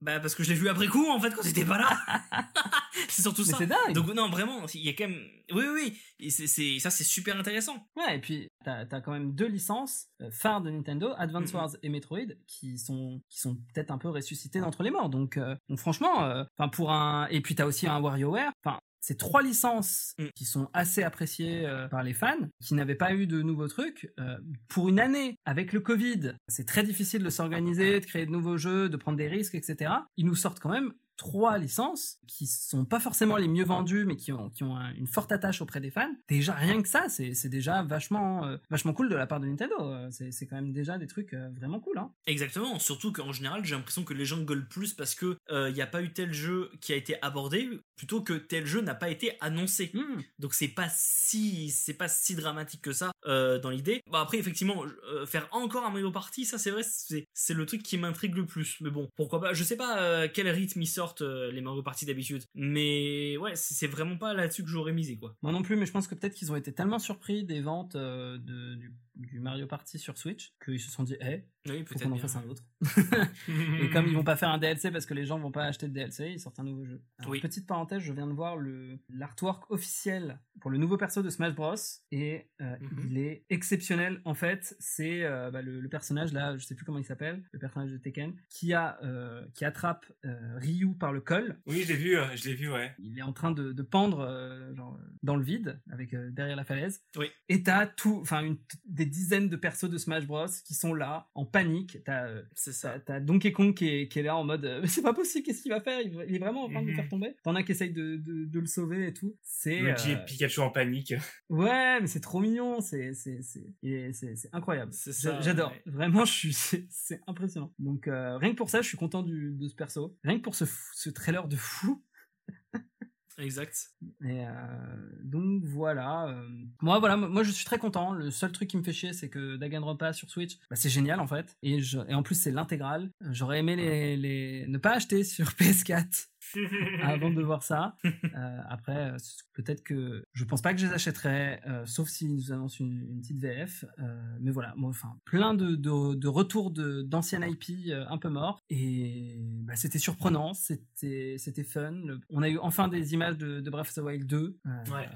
S4: Bah parce que je l'ai vu après coup en fait quand t'étais pas là. c'est surtout
S2: Mais
S4: ça.
S2: c'est dingue
S4: Donc non vraiment, il y a quand même. Oui oui, oui, et c'est- c'est ça c'est super intéressant.
S2: Ouais, et puis, t'as as quand même deux licences euh, phares de Nintendo, Advance
S4: Mhm.
S2: Wars et Metroid, qui sont, qui sont peut-être un peu ressuscités d'entre les morts. Donc, euh, donc franchement, euh, enfin, pour un... Et puis, t'as aussi un WarioWare, enfin... Ces trois licences
S4: Mhm.
S2: qui sont assez appréciées euh, par les fans, qui n'avaient pas eu de nouveaux trucs, euh, pour une année avec le Covid, c'est très difficile de s'organiser, de créer de nouveaux jeux, de prendre des risques, etc. Ils nous sortent quand même trois licences qui sont pas forcément les mieux vendues, mais qui ont, qui ont un- une forte attache auprès des fans. Déjà, rien que ça, c'est c'est déjà vachement, euh, vachement cool de la part de Nintendo. Euh, C'est c'est quand même déjà des trucs euh, vraiment cool. Hein.
S4: Exactement. Surtout qu'en général j'ai l'impression que les gens gueulent plus parce que euh, il y a pas eu tel jeu qui a été abordé plutôt que tel jeu n'a pas été annoncé. Donc c'est pas si c'est pas si dramatique que ça euh, dans l'idée. Bon après effectivement euh, faire encore un Mario Party ça c'est vrai c'est c'est le truc qui m'intrigue le plus. Mais bon pourquoi pas je sais pas euh, quel rythme ils sortent euh, les Mario Party d'habitude. Mais ouais c'est c'est vraiment pas là-dessus que j'aurais misé quoi.
S2: Moi non plus, mais je pense que peut-être qu'ils ont été tellement surpris des ventes euh, de, du, du Mario Party sur Switch qu'ils se sont dit, eh,
S4: Oui
S2: faut
S4: peut-être
S2: qu'on en
S4: bien.
S2: fasse un autre. Et comme
S4: Hmm.
S2: ils vont pas faire un DLC parce que les gens vont pas acheter de DLC, ils sortent un nouveau jeu. Alors,
S4: Oui.
S2: Petite parenthèse, je viens de voir le l'artwork officiel pour le nouveau perso de Smash Bros et euh,
S4: Mhm.
S2: il est exceptionnel. En fait, c'est euh, bah, le, le personnage là, je sais plus comment il s'appelle, le personnage de Tekken qui a euh, qui attrape euh, Ryu par le col.
S5: Oui, je l'ai vu,
S3: euh,
S5: je l'ai vu, ouais.
S2: Il est en train de, de pendre euh, genre, euh, dans le vide avec euh, derrière la falaise.
S4: Oui.
S2: Et t'as tout, enfin une- des dizaines de persos de Smash Bros qui sont là en panique. T'as euh,
S4: C'est ça.
S2: T'as t'as Donkey Kong qui est, qui est là en mode euh, Mais c'est pas possible, qu'est-ce qu'il va faire il, va- il est vraiment en train de me
S3: Mhm.
S2: faire tomber. T'en as qui essayent de, de, de le sauver et tout. C'est.
S3: Luigi et
S2: euh,
S3: Pikachu en panique.
S2: Ouais, mais c'est trop mignon, c'est c'est- c'est- et c'est- c'est incroyable.
S4: C'est
S2: J'a-
S4: ça,
S2: J'adore,
S4: ouais.
S2: vraiment, je suis- c'est c'est impressionnant. Donc euh, rien que pour ça, je suis content du, de ce perso. Rien que pour ce, fou- ce trailer de fou.
S4: Exact.
S2: Et euh, donc voilà. euh, Moi voilà, moi je suis très content. Le seul truc qui me fait chier, c'est que Danganronpa sur Switch, bah, c'est génial en fait. Et, je- et en plus c'est l'intégrale. J'aurais aimé les, les- ne pas acheter sur PS4 avant de voir ça. Euh, après euh, c- peut-être que je pense pas que je les achèterai, euh, sauf s'ils nous annoncent une, une petite VF. euh, mais voilà, moi enfin plein de, de, de retours de- d'anciennes IP euh, un peu morts. Et bah, c'était surprenant, c'était c'était fun. Le- on a eu enfin des images de, de Breath of the Wild 2. euh,
S4: Ouais.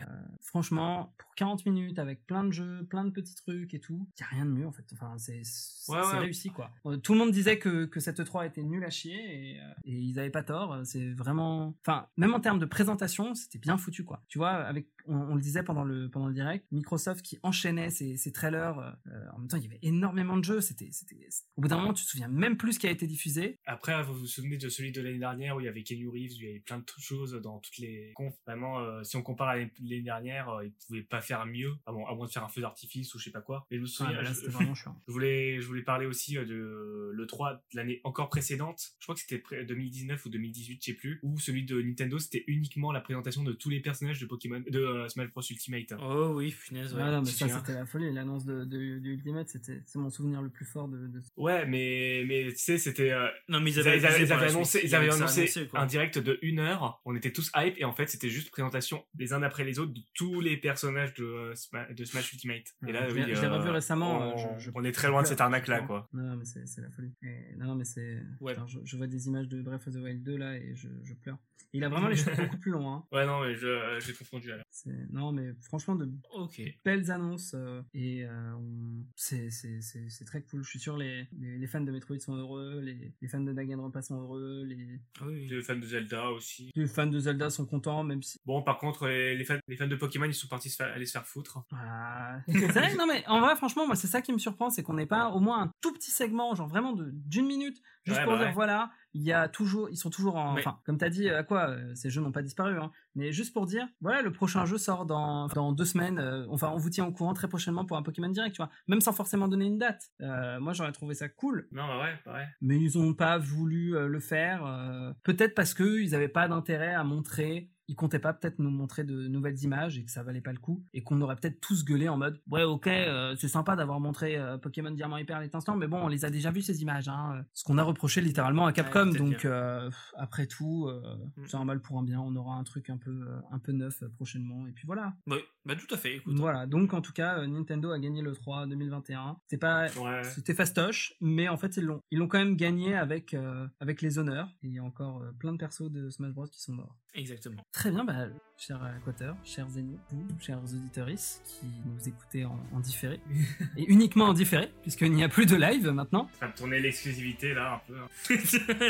S2: franchement, pour 40 minutes avec plein de jeux, plein de petits trucs et tout, il a rien de mieux en fait. Enfin, c'est c'est-
S3: Ouais,
S2: c'est
S3: ouais.
S2: réussi quoi. Euh, Tout le monde disait que, que cette 3 était nulle à chier et, euh, et ils n'avaient pas tort. Euh, C'est vraiment. Enfin, même en termes de présentation, c'était bien foutu quoi. Tu vois, avec, on, on le disait pendant le, pendant le direct, Microsoft qui enchaînait ses, ses trailers. euh, en même temps, il y avait énormément de jeux. C'était, c'était- Au bout d'un moment, tu te souviens même plus ce qui a été diffusé.
S3: Après, vous vous souvenez de celui de l'année dernière où il y avait Kenny Reeves, où il y avait plein de choses dans toutes les confs. Vraiment, euh, si on compare à l'année dernière, euh, ils pouvaient pas faire mieux, à moins, à moins de faire un feu d'artifice ou je sais pas quoi. Mais je me
S2: Ah,
S3: souviens,
S2: bah là,
S3: je-
S2: c'était vraiment chiant.
S3: Je voulais, je voulais parler aussi euh, de le 3 de l'année encore précédente. Je crois que c'était pré- 2019 ou 2018, je sais plus. Où celui de Nintendo, c'était uniquement la présentation de tous les personnages de Pokémon, de euh, Smash Bros Ultimate.
S4: Oh oui, punaise. ouais.
S2: Ouais, Ah non, mais
S3: tu te
S2: ça,
S3: souviens.
S2: c'était la folie. L'annonce de, de, du Ultimate, c'était c'est mon souvenir le plus fort de. de...
S3: Ouais, mais mais tu sais, c'était euh,
S4: Non, mais ils
S3: ils avaient,
S4: avaient,
S3: ils avaient-
S4: abusé
S3: ils
S4: par
S3: avaient
S4: la
S3: annoncé,
S4: suite.
S3: ils avaient
S4: avaient
S3: annoncé
S4: annoncé, quoi.
S3: un direct de une heure. On était tous hype et en fait, c'était juste présentation les uns après les autres de tous les personnages de, euh, Sma- de Smash Ultimate. Et là,
S2: Mmh. je
S3: oui,
S2: l'ai- je l'ai
S3: euh,
S2: revu récemment,
S3: On,
S2: euh, je- je-
S3: on est très loin de cette arnaque là,
S2: Non.
S3: quoi.
S2: Non, mais c'est c'est la folie. Et- non, non, mais c'est.
S4: Ouais.
S2: Putain, je, je vois des images de Breath of the Wild 2 là et je, je pleure. Et il a vraiment les cheveux beaucoup plus longs. Hein.
S3: Ouais, non, mais je euh, j'ai confondu. alors.
S2: C'est- Non, mais franchement, de
S4: Ok.
S2: belles annonces euh, et euh, on- c'est- c'est c'est- c'est très cool. Je suis sûr les, les, les fans de Metroid sont heureux, les, les fans de Danganronpa sont heureux, les,
S4: Ah oui, oui.
S3: Les fans de Zelda aussi.
S2: les fans de Zelda sont contents, même si.
S3: Bon, par contre, les, les fans, les fans de Pokémon, ils sont partis se faire- aller se faire foutre.
S2: Ah. C'est vrai, non mais en vrai, franchement, moi c'est ça qui me surprend, c'est qu'on n'ait pas au moins un tout petit segment, genre vraiment de d'une minute, juste
S3: Ouais,
S2: pour
S3: bah
S2: dire
S3: ouais.
S2: voilà, il y a toujours, ils sont toujours en,
S4: Mais-
S2: enfin, comme t'as dit, à quoi euh, ces jeux n'ont pas disparu, hein, mais juste pour dire voilà, le prochain jeu sort dans dans deux semaines, euh, enfin, on vous tient au courant très prochainement pour un Pokémon direct, tu vois, même sans forcément donner une date. Euh, moi j'aurais trouvé ça cool,
S3: Non, bah ouais, bah ouais.
S2: mais ils n'ont pas voulu euh, le faire. euh, peut-être parce qu'ils n'avaient pas d'intérêt à montrer. Ils comptaient pas peut-être nous montrer de nouvelles images et que ça valait pas le coup et qu'on aurait peut-être tous gueulé en mode ouais ok euh, c'est sympa d'avoir montré euh, Pokémon Diamant et Perle étincelant mais bon on les a déjà vus ces images hein, euh, ce qu'on a reproché littéralement à Capcom
S4: peut-être
S2: donc
S4: bien.
S2: euh, pff, après tout euh,
S4: Mm.
S2: c'est un mal pour un bien on aura un truc un peu euh, un peu neuf euh, prochainement et puis voilà
S4: Bah, bah, tout à fait, écoute.
S2: voilà donc en tout cas euh, Nintendo a gagné le 3 2021 c'est pas
S3: Ouais.
S2: c'était fastoche, mais en fait ils l'ont, ils l'ont quand même gagné avec, euh, avec les honneurs. Et il y a encore euh, plein de persos de Smash Bros qui sont morts.
S4: Exactement.
S2: Très bien, bah, cher Quater, cher Zeni, vous, chers auditeurs qui nous écoutez en, en différé, et uniquement en différé, puisqu'il n'y a plus de live maintenant,
S3: Ça me tournait l'exclusivité, là, un peu. hein.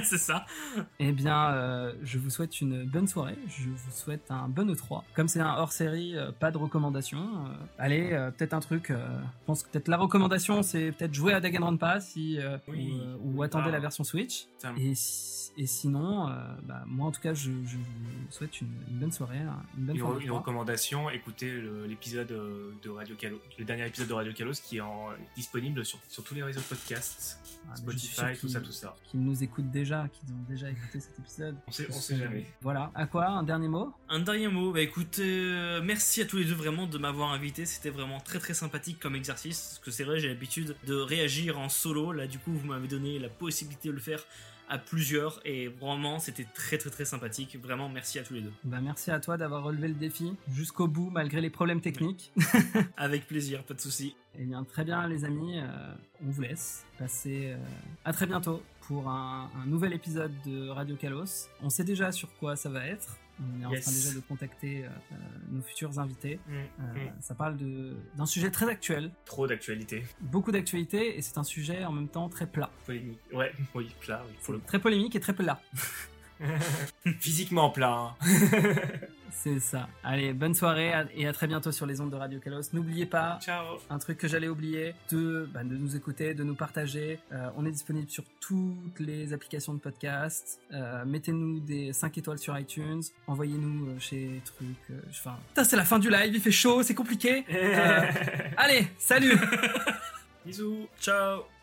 S4: c'est ça.
S2: eh bien euh, je vous souhaite une bonne soirée, je vous souhaite un bon E3. Comme c'est un hors-série, euh, pas de recommandation. euh, allez, euh, peut-être un truc, euh, je pense que peut-être la recommandation c'est peut-être jouer à Danganronpa si, euh,
S3: Oui.
S2: ou, euh, ou attendez
S3: Ah.
S2: la version Switch.
S3: Putain,
S2: Et, si- et sinon, euh, bah, moi en tout cas, je, je vous souhaite une, une bonne soirée, hein, une bonne
S3: une,
S2: fin
S3: re-
S2: de
S3: une
S2: soirée.
S3: recommandation, écoutez le- l'épisode euh, de Radio Calos, le dernier épisode de Radio Calos qui est en- disponible sur, sur tous les réseaux de podcasts,
S2: Ah, mais je suis sûr
S3: Spotify, tout
S2: qu'ils-
S3: ça, tout ça.
S2: Qu'ils nous écoutent déjà, qu'ils ont déjà écouté cet épisode.
S3: On sait, on sait jamais.
S2: Voilà. À quoi Un dernier mot
S4: Un dernier mot, bah écoute, euh, merci à tous les deux vraiment de m'avoir invité, c'était vraiment très très sympathique comme exercice, parce que c'est vrai j'ai l'habitude de réagir en solo, là du coup vous m'avez donné la possibilité de le faire à plusieurs, et vraiment c'était très très très sympathique, vraiment merci à tous les deux.
S2: bah, Merci à toi d'avoir relevé le défi jusqu'au bout, malgré les problèmes techniques.
S4: Avec plaisir, pas de soucis.
S2: Eh bien, très bien, les amis, euh, on vous laisse. Passez euh, à très bientôt pour un, un nouvel épisode de Radio Kalos. On sait déjà sur quoi ça va être. On est
S3: Yes.
S2: en train déjà de contacter euh, euh, nos futurs invités.
S3: Mm,
S2: Euh,
S3: mm.
S2: Ça parle de- d'un sujet très actuel,
S3: Trop d'actualité.
S2: beaucoup d'actualité, et c'est un sujet en même temps très plat.
S3: Polémique. Ouais, oui, plat, oui, pour le
S2: Très polémique et très plat.
S3: coup. Physiquement plat. hein.
S2: C'est ça. Allez, bonne soirée à- et à très bientôt sur les ondes de Radio Kalos. N'oubliez pas,
S3: Ciao.
S2: un truc que j'allais oublier, de, bah, de nous écouter, de nous partager. Euh, on est disponible sur toutes les applications de podcast. Euh, Mettez-nous des 5 étoiles sur iTunes. Envoyez-nous euh, chez Truc. euh, Enfin, putain, c'est la fin du live, il fait chaud, c'est compliqué. Euh, Allez, salut
S3: Bisous.
S4: Ciao